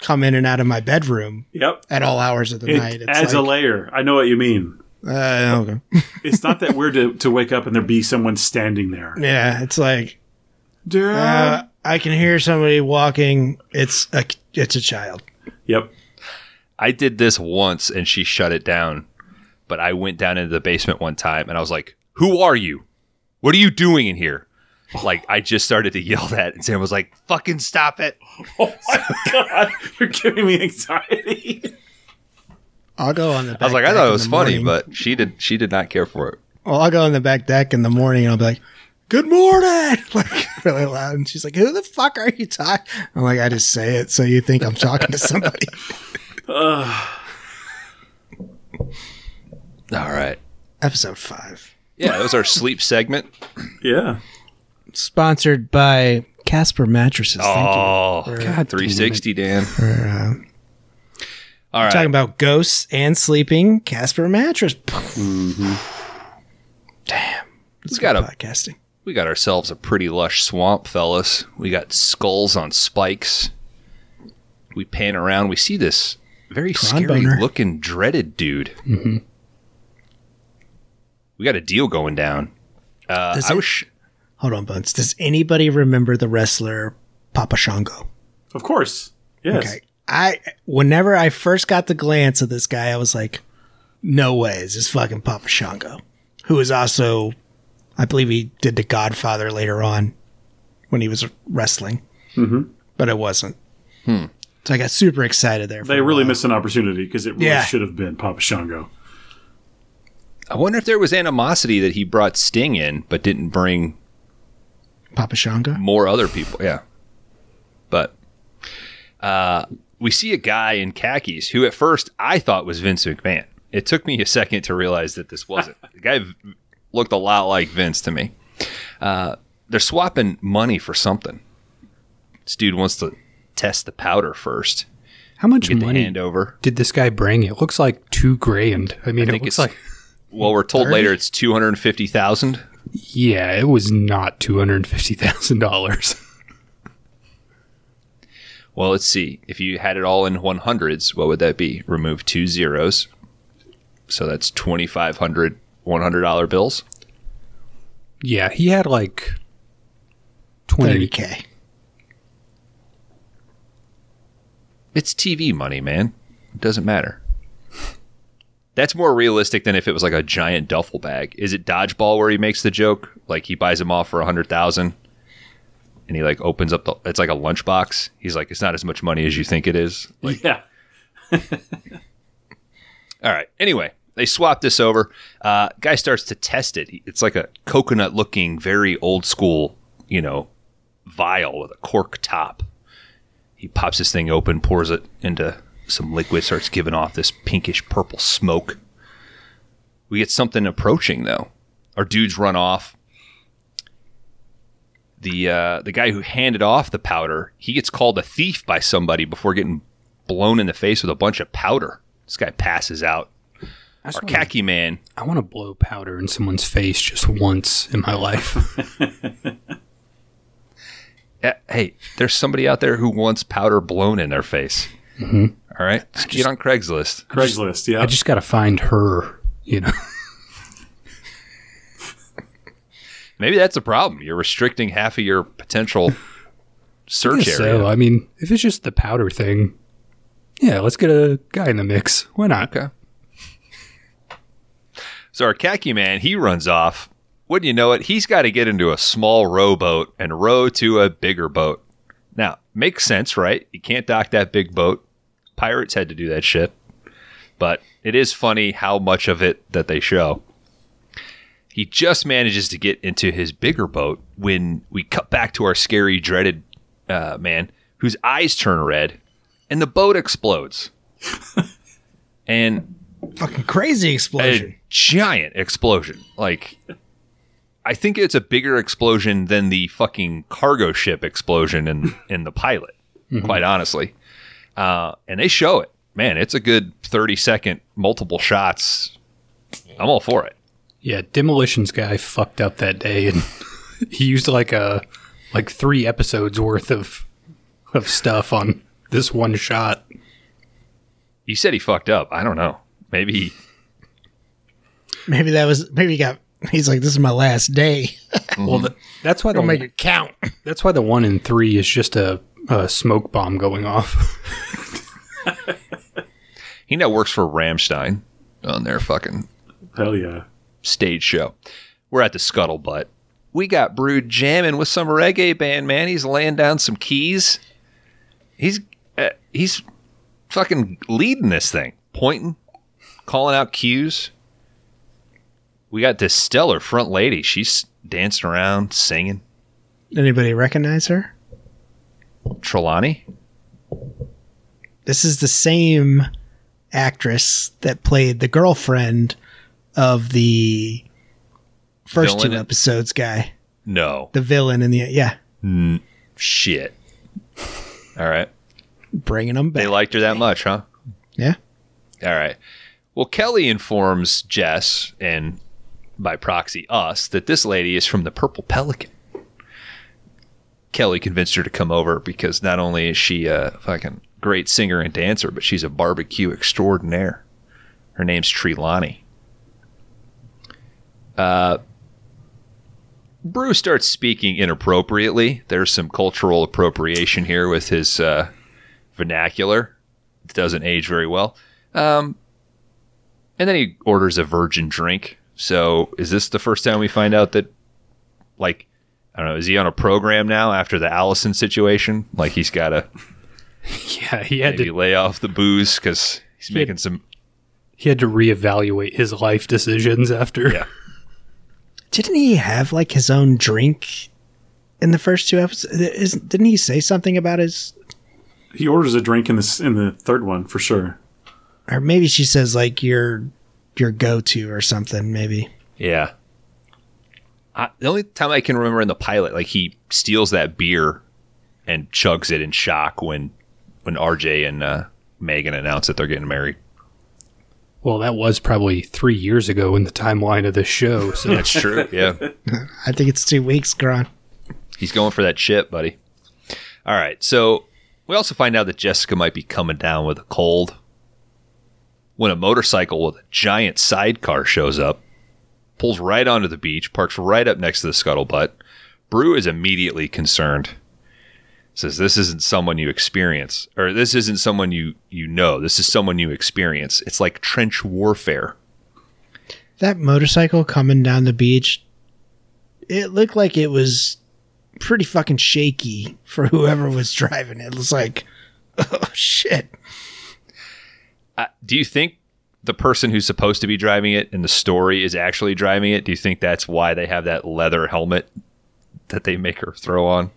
come in and out of my bedroom Yep. at all hours of the It night, it's adds a like, layer. I know what you mean. uh, okay. It's not that weird to, to wake up and there be someone standing there. yeah, it's like Dad. uh, I can hear somebody walking. It's a it's a child. yep. I did this once and she shut it down. But I went down into the basement one time and I was like, Who are you? What are you doing in here? Like, I just started to yell that. And Sam was like, Fucking stop it. Oh my god, you're giving me anxiety. I'll go on the. Back I was like, I deck thought it in was the funny, morning. but she did she did not care for it. well, I'll go on the back deck in the morning and I'll be like, "Good morning," like really loud, and she's like, "Who the fuck are you talking?" I'm like, "I just say it so you think I'm talking to somebody." All right. Episode five, Yeah, that was our sleep segment. Yeah. Sponsored by Casper Mattresses. Thank you. Oh, God, 360, Dan. All right. uh, talking about ghosts and sleeping Casper mattress. Mm-hmm. we, got a, Podcasting. we got ourselves a pretty lush swamp, fellas. We got skulls on spikes. We pan around. We see this very scary boner. Mm-hmm. looking, dreaded dude. We got a deal going down. Uh, Does I it- was. Sh- Hold on, Bones. Does anybody remember the wrestler Papa Shango? Of course. Yes. Okay. I whenever I first got the glance of this guy, I was like, "No way, is this fucking Papa Shango?" Who is also, I believe he did The Godfather later on when he was wrestling, mm-hmm. but it wasn't. So I got super excited there. for They a really while. missed an opportunity because it really Yeah. should have been Papa Shango. I wonder if there was animosity that he brought Sting in, but didn't bring Papa Shango. more other people. Yeah. But uh, we see a guy in khakis who at first I thought was Vince McMahon. It took me a second to realize that this wasn't. the guy v- looked a lot like Vince to me. Uh, they're swapping money for something. This dude wants to test the powder first, How much get the money hand over. did this guy bring? It looks like two grand. I mean, it think looks it's- like Well, we're told later it's 250,000. yeah, it was not two hundred fifty thousand dollars. Well, let's see. If you had it all in 100s, what would that be? Remove two zeros. So that's 2500 $100 bills. Yeah, he had like twenty. Thirty k. It's TV money, man. It doesn't matter. That's more realistic than if it was like a giant duffel bag. Is it dodgeball where he makes the joke? Like he buys them off for a hundred thousand, and he like opens up the. It's like a lunchbox. He's like, it's not as much money as you think it is. yeah. All right. Anyway, they swap this over. Uh, guy starts to test it. It's like a coconut looking, very old school, you know, vial with a cork top. He pops this thing open, pours it into some liquid, starts giving off this pinkish purple smoke. We get something approaching though. Our dudes run off. The uh, the guy who handed off the powder, he gets called a thief by somebody before getting blown in the face with a bunch of powder. This guy passes out. I just Our wanna- khaki man. I want to blow powder in someone's face just once in my life. eh, Hey, there's somebody out there who wants powder blown in their face. All right, just get on Craigslist. Craigslist. Yeah. I just got to find her, you know. Maybe that's a problem. You're restricting half of your potential search Guess area. So, I mean, if it's just the powder thing, yeah, let's get a guy in the mix. Why not? Okay. So our khaki man, he runs off. Wouldn't you know it? He's got to get into a small rowboat and row to a bigger boat. Now, makes sense, right? You can't dock that big boat. Pirates had to do that shit. But it is funny how much of it that they show. He just manages to get into his bigger boat when we cut back to our scary, dreaded uh, man whose eyes turn red and the boat explodes. and Fucking crazy explosion. a giant explosion. Like, I think it's a bigger explosion than the fucking cargo ship explosion in in the pilot. Quite honestly, uh, and they show it. Man, it's a good thirty second multiple shots. I'm all for it. Yeah, demolitions guy fucked up that day, and he used like a like three episodes worth of of stuff on this one shot. He said he fucked up. I don't know. Maybe Maybe that was maybe he got. He's like, this is my last day. Well, th- that's why the Don't make it count. that's why the one in three is just a, a smoke bomb going off. he now works for Ramstein on their fucking Hell yeah. stage show. We're at the scuttlebutt. We got Brood jamming with some reggae band, man. He's laying down some keys. He's uh, he's fucking leading this thing, pointing, calling out cues. We got this stellar front lady. She's dancing around, singing. Anybody recognize her? Trelawney. This is the same actress that played the girlfriend of the first Villain two in- episodes guy, No the villain in the yeah, shit. All right, bringing him they back. liked her that much, huh? yeah, All right. Well, Kelly informs Jess and by proxy us that this lady is from the Purple Pelican. Kelly convinced her to come over because not only is she a fucking great singer and dancer, but she's a barbecue extraordinaire. Her name's Trelawney. Uh, Brew starts speaking inappropriately. There's some cultural appropriation here with his uh, vernacular. It doesn't age very well. Um, And then he orders a virgin drink. So is this the first time we find out that, like, I don't know, is he on a program now after the Allison situation? Like he's got to yeah, he had maybe to lay off the booze because he's making some. he had to reevaluate his life decisions after. Yeah. didn't he have like his own drink in the first two episodes? Is, didn't he say something about his? He orders a drink in this in the third one for sure. Or maybe she says like your your go to or something. Maybe Yeah. I, the only time I can remember in the pilot, like he steals that beer and chugs it in shock when when RJ and uh, Megan announce that they're getting married. Well, that was probably three years ago in the timeline of the show. So That's true. yeah. I think it's two weeks, Gron. He's going for that chip, buddy. All right. So we also find out that Jessica might be coming down with a cold when a motorcycle with a giant sidecar shows up, pulls right onto the beach, parks right up next to the scuttlebutt. Brew is immediately concerned. Says this isn't someone you experience, or this isn't someone you you know. This is someone you experience. It's like trench warfare. That motorcycle coming down the beach, it looked like it was pretty fucking shaky for whoever was driving it. It was like, oh shit. Uh, do you think the person who's supposed to be driving it in the story is actually driving it? Do you think that's why they have that leather helmet that they make her throw on?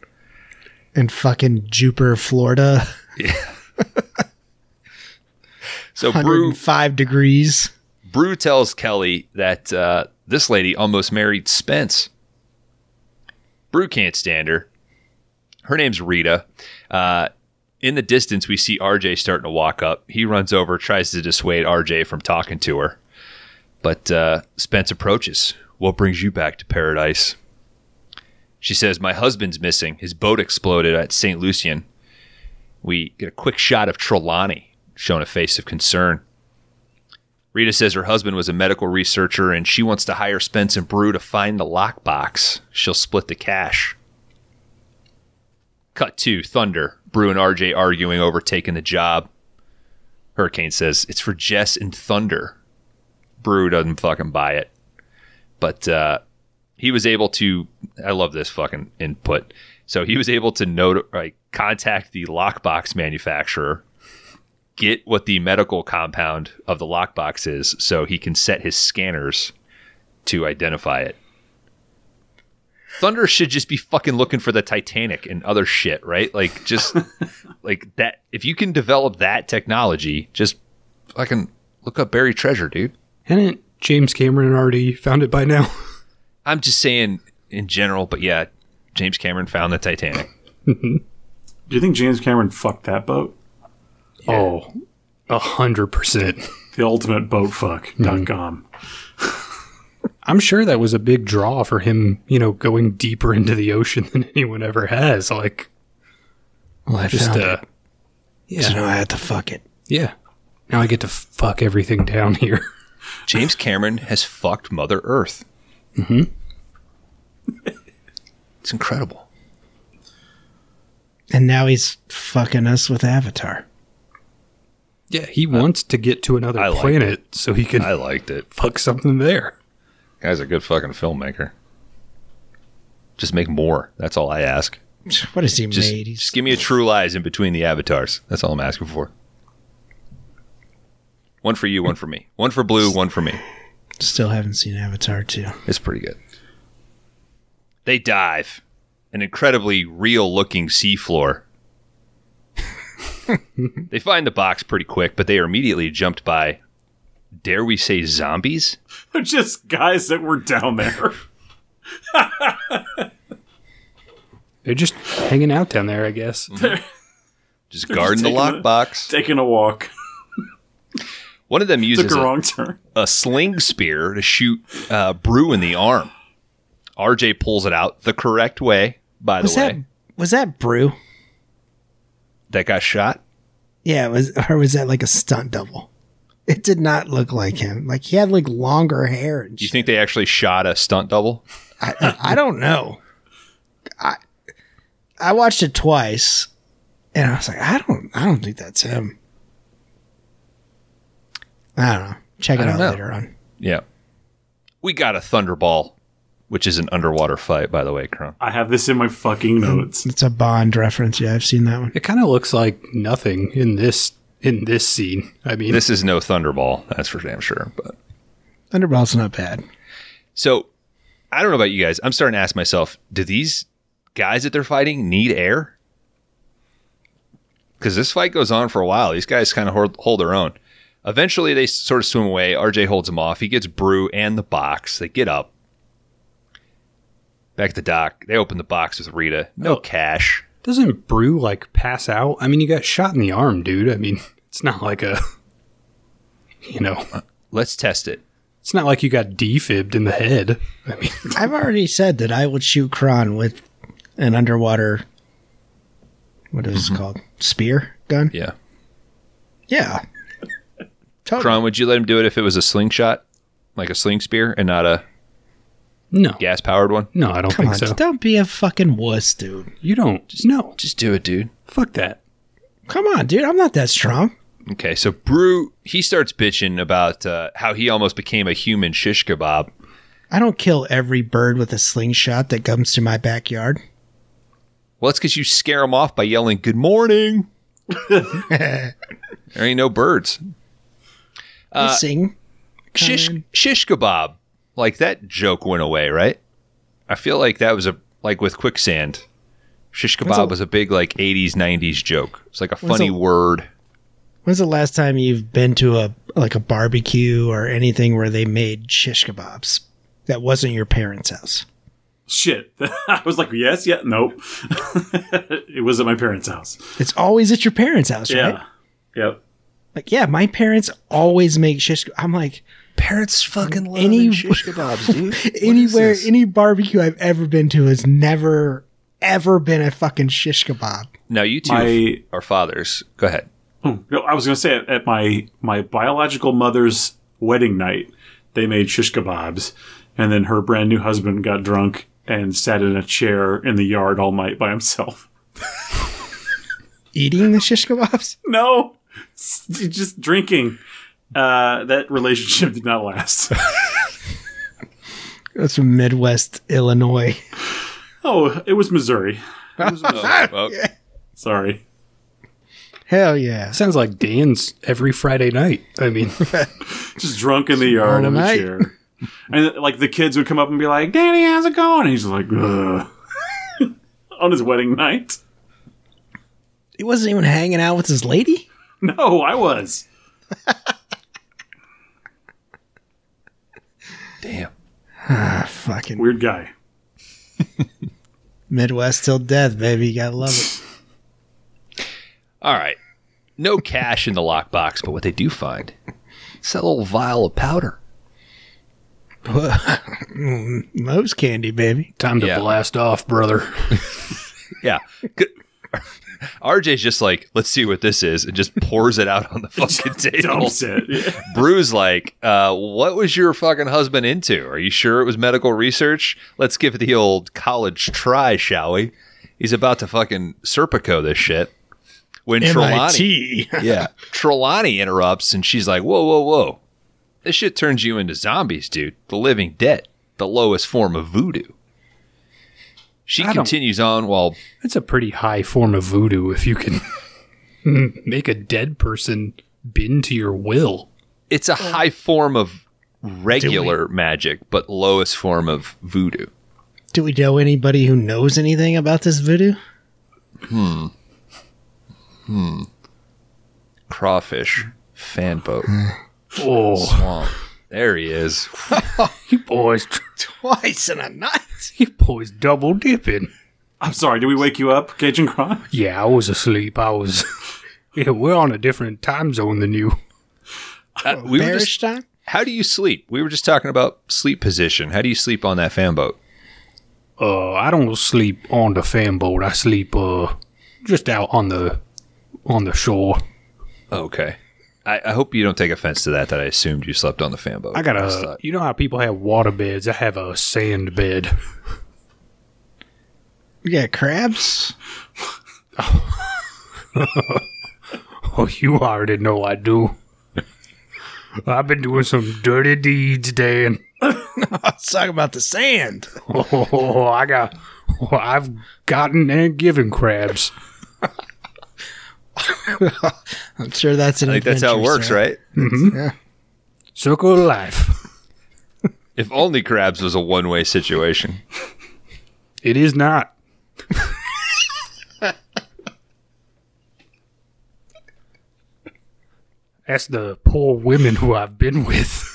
In fucking Jupiter, Florida, So Brew 105 degrees. Brew tells Kelly that uh, this lady almost married Spence. Brew can't stand her. Her name's Rita. Uh, in the distance, we see RJ starting to walk up. He runs over, tries to dissuade RJ from talking to her. But uh, Spence approaches. What brings you back to paradise? She says, My husband's missing. His boat exploded at St. Lucian. We get a quick shot of Trelawney, showing a face of concern. Rita says her husband was a medical researcher and she wants to hire Spence and Brew to find the lockbox. She'll split the cash. Cut to Thunder. Brew and RJ arguing over taking the job. Hurricane says it's for Jess and Thunder. Brew doesn't fucking buy it. But uh, he was able to. I love this fucking input. So he was able to note, like, contact the lockbox manufacturer get what the medical compound of the lockbox is so he can set his scanners to identify it. Thunder should just be fucking looking for the Titanic and other shit, right? Like just like that if you can develop that technology, just fucking look up buried treasure, dude. hadn't James Cameron already found it by now? I'm just saying in general, but yeah, James Cameron found the Titanic. Do you think James Cameron fucked that boat? Oh, a hundred percent. Mm-hmm. The ultimate boat fuck dot com. I'm sure that was a big draw for him, you know, going deeper into the ocean than anyone ever has. Like, Well, I just, found uh, it. So yeah, now I had to fuck it. yeah. Now I get to fuck everything down here. James Cameron has fucked Mother Earth. Mm-hmm. it's incredible. And now he's fucking us with Avatar. Yeah, he wants to get to another I like planet so he can I liked it. fuck something there. Guy's a good fucking filmmaker. Just make more. That's all I ask. What has he Just, made? He's just give me a True Lies in between the avatars. That's all I'm asking for. One for you, one for me. One for Blue, one for me. still haven't seen Avatar too. It's pretty good. They dive. An incredibly real looking seafloor. they find the box pretty quick, but they are immediately jumped by, dare we say, zombies? They're just guys that were down there. They're just hanging out down there, I guess. Mm-hmm. Just guarding the taking the- lockbox. Taking a walk. One of them Took uses a a, wrong turn. a sling spear to shoot uh, Brew in the arm. RJ pulls it out the correct way, by Was the way. that was that Brew? that got shot. Yeah, it was or was that like a stunt double? It did not look like him. Like he had like longer hair and Do you shit. think they actually shot a stunt double? I, I don't know. I I watched it twice and I was like, I don't I don't think that's him. I don't know. Check it don't out know. later on. Yeah. We got a Thunderball, which is an underwater fight, by the way, Kron. I have this in my fucking notes. It's a Bond reference. Yeah, I've seen that one. It kind of looks like nothing in this in this scene. I mean, This is no Thunderball, that's for damn sure. But Thunderball's not bad. so I don't know about you guys. I'm starting to ask myself, do these guys that they're fighting need air? Because this fight goes on for a while. These guys kind of hold, hold their own. Eventually, they s- sort of swim away. RJ holds them off. He gets Brew and the box. They get up. Back at the dock, they open the box with Rita. No cash. doesn't Brew like pass out? I mean, you got shot in the arm, dude. I mean, it's not like a you know, Let's test it. it's not like you got defibbed in the head. I mean, I've already said that I would shoot Kron with an underwater. What is it called? Spear gun? Mm-hmm. Yeah. Yeah. Totally. Kron, would you let him do it if it was a slingshot, like a sling spear, and not a no. gas powered one? No, I don't Come think on, so. don't be a fucking wuss, dude. You don't. no. Just do it, dude. Fuck that. Come on, dude. I'm not that strong. Okay, so Brew he starts bitching about uh, how he almost became a human shish kebab. I don't kill every bird with a slingshot that comes to my backyard. Well, that's because you scare him off by yelling "Good morning." there ain't no birds. I Uh, sing. Shish shish kebab. Like that joke went away, right? I feel like that was a like with quicksand. Shish kebab was a big like '80s '90s joke. It's like a funny a- word. When's the last time you've been to a like a barbecue or anything where they made shish kebabs that wasn't your parents' house? Shit. I was like, yes, yeah, nope. it was at my parents' house. It's always at your parents' house, right? Yeah. Yep. Like, yeah, my parents always make shish. ke- I'm like, Parents fucking love Any- shish kebabs, dude. anywhere, any barbecue I've ever been to has never, ever been a fucking shish kebab. Now you two My- are fathers. Go ahead. Oh, no, I was going to say at, at my my biological mother's wedding night, they made shish kebabs, and then her brand new husband got drunk and sat in a chair in the yard all night by himself. Eating the shish kebabs? No, s- just drinking. Uh, that relationship did not last. That's from Midwest Illinois. oh, it was Missouri. It was Missouri. Well, Sorry. Hell yeah. Sounds like Dan's every Friday night. I mean, just drunk in the yard All on the night. chair. And like the kids would come up and be like, "Daddy, how's it going?" And he's like, Ugh. on his wedding night. He wasn't even hanging out with his lady? No, I was. Damn. Ah, Fucking Weird guy. Midwest till death, baby. You gotta love it. All right. No cash in the lockbox, but what they do find, it's that little vial of powder. Most Mm, candy, baby. Time to Yeah. blast off, brother. Yeah. Good. RJ's just like, let's see what this is, and just pours it out on the fucking table. Dumps it. Yeah. Brew's like, uh, what was your fucking husband into? Are you sure it was medical research? Let's give it the old college try, shall we? He's about to fucking Serpico this shit. When Trelawney, MIT. yeah, Trelawney interrupts and she's like, whoa, whoa, whoa. This shit turns you into zombies, dude. The living dead, the lowest form of voodoo. She don't- continues on while That's a pretty high form of voodoo if you can make a dead person bend to your will. it's a high form of regular magic, but lowest form of voodoo. Do we know anybody who knows anything about this voodoo? Crawfish, fanboat, Oh, swamp. There he is. you boys, Twice in a night. you boys double dipping. I'm sorry. Did we wake you up, Cajun Crime? Yeah, I was asleep. I was. yeah, we're on a different time zone than you. Uh, we were Bearish just, time? how do you sleep? We were just talking about sleep position. How do you sleep on that fanboat? Uh, I don't sleep on the fan boat. I sleep uh just out on the on the shore. Okay. I, I hope you don't take offense to that. That I assumed you slept on the fanboat. I got That's a. not- You know how people have water beds. I have a sand bed. We got crabs. Oh, you already know I do. I've been doing some dirty deeds, Dan. Let's talk about the sand. Oh, I got. oh, I've gotten and given crabs. I'm sure that's an I think that's how it works, right? Circle of life. If only crabs was a one-way situation. It is not. That's the poor women who I've been with.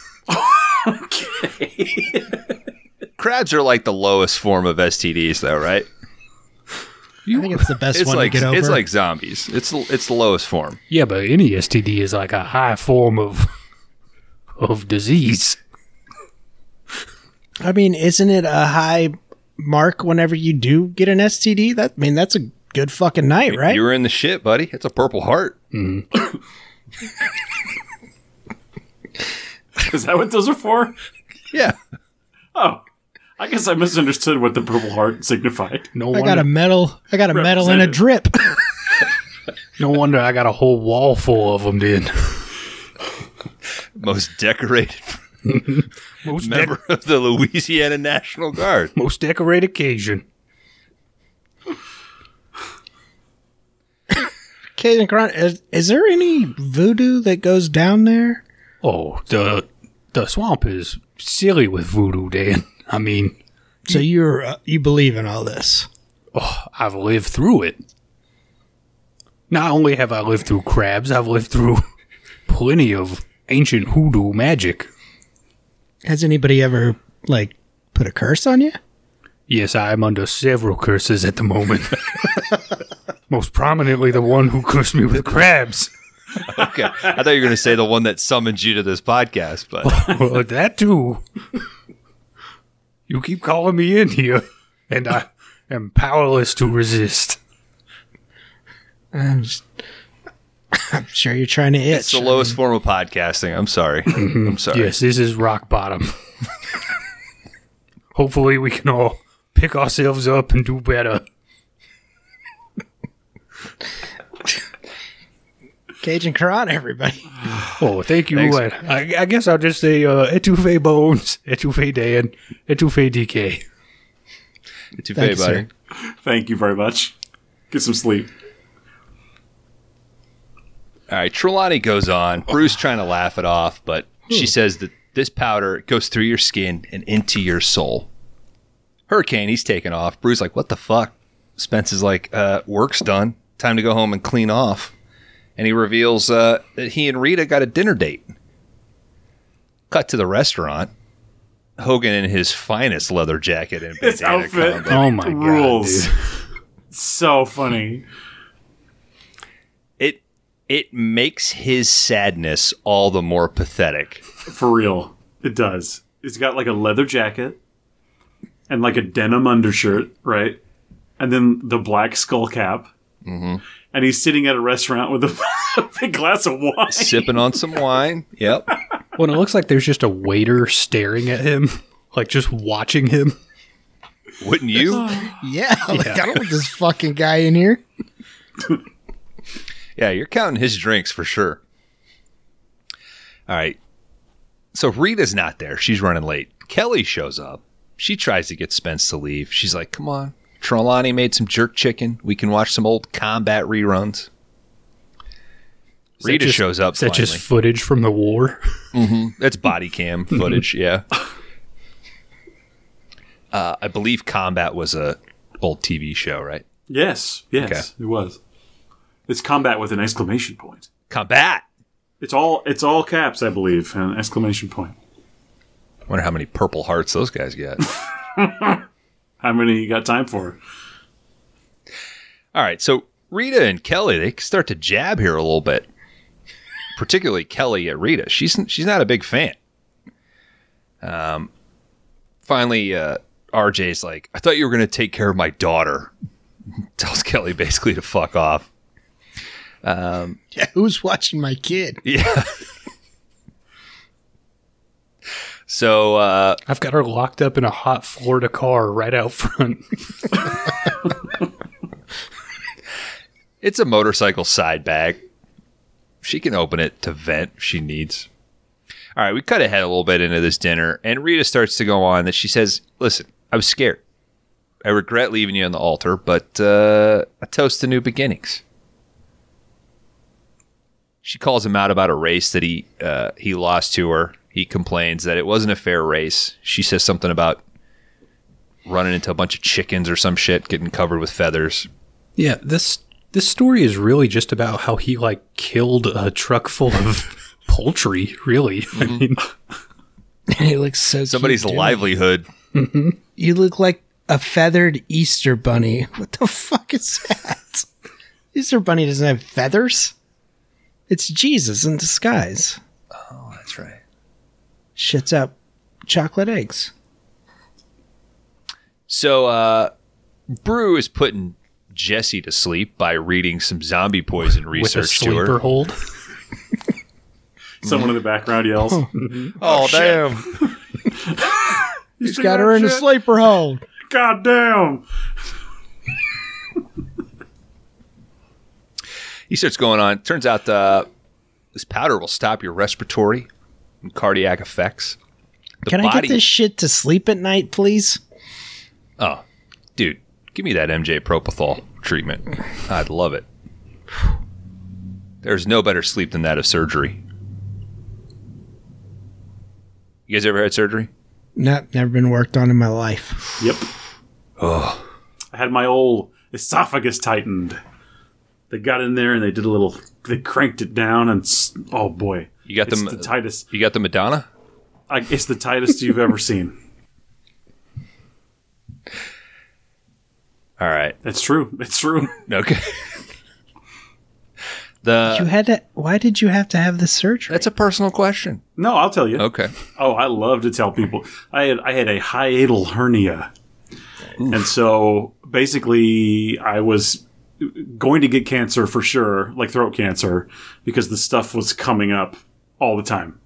Crabs are like the lowest form of STDs, though, right? I think it's the best It's one like to get over. it's like zombies. It's it's the lowest form. Yeah, but any STD is like a high form of of disease. I mean, isn't it a high mark whenever you do get an STD? That I mean, that's a good fucking night, right? You were in the shit, buddy. It's a purple heart. Is that what those are for? Yeah. Oh, I guess I misunderstood what the Purple Heart signified. No I wonder, got a medal. I got a medal and a Represented. drip. no wonder I got a whole wall full of them. Then Most decorated most dec- member of the Louisiana National Guard. most decorated occasion. Cajun Cron, is, is there any voodoo that goes down there? Oh, the the swamp is silly with voodoo, Dan. I mean, So you're uh, you believe in all this? I've lived through it. Not only have I lived through crabs, I've lived through plenty of ancient hoodoo magic. Has anybody ever like put a curse on you? Yes, I am under several curses at the moment. Most prominently, the one who cursed me with crabs. Okay. I thought you were going to say the one that summoned you to this podcast, but Well, that too. You keep calling me in here, and I am powerless to resist. I'm, just, I'm sure you're trying to itch. it's the lowest form of podcasting. I'm sorry. I'm sorry. Yes, this is rock bottom. Hopefully, we can all pick ourselves up and do better. Cajun Cron, everybody. Oh, thank you. Thanks. and I, I guess I'll just say uh, etouffee bones, etouffee Dan, etouffee DK. Too Thank bad, you, sir. buddy. Thank you very much. Get some sleep. All right. Trelawney goes on. Oh. Bruce trying to laugh it off, but Hmm. she says that this powder goes through your skin and into your soul. Hurricane, he's taking off. Bruce's like, what the fuck? Spence is like, uh, work's done. Time to go home and clean off. And he reveals uh, that he and Rita got a dinner date. Cut to the restaurant. Hogan in his finest leather jacket and His bandana outfit. combo. Oh my Rules. god! dude. So funny. It it makes his sadness all the more pathetic. For real. It does. he's got like a leather jacket and like a denim undershirt, right? And then the black skull cap. Mm-hmm. And he's sitting at a restaurant with a, big glass of wine. Sipping on some wine. Yep. Well, and it looks like there's just a waiter staring at him, like just watching him. Wouldn't you? Yeah, like, I don't want this fucking guy in here. Yeah, you're counting his drinks for sure. All right. So Rita's not there. She's running late. Kelly shows up. She tries to get Spence to leave. She's like, come on. Trelawney made some jerk chicken. We can watch some old combat reruns. Is that Rita just- shows up Is that finally. just footage from the war? That's body cam footage, yeah. Uh, I believe Combat was a old TV show, right? Yes, yes, it was. It's combat with an exclamation point. Combat. It's all it's all caps, I believe, and an exclamation point. Wonder how many purple hearts those guys got. How many you got time for? All right, so Rita and Kelly they start to jab here a little bit, particularly Kelly at Rita. She's she's not a big fan. Um, finally, uh, RJ's like, "I thought you were going to take care of my daughter." Tells Kelly basically to fuck off. Yeah, who's watching my kid? Yeah. so uh, I've got her locked up in a hot Florida car right out front. it's a motorcycle side bag. She can open it to vent if she needs. All right, we cut ahead a little bit into this dinner, and Rita starts to go on that she says, Listen, I was scared. I regret leaving you on the altar, but uh, I toast to new beginnings. She calls him out about a race that he uh, he lost to her. He complains that it wasn't a fair race. She says something about running into a bunch of chickens or some shit, getting covered with feathers. Yeah, this this story is really just about how he like killed a truck full of Mm-hmm. poultry. Really, I mean, it looks so. cute, Somebody's dude. livelihood You look like a feathered Easter bunny. What the fuck is that? Easter bunny doesn't have feathers. It's Jesus in disguise. Oh, That's right. Shits up chocolate eggs. So uh Brew is putting Jesse to sleep by reading some zombie poison with a research to sleeper her. hold. Someone in the background yells. Oh, damn. He's Got her in a sleeper hold. God damn! He starts going on. Turns out uh, this powder will stop your respiratory and cardiac effects. The Can I body, get this shit to sleep at night, please? oh, dude, give me that MJ propofol treatment. I'd love it. There's no better sleep than that of surgery. You guys ever had surgery? Not never been worked on in my life. Yep, Oh, I had my old esophagus tightened. They got in there and they did a little. They cranked it down and s- oh boy, you got it's them. the tightest. you got the Madonna. I, it's the tightest you've ever seen. All right. It's true. It's true. Okay. the You had to. Why did you have to have the surgery? that's a personal question. No, I'll tell you. Okay. Oh, I love to tell people. I had I had a hiatal hernia, and so basically I was going to get cancer for sure, like throat cancer, because the stuff was coming up all the time.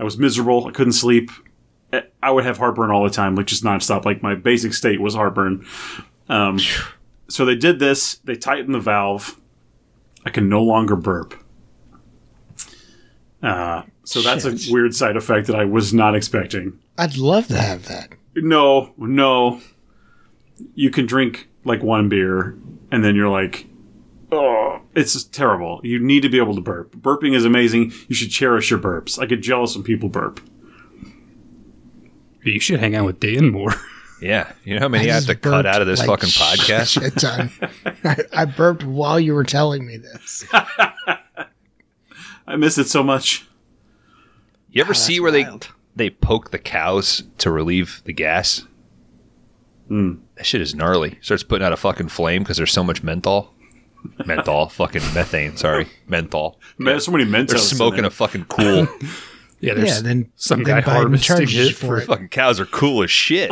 I was miserable. I couldn't sleep. Eh, I would have heartburn all the time, like just nonstop. Like my basic state was heartburn. Um, so they did this. They tightened the valve. I can no longer burp. Uh, so that's a weird side effect that I was not expecting. I'd love to have that. No, no. You can drink like one beer, and then you're like, oh, it's just terrible. You need to be able to burp. Burping is amazing. You should cherish your burps. I get jealous when people burp. You should hang out with Dan more. Yeah. You know how many I, have just to cut burped out of this like fucking sh- podcast? shit ton. I, I burped while you were telling me this. I miss it so much. You ever see where Oh, wild. they they poke the cows to relieve the gas? That shit is gnarly. Starts putting out a fucking flame because there's so much menthol. Menthol, fucking methane. Sorry, menthol. Man, so many mentos. They're in smoking there. a fucking cool. Yeah, there's yeah, then some then guy Biden harvesting charges it for for it. Fucking cows are cool as shit.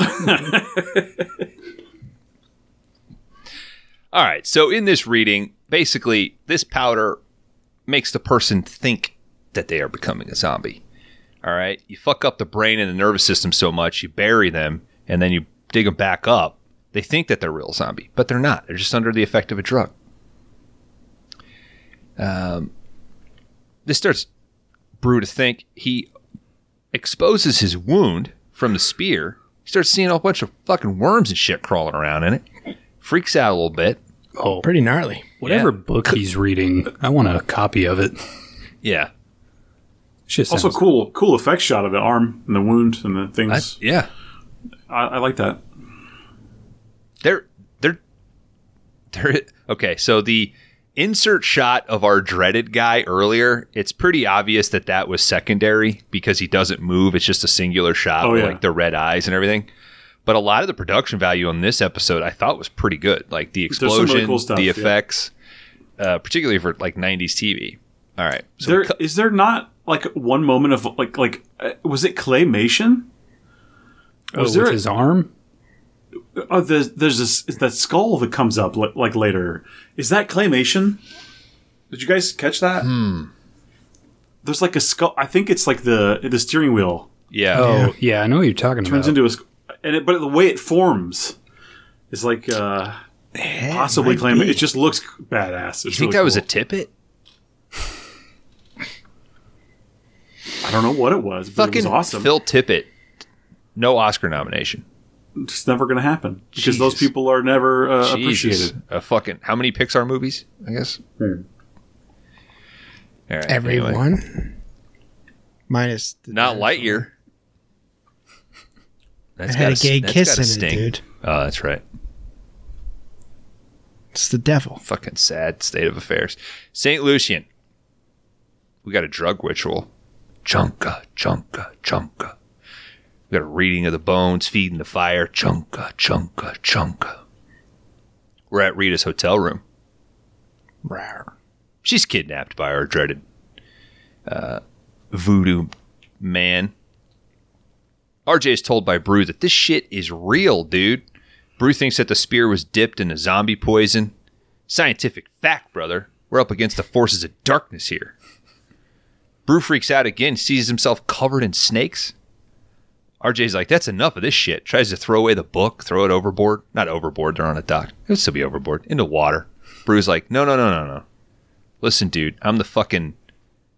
All right. So in this reading, basically, this powder makes the person think that they are becoming a zombie. All right. You fuck up the brain and the nervous system so much, you bury them, and then you dig them back up. They think that they're real zombie, but they're not. They're just under the effect of a drug. Um, this starts Brew to think. He exposes his wound from the spear. He starts seeing a whole bunch of fucking worms and shit crawling around in it. Freaks out a little bit. oh, Pretty gnarly. whatever book he's reading. I want a copy of it. Yeah. Shit sounds Also, cool, cool effects shot of the arm and the wound and the I- things. yeah. I, I like that. They're they're they're okay, so the insert shot of our dreaded guy earlier, it's pretty obvious that that was secondary because he doesn't move. It's just a singular shot Oh, with yeah. like the red eyes and everything. But a lot of the production value on this episode I thought was pretty good. Like the some really explosion, cool stuff, the yeah. effects, uh, particularly for like 90s TV. All right. So There we is cut- there not like one moment of like like uh, was it claymation? Oh, Was there with a- his arm? Oh, there's there's this that skull that comes up like, like later. Is that claymation? Did you guys catch that? Hmm. There's like a skull. I think it's like the the steering wheel yeah. Oh, yeah. I know what you're talking turns about. into a sk- and it, but the way it forms is like uh, possibly claim. It just looks badass. you think that was a tippet? I I don't know what it was. But Fucking it was awesome. Phil Tippett. No Oscar nomination. it's never going to happen because those Jesus. people are never Jesus. uh, appreciated. A fucking how many Pixar movies? I guess. All right, everyone. anyway. Minus the Not Lightyear. That's had a gotta- gay that's kiss gotta in sting. it, dude. Oh, that's right. It's the devil. Fucking sad state of affairs. Saint Lucian. We got a drug ritual. Chunka, chunka, chunka. We got a reading of the bones, feeding the fire. Chunka, chunka, chunka. We're at Rita's hotel room. Rawr. she's kidnapped by our dreaded uh, voodoo man. RJ is told by Brew that this shit is real, dude. Brew thinks that the spear was dipped in a zombie poison. Scientific fact, brother. We're up against the forces of darkness here. Brew freaks out again, sees himself covered in snakes. RJ's like, that's enough of this shit. Tries to throw away the book, throw it overboard. Not overboard, they're on a dock. It'll still be overboard. Into water. Brew's like, no, no, no, no, no listen, dude, I'm the fucking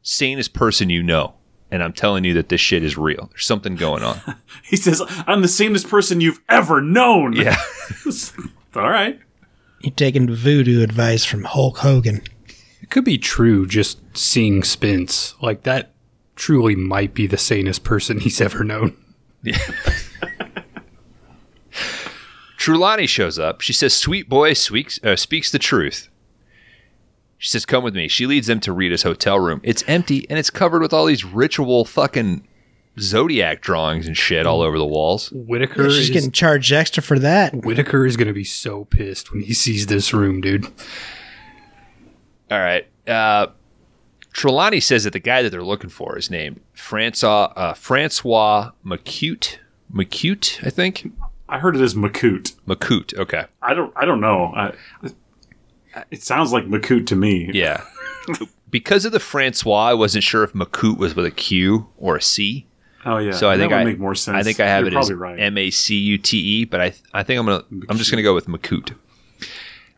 sanest person you know. And I'm telling you that this shit is real. There's something going on. He says, "I'm the sanest person you've ever known." Yeah. All right. You're taking voodoo advice from Hulk Hogan. It could be true. Just seeing Spence like that truly might be the sanest person he's ever known. Trulani shows up. She says, Sweet boy speaks, uh, speaks the truth. She says, Come with me. She leads them to Rita's hotel room. It's empty and it's covered with all these ritual fucking zodiac drawings and shit all over the walls. Whitaker She's is getting charged extra for that. Whitaker is going to be so pissed when he sees this room, dude. All right. Uh, Trelawney says that the guy that they're looking for is named Francois, uh, Francois McCute. McCute, I think. I heard it as Macoute. McCute. Okay. I don't. I don't know. I, it sounds like Macoute to me. Yeah. because of the Francois, I wasn't sure if Macoute was with a Q or a C. Oh yeah. So I that think would I make more sense. I think I have You're it as probably right. M A C U T E, but I I think I'm gonna I'm just gonna go with Macoute.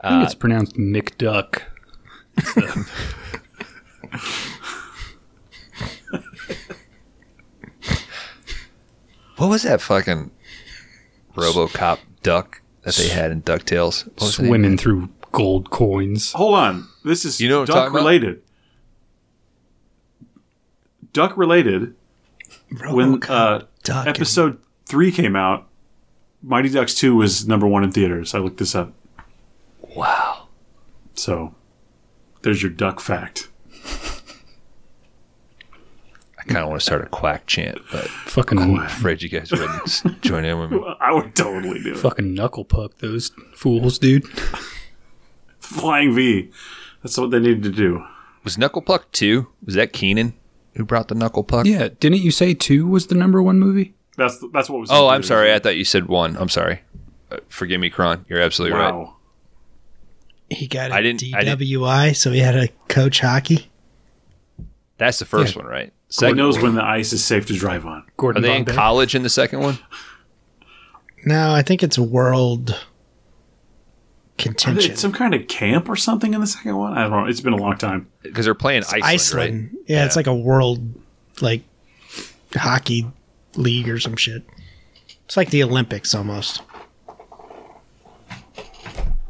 I think it's pronounced McDuck. What was that fucking RoboCop duck that they had in Ducktales? What was the name? Swimming through gold coins. Hold on. This is You know what I'm duck talking about? related. Duck related. Oh, When uh, Duck and- episode three came out, Mighty Ducks two was number one in theaters. I looked this up. Wow. So there's your duck fact. I kind of want to start a quack chant, but Fucking I'm afraid you guys wouldn't s- join in with me. I would totally do it. fucking knuckle puck those fools, dude. Flying V. That's what they needed to do. Was Knucklepuck two? Was that Keenan? who brought the knuckle puck? Yeah, didn't you say two was the number one movie? That's that's what was. Oh, I'm included. sorry. I thought you said one. I'm sorry. Uh, forgive me, Kron. You're absolutely right. Wow. He got a I didn't- I didn't- DWI, so he had to coach hockey. That's the first one, right? Who Second, knows when the ice is safe to drive on? are Gordon they in Bombay. college in the second one? No, I think it's world Are they contention. at some kind of camp or something in the second one? I don't know. It's been a long time. Because they're playing Iceland, right? Iceland. Yeah, it's like a world like hockey league or some shit. It's like the Olympics almost.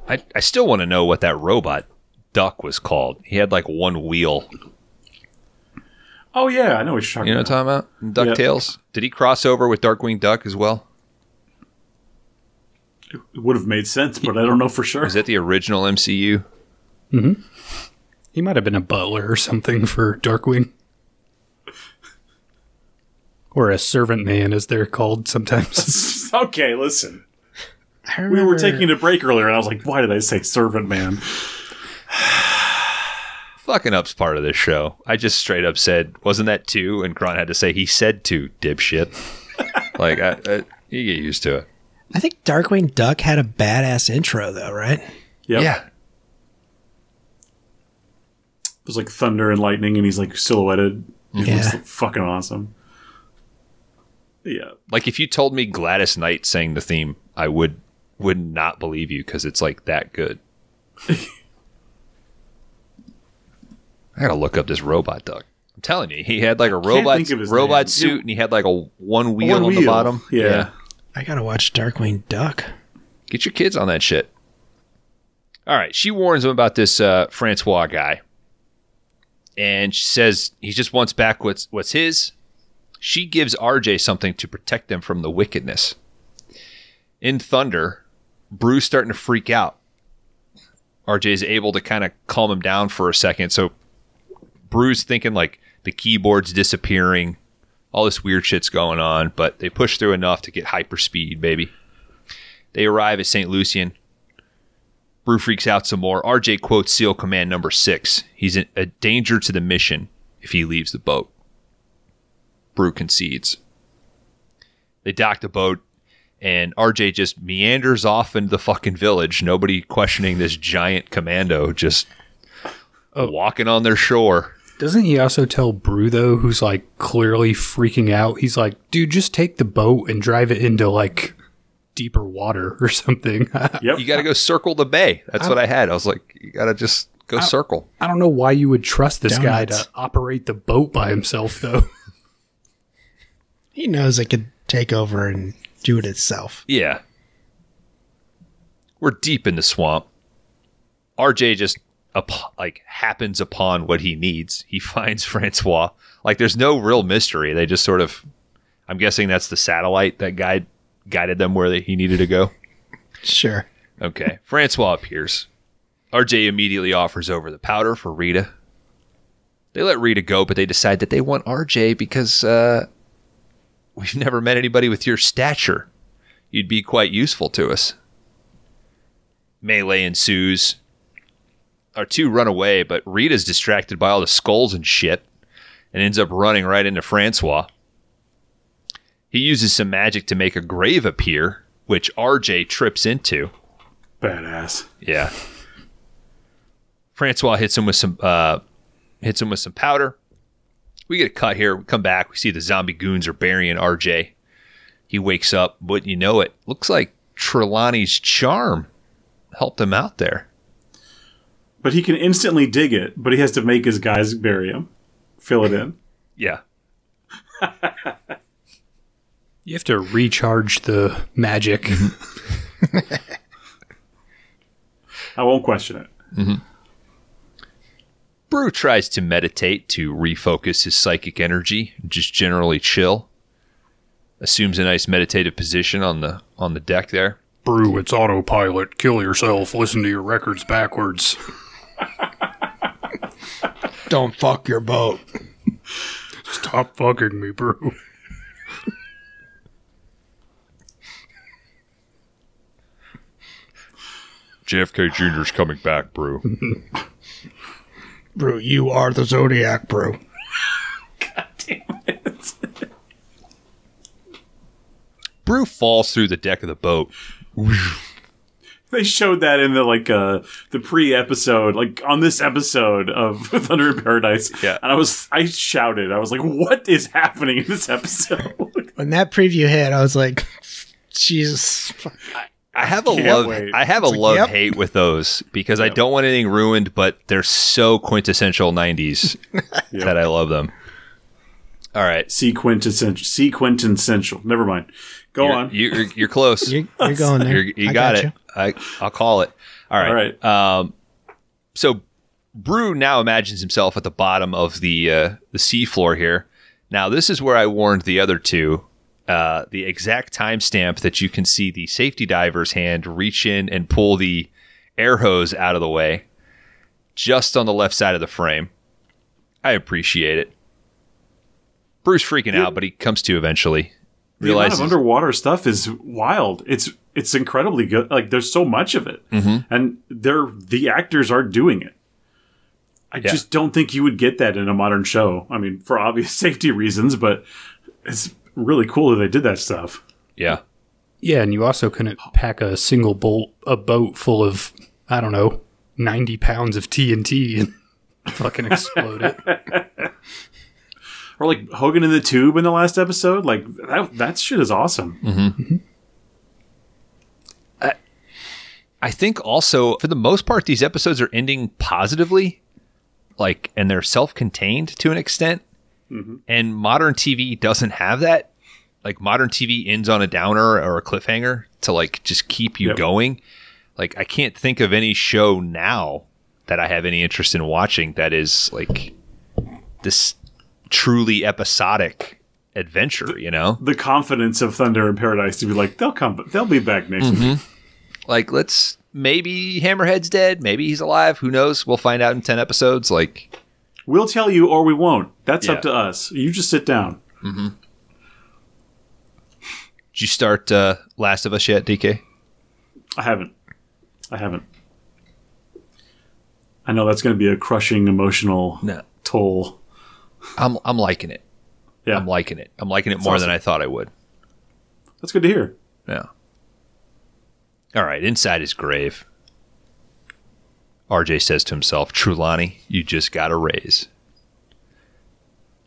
I, I still want to know what that robot duck was called. He had like one wheel. Oh yeah, I know what you're talking You know about. what I'm talking about? Yeah. DuckTales. Did he cross over with Darkwing Duck as well? it would have made sense, but I don't know for sure. Was that the original MCU? He might have been a butler or something for Darkwing. Or a servant man, as they're called sometimes. okay, listen. I We remember, were taking a break earlier, and I was like, "Why did I say servant man?" Fucking up's part of this show. I just straight up said, wasn't that two? And Kron had to say, he said two, dipshit. like, I, I, you get used to it. I think Darkwing Duck had a badass intro though, right? Yep. Yeah. It was like thunder and lightning, and he's like silhouetted. It Yeah. looks fucking awesome. Yeah, Like, if you told me Gladys Knight sang the theme, I would would not believe you because it's like that good. I gotta look up this robot duck. I'm telling you, he had like a robot think of his robot name. suit, It- and he had like a one wheel One on the wheel. bottom. Yeah. I gotta watch Darkwing Duck. Get your kids on that shit. All right. She warns him about this uh, Francois guy. And she says he just wants back what's what's his. She gives RJ something to protect them from the wickedness. In Thunder, Bruce starting to freak out. RJ is able to kind of calm him down for a second. So Bruce thinking like the keyboard's disappearing, all this weird shit's going on, but they push through enough to get hyperspeed, baby. They arrive at St. Lucian. Brew freaks out some more. RJ quotes SEAL Command number six. He's in- a danger to the mission if he leaves the boat. Brew concedes. They dock the boat, and RJ just meanders off into the fucking village. Nobody questioning this giant commando just walking on their shore. Doesn't he also tell Brew, though, who's like clearly freaking out? He's like, dude, just take the boat and drive it into like deeper water or something. I Yep. You got to go circle the bay. That's what I had. I was like, you got to just go circle. don't know why you would trust this guy Donuts. to operate the boat by himself, though. He knows it could take over and do it itself. Yeah. We're deep in the swamp. RJ just up, like happens upon what he needs. He finds Francois. Like there's no real mystery. They just sort of I'm guessing that's the satellite that guide guided them where they, he needed to go. Sure. Okay. Francois appears. RJ immediately offers over the powder for Rita. They let Rita go, but they decide that they want RJ because uh, we've never met anybody with your stature. You'd be quite useful to us. Melee ensues. Our two run away, but Rita's distracted by all the skulls and shit and ends up running right into Francois. He uses some magic to make a grave appear, which RJ trips into. badass. Yeah. Francois hits him with some uh, hits him with some powder. We get a cut here. We come back. We see the zombie goons are burying RJ. He wakes up, but you know it looks like Trelawney's charm helped him out there. But he can instantly dig it, but he has to make his guys bury him, fill it in. Yeah, You have to recharge the magic. I won't question it. Brew tries to meditate to refocus his psychic energy, just generally chill. Assumes a nice meditative position on the on the deck there. Brew, it's autopilot. Kill yourself. Listen to your records backwards. Don't fuck your boat. Stop fucking me, Brew. JFK Jr.'s coming back, Brew. Brew, you are the Zodiac, brew. Brew falls through the deck of the boat. They showed that in the like uh the pre episode, like on this episode of Thunder in Paradise. Yeah. And I was I shouted, I was like, What is happening in this episode? When that preview hit, I was like, Jesus. I have a can't love. wait. I have a love hate with those because I don't want anything ruined, but they're so quintessential '90s that I love them. All right, C quintessential C quintessential. Never mind. Go you're, on. You're, you're close. You're, you're going there. You're, you got it. I, I'll call it. All right. All right. Um, so Brew now imagines himself at the bottom of the uh, the seafloor here. Now this is where I warned the other two. Uh, the exact timestamp that you can see the safety diver's hand reach in and pull the air hose out of the way, just on the left side of the frame. I appreciate it. Brew's freaking out, but he comes to eventually. the amount Realizes of underwater stuff is wild. It's it's incredibly good. Like there's so much of it, and they're the actors are doing it. I just don't think you would get that in a modern show. I mean, for obvious safety reasons, but it's really cool that they did that stuff. yeah. Yeah, and you also couldn't pack a single bolt, a boat full of, I don't know, 90 pounds of TNT and fucking explode it. Or like Hogan in the tube in the last episode. Like that that shit is awesome. Mm-hmm. I think also for the most part these episodes are ending positively, like and they're self-contained to an extent. Mm-hmm. And modern TV doesn't have that. Like modern TV ends on a downer or a cliffhanger to like just keep you Yep. going. Like I can't think of any show now that I have any interest in watching that is like this truly episodic adventure, you know? The confidence of Thunder in Paradise to be like they'll come, they'll be back next Mm-hmm. week. like let's maybe hammerhead's dead maybe he's alive who knows we'll find out in 10 episodes like We'll tell you or we won't. That's Yeah. up to us. You just sit down. did you start uh last of us yet dk I haven't. I haven't. I know that's going to be a crushing emotional No. toll. i'm i'm liking it Yeah, i'm liking it i'm liking it more than i thought i would that's good to hear. yeah all right inside his grave rj says to himself trulani you just got a raise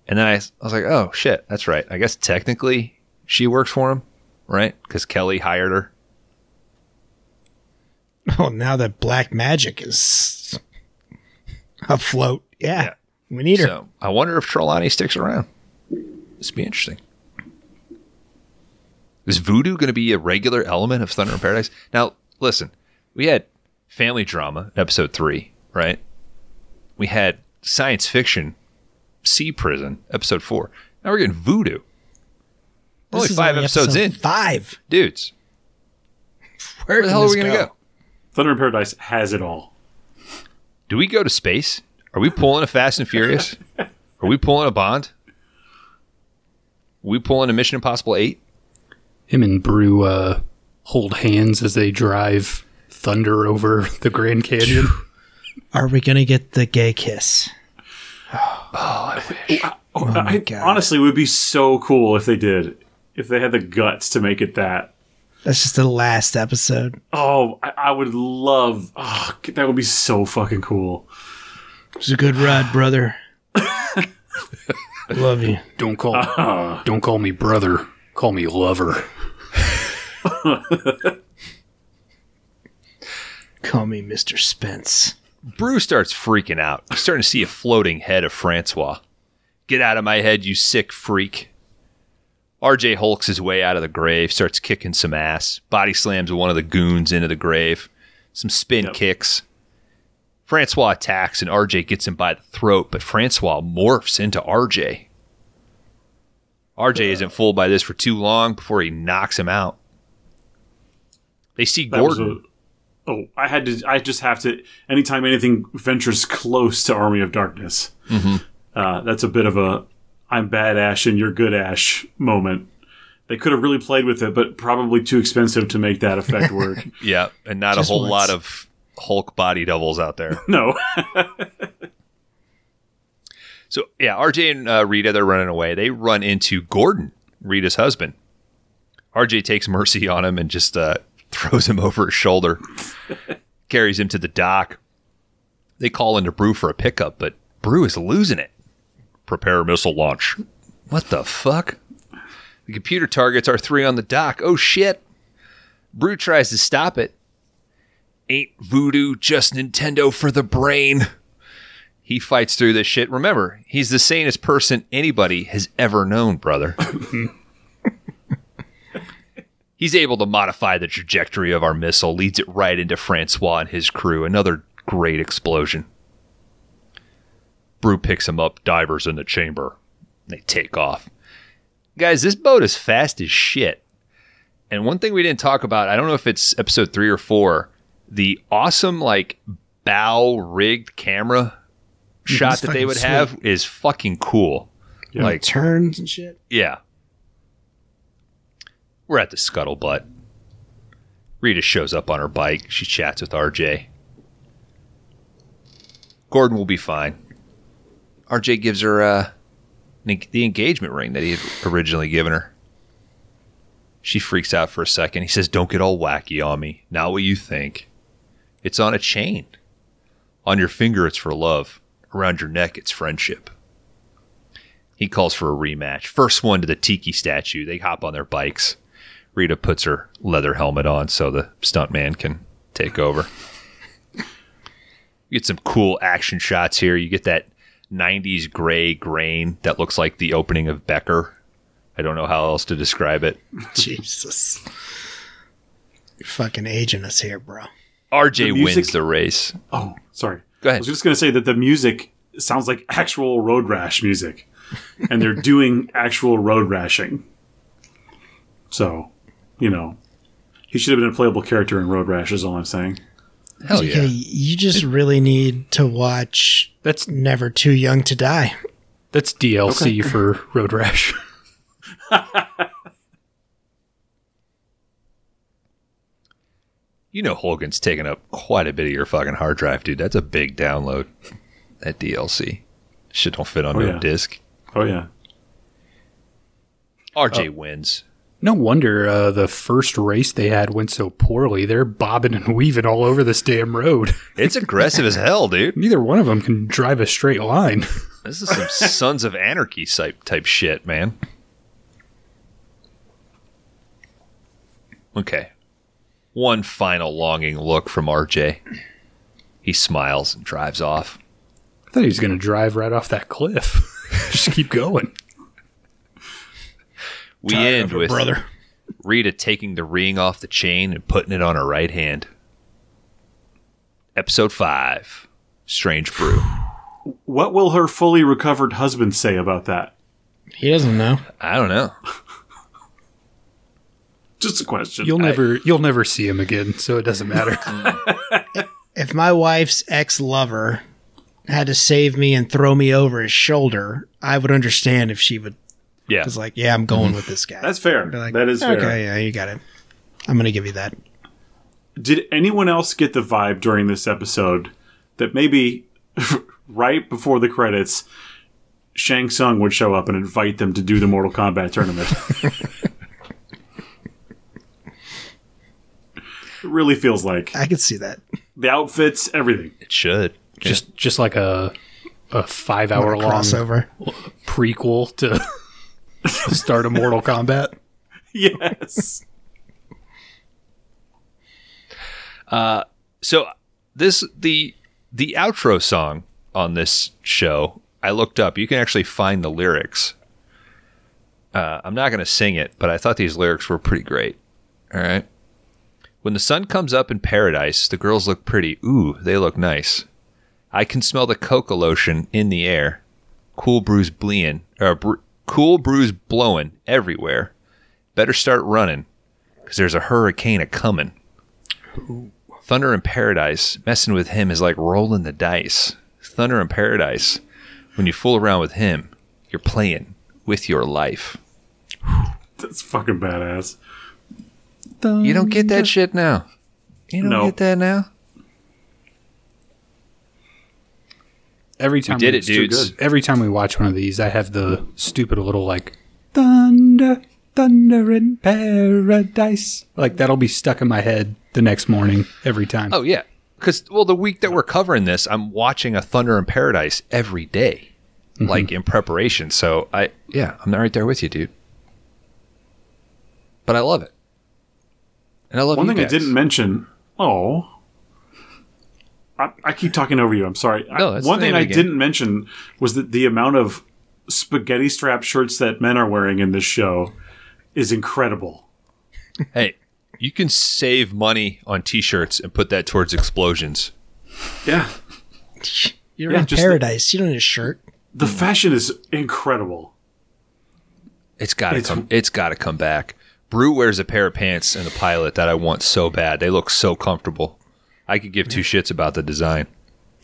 and then I, I was like oh shit that's right i guess technically she works for him right because kelly hired her Oh, now that black magic is afloat. Yeah. We need her. So I wonder if Trelawney sticks around. This would be interesting. Is voodoo going to be a regular element of Thunder in Paradise? Now, listen, we had family drama, episode three, right? We had science fiction, sea prison, episode four. Now we're getting voodoo. This Only is five episodes episode in. Five. Dudes, Where, where the hell are we going to go? Thunder in Paradise has it all. Do we go to space? Are we pulling a Fast and Furious? Are we pulling a Bond? we pulling a Mission Impossible 8? Him and Brew uh, hold hands as they drive thunder over the Grand Canyon. Are we going to get the gay kiss? Oh I, God. honestly, it would be so cool if they did. If they had the guts to make it that. That's just the last episode. Oh, I, I would love. Oh, that would be so fucking cool. It was a good ride, brother. Love you. Don't call, don't call me brother. Call me lover. Call me Mr. Spence. Brew starts freaking out. He's starting to see a floating head of Francois. Get out of my head, you sick freak. RJ hulks his way out of the grave, starts kicking some ass, body slams one of the goons into the grave, some spin kicks. Francois attacks and RJ gets him by the throat, but Francois morphs into RJ. RJ isn't fooled by this for too long before he knocks him out. They see That was Gordon. a- oh, I had to. I just have to. Anytime anything ventures close to Army of Darkness, uh, that's a bit of a "I'm bad Ash and you're good Ash" moment. They could have really played with it, but probably too expensive to make that effect work. Yeah, and not a Just whole once. lot of Hulk body doubles out there. no, so yeah, RJ and uh, Rita they're running away. They run into Gordon, Rita's husband. RJ takes mercy on him and just uh, throws him over his shoulder, carries him to the dock. They call into Brew for a pickup, but Brew is losing it. Prepare missile launch. What the fuck? The computer targets are three on the dock. Oh shit. Brew tries to stop it. Ain't voodoo just Nintendo for the brain? He fights through this shit. Remember, he's the sanest person anybody has ever known, brother. he's able to modify the trajectory of our missile, leads it right into Francois and his crew. Another great explosion. Brew picks him up, divers in the chamber. They take off. Guys, this boat is fast as shit. And one thing we didn't talk about, I don't know if it's episode three or four, the awesome, like, bow rigged camera shot that's that they Mm-hmm. fucking would sweet. have is fucking cool. Like, turns and shit. yeah. We're at the scuttlebutt. Rita shows up on her bike. She chats with RJ. Gordon will be fine. RJ gives her uh, an- the engagement ring that he had originally given her. She freaks out for a second. He says, Don't get all wacky on me. Not what you think. It's on a chain. On your finger, it's for love. Around your neck, it's friendship. He calls for a rematch. First one to the tiki statue. They hop on their bikes. Rita puts her leather helmet on so the stuntman can take over. You get some cool action shots here. You get that 90s gray grain that looks like the opening of Becker. I don't know how else to describe it. Jesus. You're fucking aging us here, bro. RJ The music- wins the race. Oh, sorry. Go ahead. I was just going to say that the music sounds like actual road rash music, and they're doing actual road rashing. So, you know, he should have been a playable character in Road Rash. Is all I'm saying. Hell Okay, yeah. you just really need to watch That's Never Too Young to Die. that's DLC for Road Rash. You know Hogan's taking up quite a bit of your fucking hard drive, dude. That's a big download. That DLC. Shit don't fit onto Oh, a yeah. disc. Oh yeah, Oh. RJ wins. No wonder uh, the first race they had went so poorly. They're bobbing and weaving all over this damn road. It's aggressive as hell, dude. Neither one of them can drive a straight line. This is some Sons of Anarchy type type shit, man. Okay. One final longing look from RJ. He smiles and drives off. I thought he was going to drive right off that cliff. Just keep going. We end with Rita taking the ring off the chain and putting it on her right hand. Episode 5 Strange Brew. what will her fully recovered husband say about that? He doesn't know. I don't know. Just a question. You'll never you'll never see him again, so it doesn't matter. If my wife's ex lover had to save me and throw me over his shoulder, I would understand if she would Yeah. was like, "Yeah, I'm going with this guy." That's fair. Be like, that is fair. Okay, yeah, you got it. I'm gonna give you that. Did anyone else get the vibe during this episode that maybe right before the credits, Shang Tsung would show up and invite them to do the Mortal Kombat tournament? it really feels like I could see that. the outfits, everything. It should. just just like a a five hour long Crossover. prequel to start a Mortal Kombat. Yes. so this the the outro song on this show i looked up you can actually find the lyrics uh, i'm not going to sing it but i thought these lyrics were pretty great all right when the sun comes up in paradise the girls look pretty ooh they look nice i can smell the coca lotion in the air cool brews bleeing or br- cool brews blowing everywhere better start running because there's a hurricane a coming Thunder in Paradise, messing with him is like rolling the dice. Thunder in Paradise, when you fool around with him, you're playing with your life. That's fucking badass. You don't get that shit now. You don't No. get that now. Every time did it, it's too dudes. good. Every time we watch one of these, I have the stupid little like thunder Thunder in Paradise. Like that'll be stuck in my head the next morning every time. Oh yeah, because well, the week that we're covering this, I'm watching a Thunder in Paradise every day, like in preparation. So I yeah, I'm right there with you, dude. But I love it, and I love One you thing I guys. didn't mention. Oh, I, I keep talking over you. I'm sorry. I- No, that's one the thing name of I the game. didn't mention was that the amount of spaghetti strap shirts that men are wearing in this show is incredible. Hey, you can save money on T-shirts and put that towards explosions. Yeah, You're Yeah, in just- paradise. you don't need a shirt. the fashion is incredible. It's got to It's- come. It's got to come back. Brew wears a pair of pants in the pilot that I want so bad. They look so comfortable. I could give two shits about the design.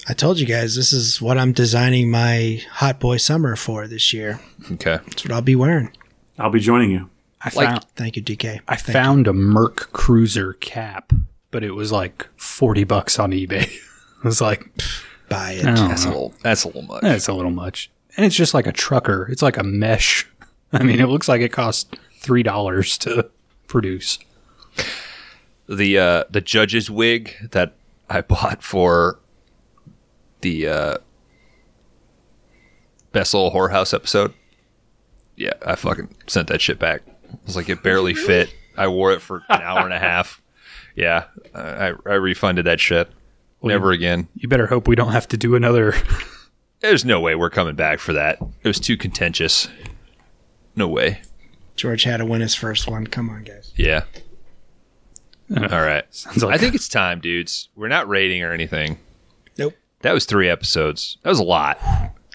I told you guys this is what I'm designing my hot boy summer for this year. Okay. That's what I'll be wearing. I'll be joining you. I like- found Thank you, DK. I Thank found a Merc Cruiser cap, but it was like forty bucks on eBay. I was like, you. Buy it. I don't That's a know. little. That's a little much. That's a little much. And it's just like a trucker. It's like a mesh. I mean, it looks like it cost three dollars to produce. the uh, the judge's wig that I bought for the uh, Bessel whorehouse episode. Yeah, I fucking sent that shit back. I was like, it barely fit. I wore it for an hour and a half. Yeah, I, I refunded that shit. Never again. You better hope we don't have to do another. There's no way we're coming back for that. It was too contentious. No way. George had to win his first one. Come on, guys. Yeah. All right. Sounds like I think it's time, dudes. We're not rating or anything. Nope. That was three episodes. That was a lot.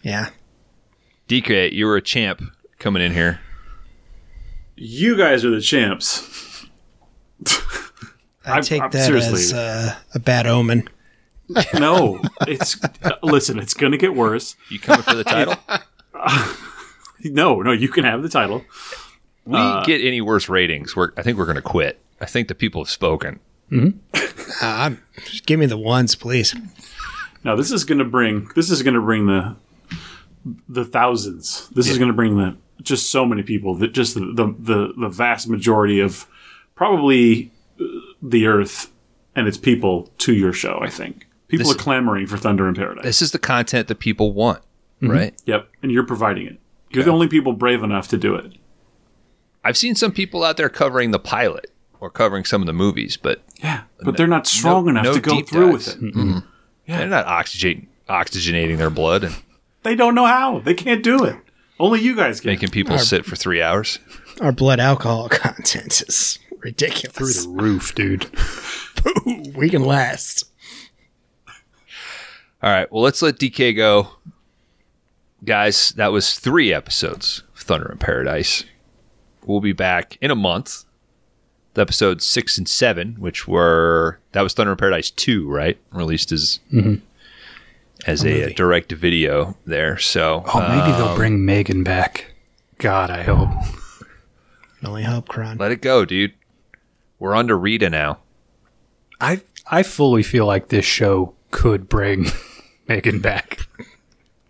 Yeah. DK, you were a champ coming in here. You guys are the champs. I I'm- take I'm- that seriously. as uh, a bad omen. No, it's uh, listen. It's gonna get worse. You coming for the title? No, no, you can have the title. we get any worse ratings, we're, I think we're going to quit. I think the people have spoken. Just give me the ones, please. Now this is going to bring this is going to bring the the thousands. This is going to bring the just so many people that just the the, the, the vast majority of probably uh, the earth and its people to your show. I think people This- are clamoring for Thunder in Paradise. This is the content that people want, right? yep, and you're providing it. You're the only people brave enough to do it. I've seen some people out there covering the pilot or covering some of the movies, but Yeah, but they're not strong no- enough no to go deep through dives. with it. they're not oxygen- oxygenating their blood and They don't know how. They can't do it. Only you guys can. making people sit for three hours. Our blood alcohol content is through ridiculous. the roof, dude. We can last. All right. Well, let's let DK go. Guys, that was three episodes of Thunder in Paradise. We'll be back in a month. The episodes six and seven, which were that was Thunder in Paradise two, right? Released as as a, direct video there. So uh, Oh, maybe they'll bring Megan back. God, I hope. Can only hope, Kron. let it go, dude. We're on to Rita now. I I fully feel like this show could bring Megan back.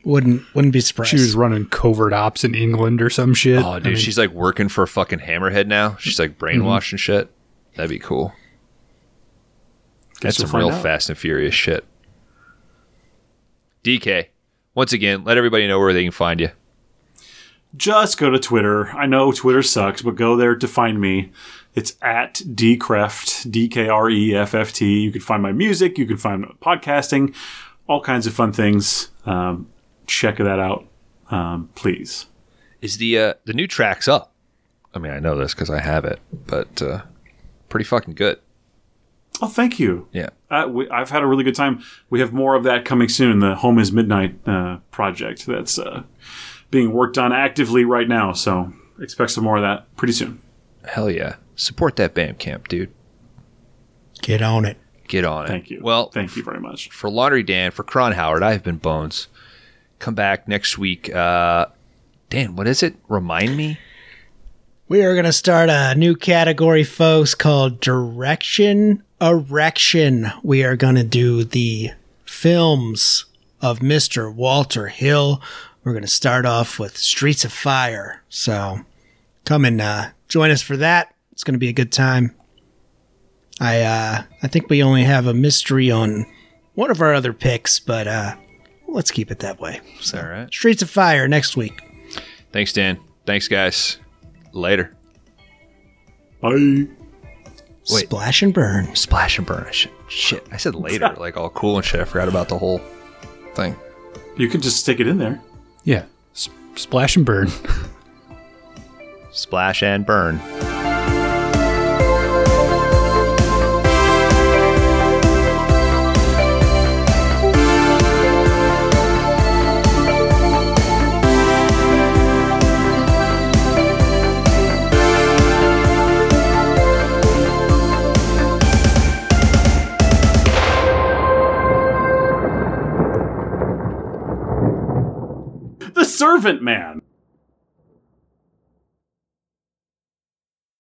Wouldn't wouldn't be surprised. She was running covert ops in England or some shit. Oh, dude, she's like working for fucking Hammerhead now. She's like Mm-hmm. brainwashed and shit. That'd be cool. That's we'll some real find out. Fast and Furious shit. DK, once again, let everybody know where they can find you. just go to Twitter. I know Twitter sucks, but go there to find me. It's at dcreft, D K R E F F T. You can find my music, you can find my podcasting, all kinds of fun things. Um, check that out, um, please. Is the uh, the new tracks up? I mean, I know this because I have it, but uh, pretty fucking good. Oh, thank you. Yeah, Uh, we, I've had a really good time. We have more of that coming soon. The Home is Midnight uh, project that's uh, being worked on actively right now. So expect some more of that pretty soon. hell yeah! Support that BAM camp, dude. Get on it. Get on it. Thank you. Well, thank you very much. for Laundry Dan, for Cron Howard, I have been Bones. Come back next week. Uh, Dan, what is it? Remind me. We are going to start a new category, folks, called Direction Erection. We are going to do the films of Mr. Walter Hill. We're going to start off with Streets of Fire. So come and uh, join us for that. It's going to be a good time. I uh, I think we only have a mystery on one of our other picks, but uh, let's keep it that way. So, All right. Streets of Fire next week. Thanks, Dan. Thanks, guys. Later. Bye. Wait. Splash and burn. Splash and burn. I should, shit. I said later, like all cool and shit. I forgot about the whole thing. You could just stick it in there. Yeah. S- splash and burn. Splash and burn. The Servant Man.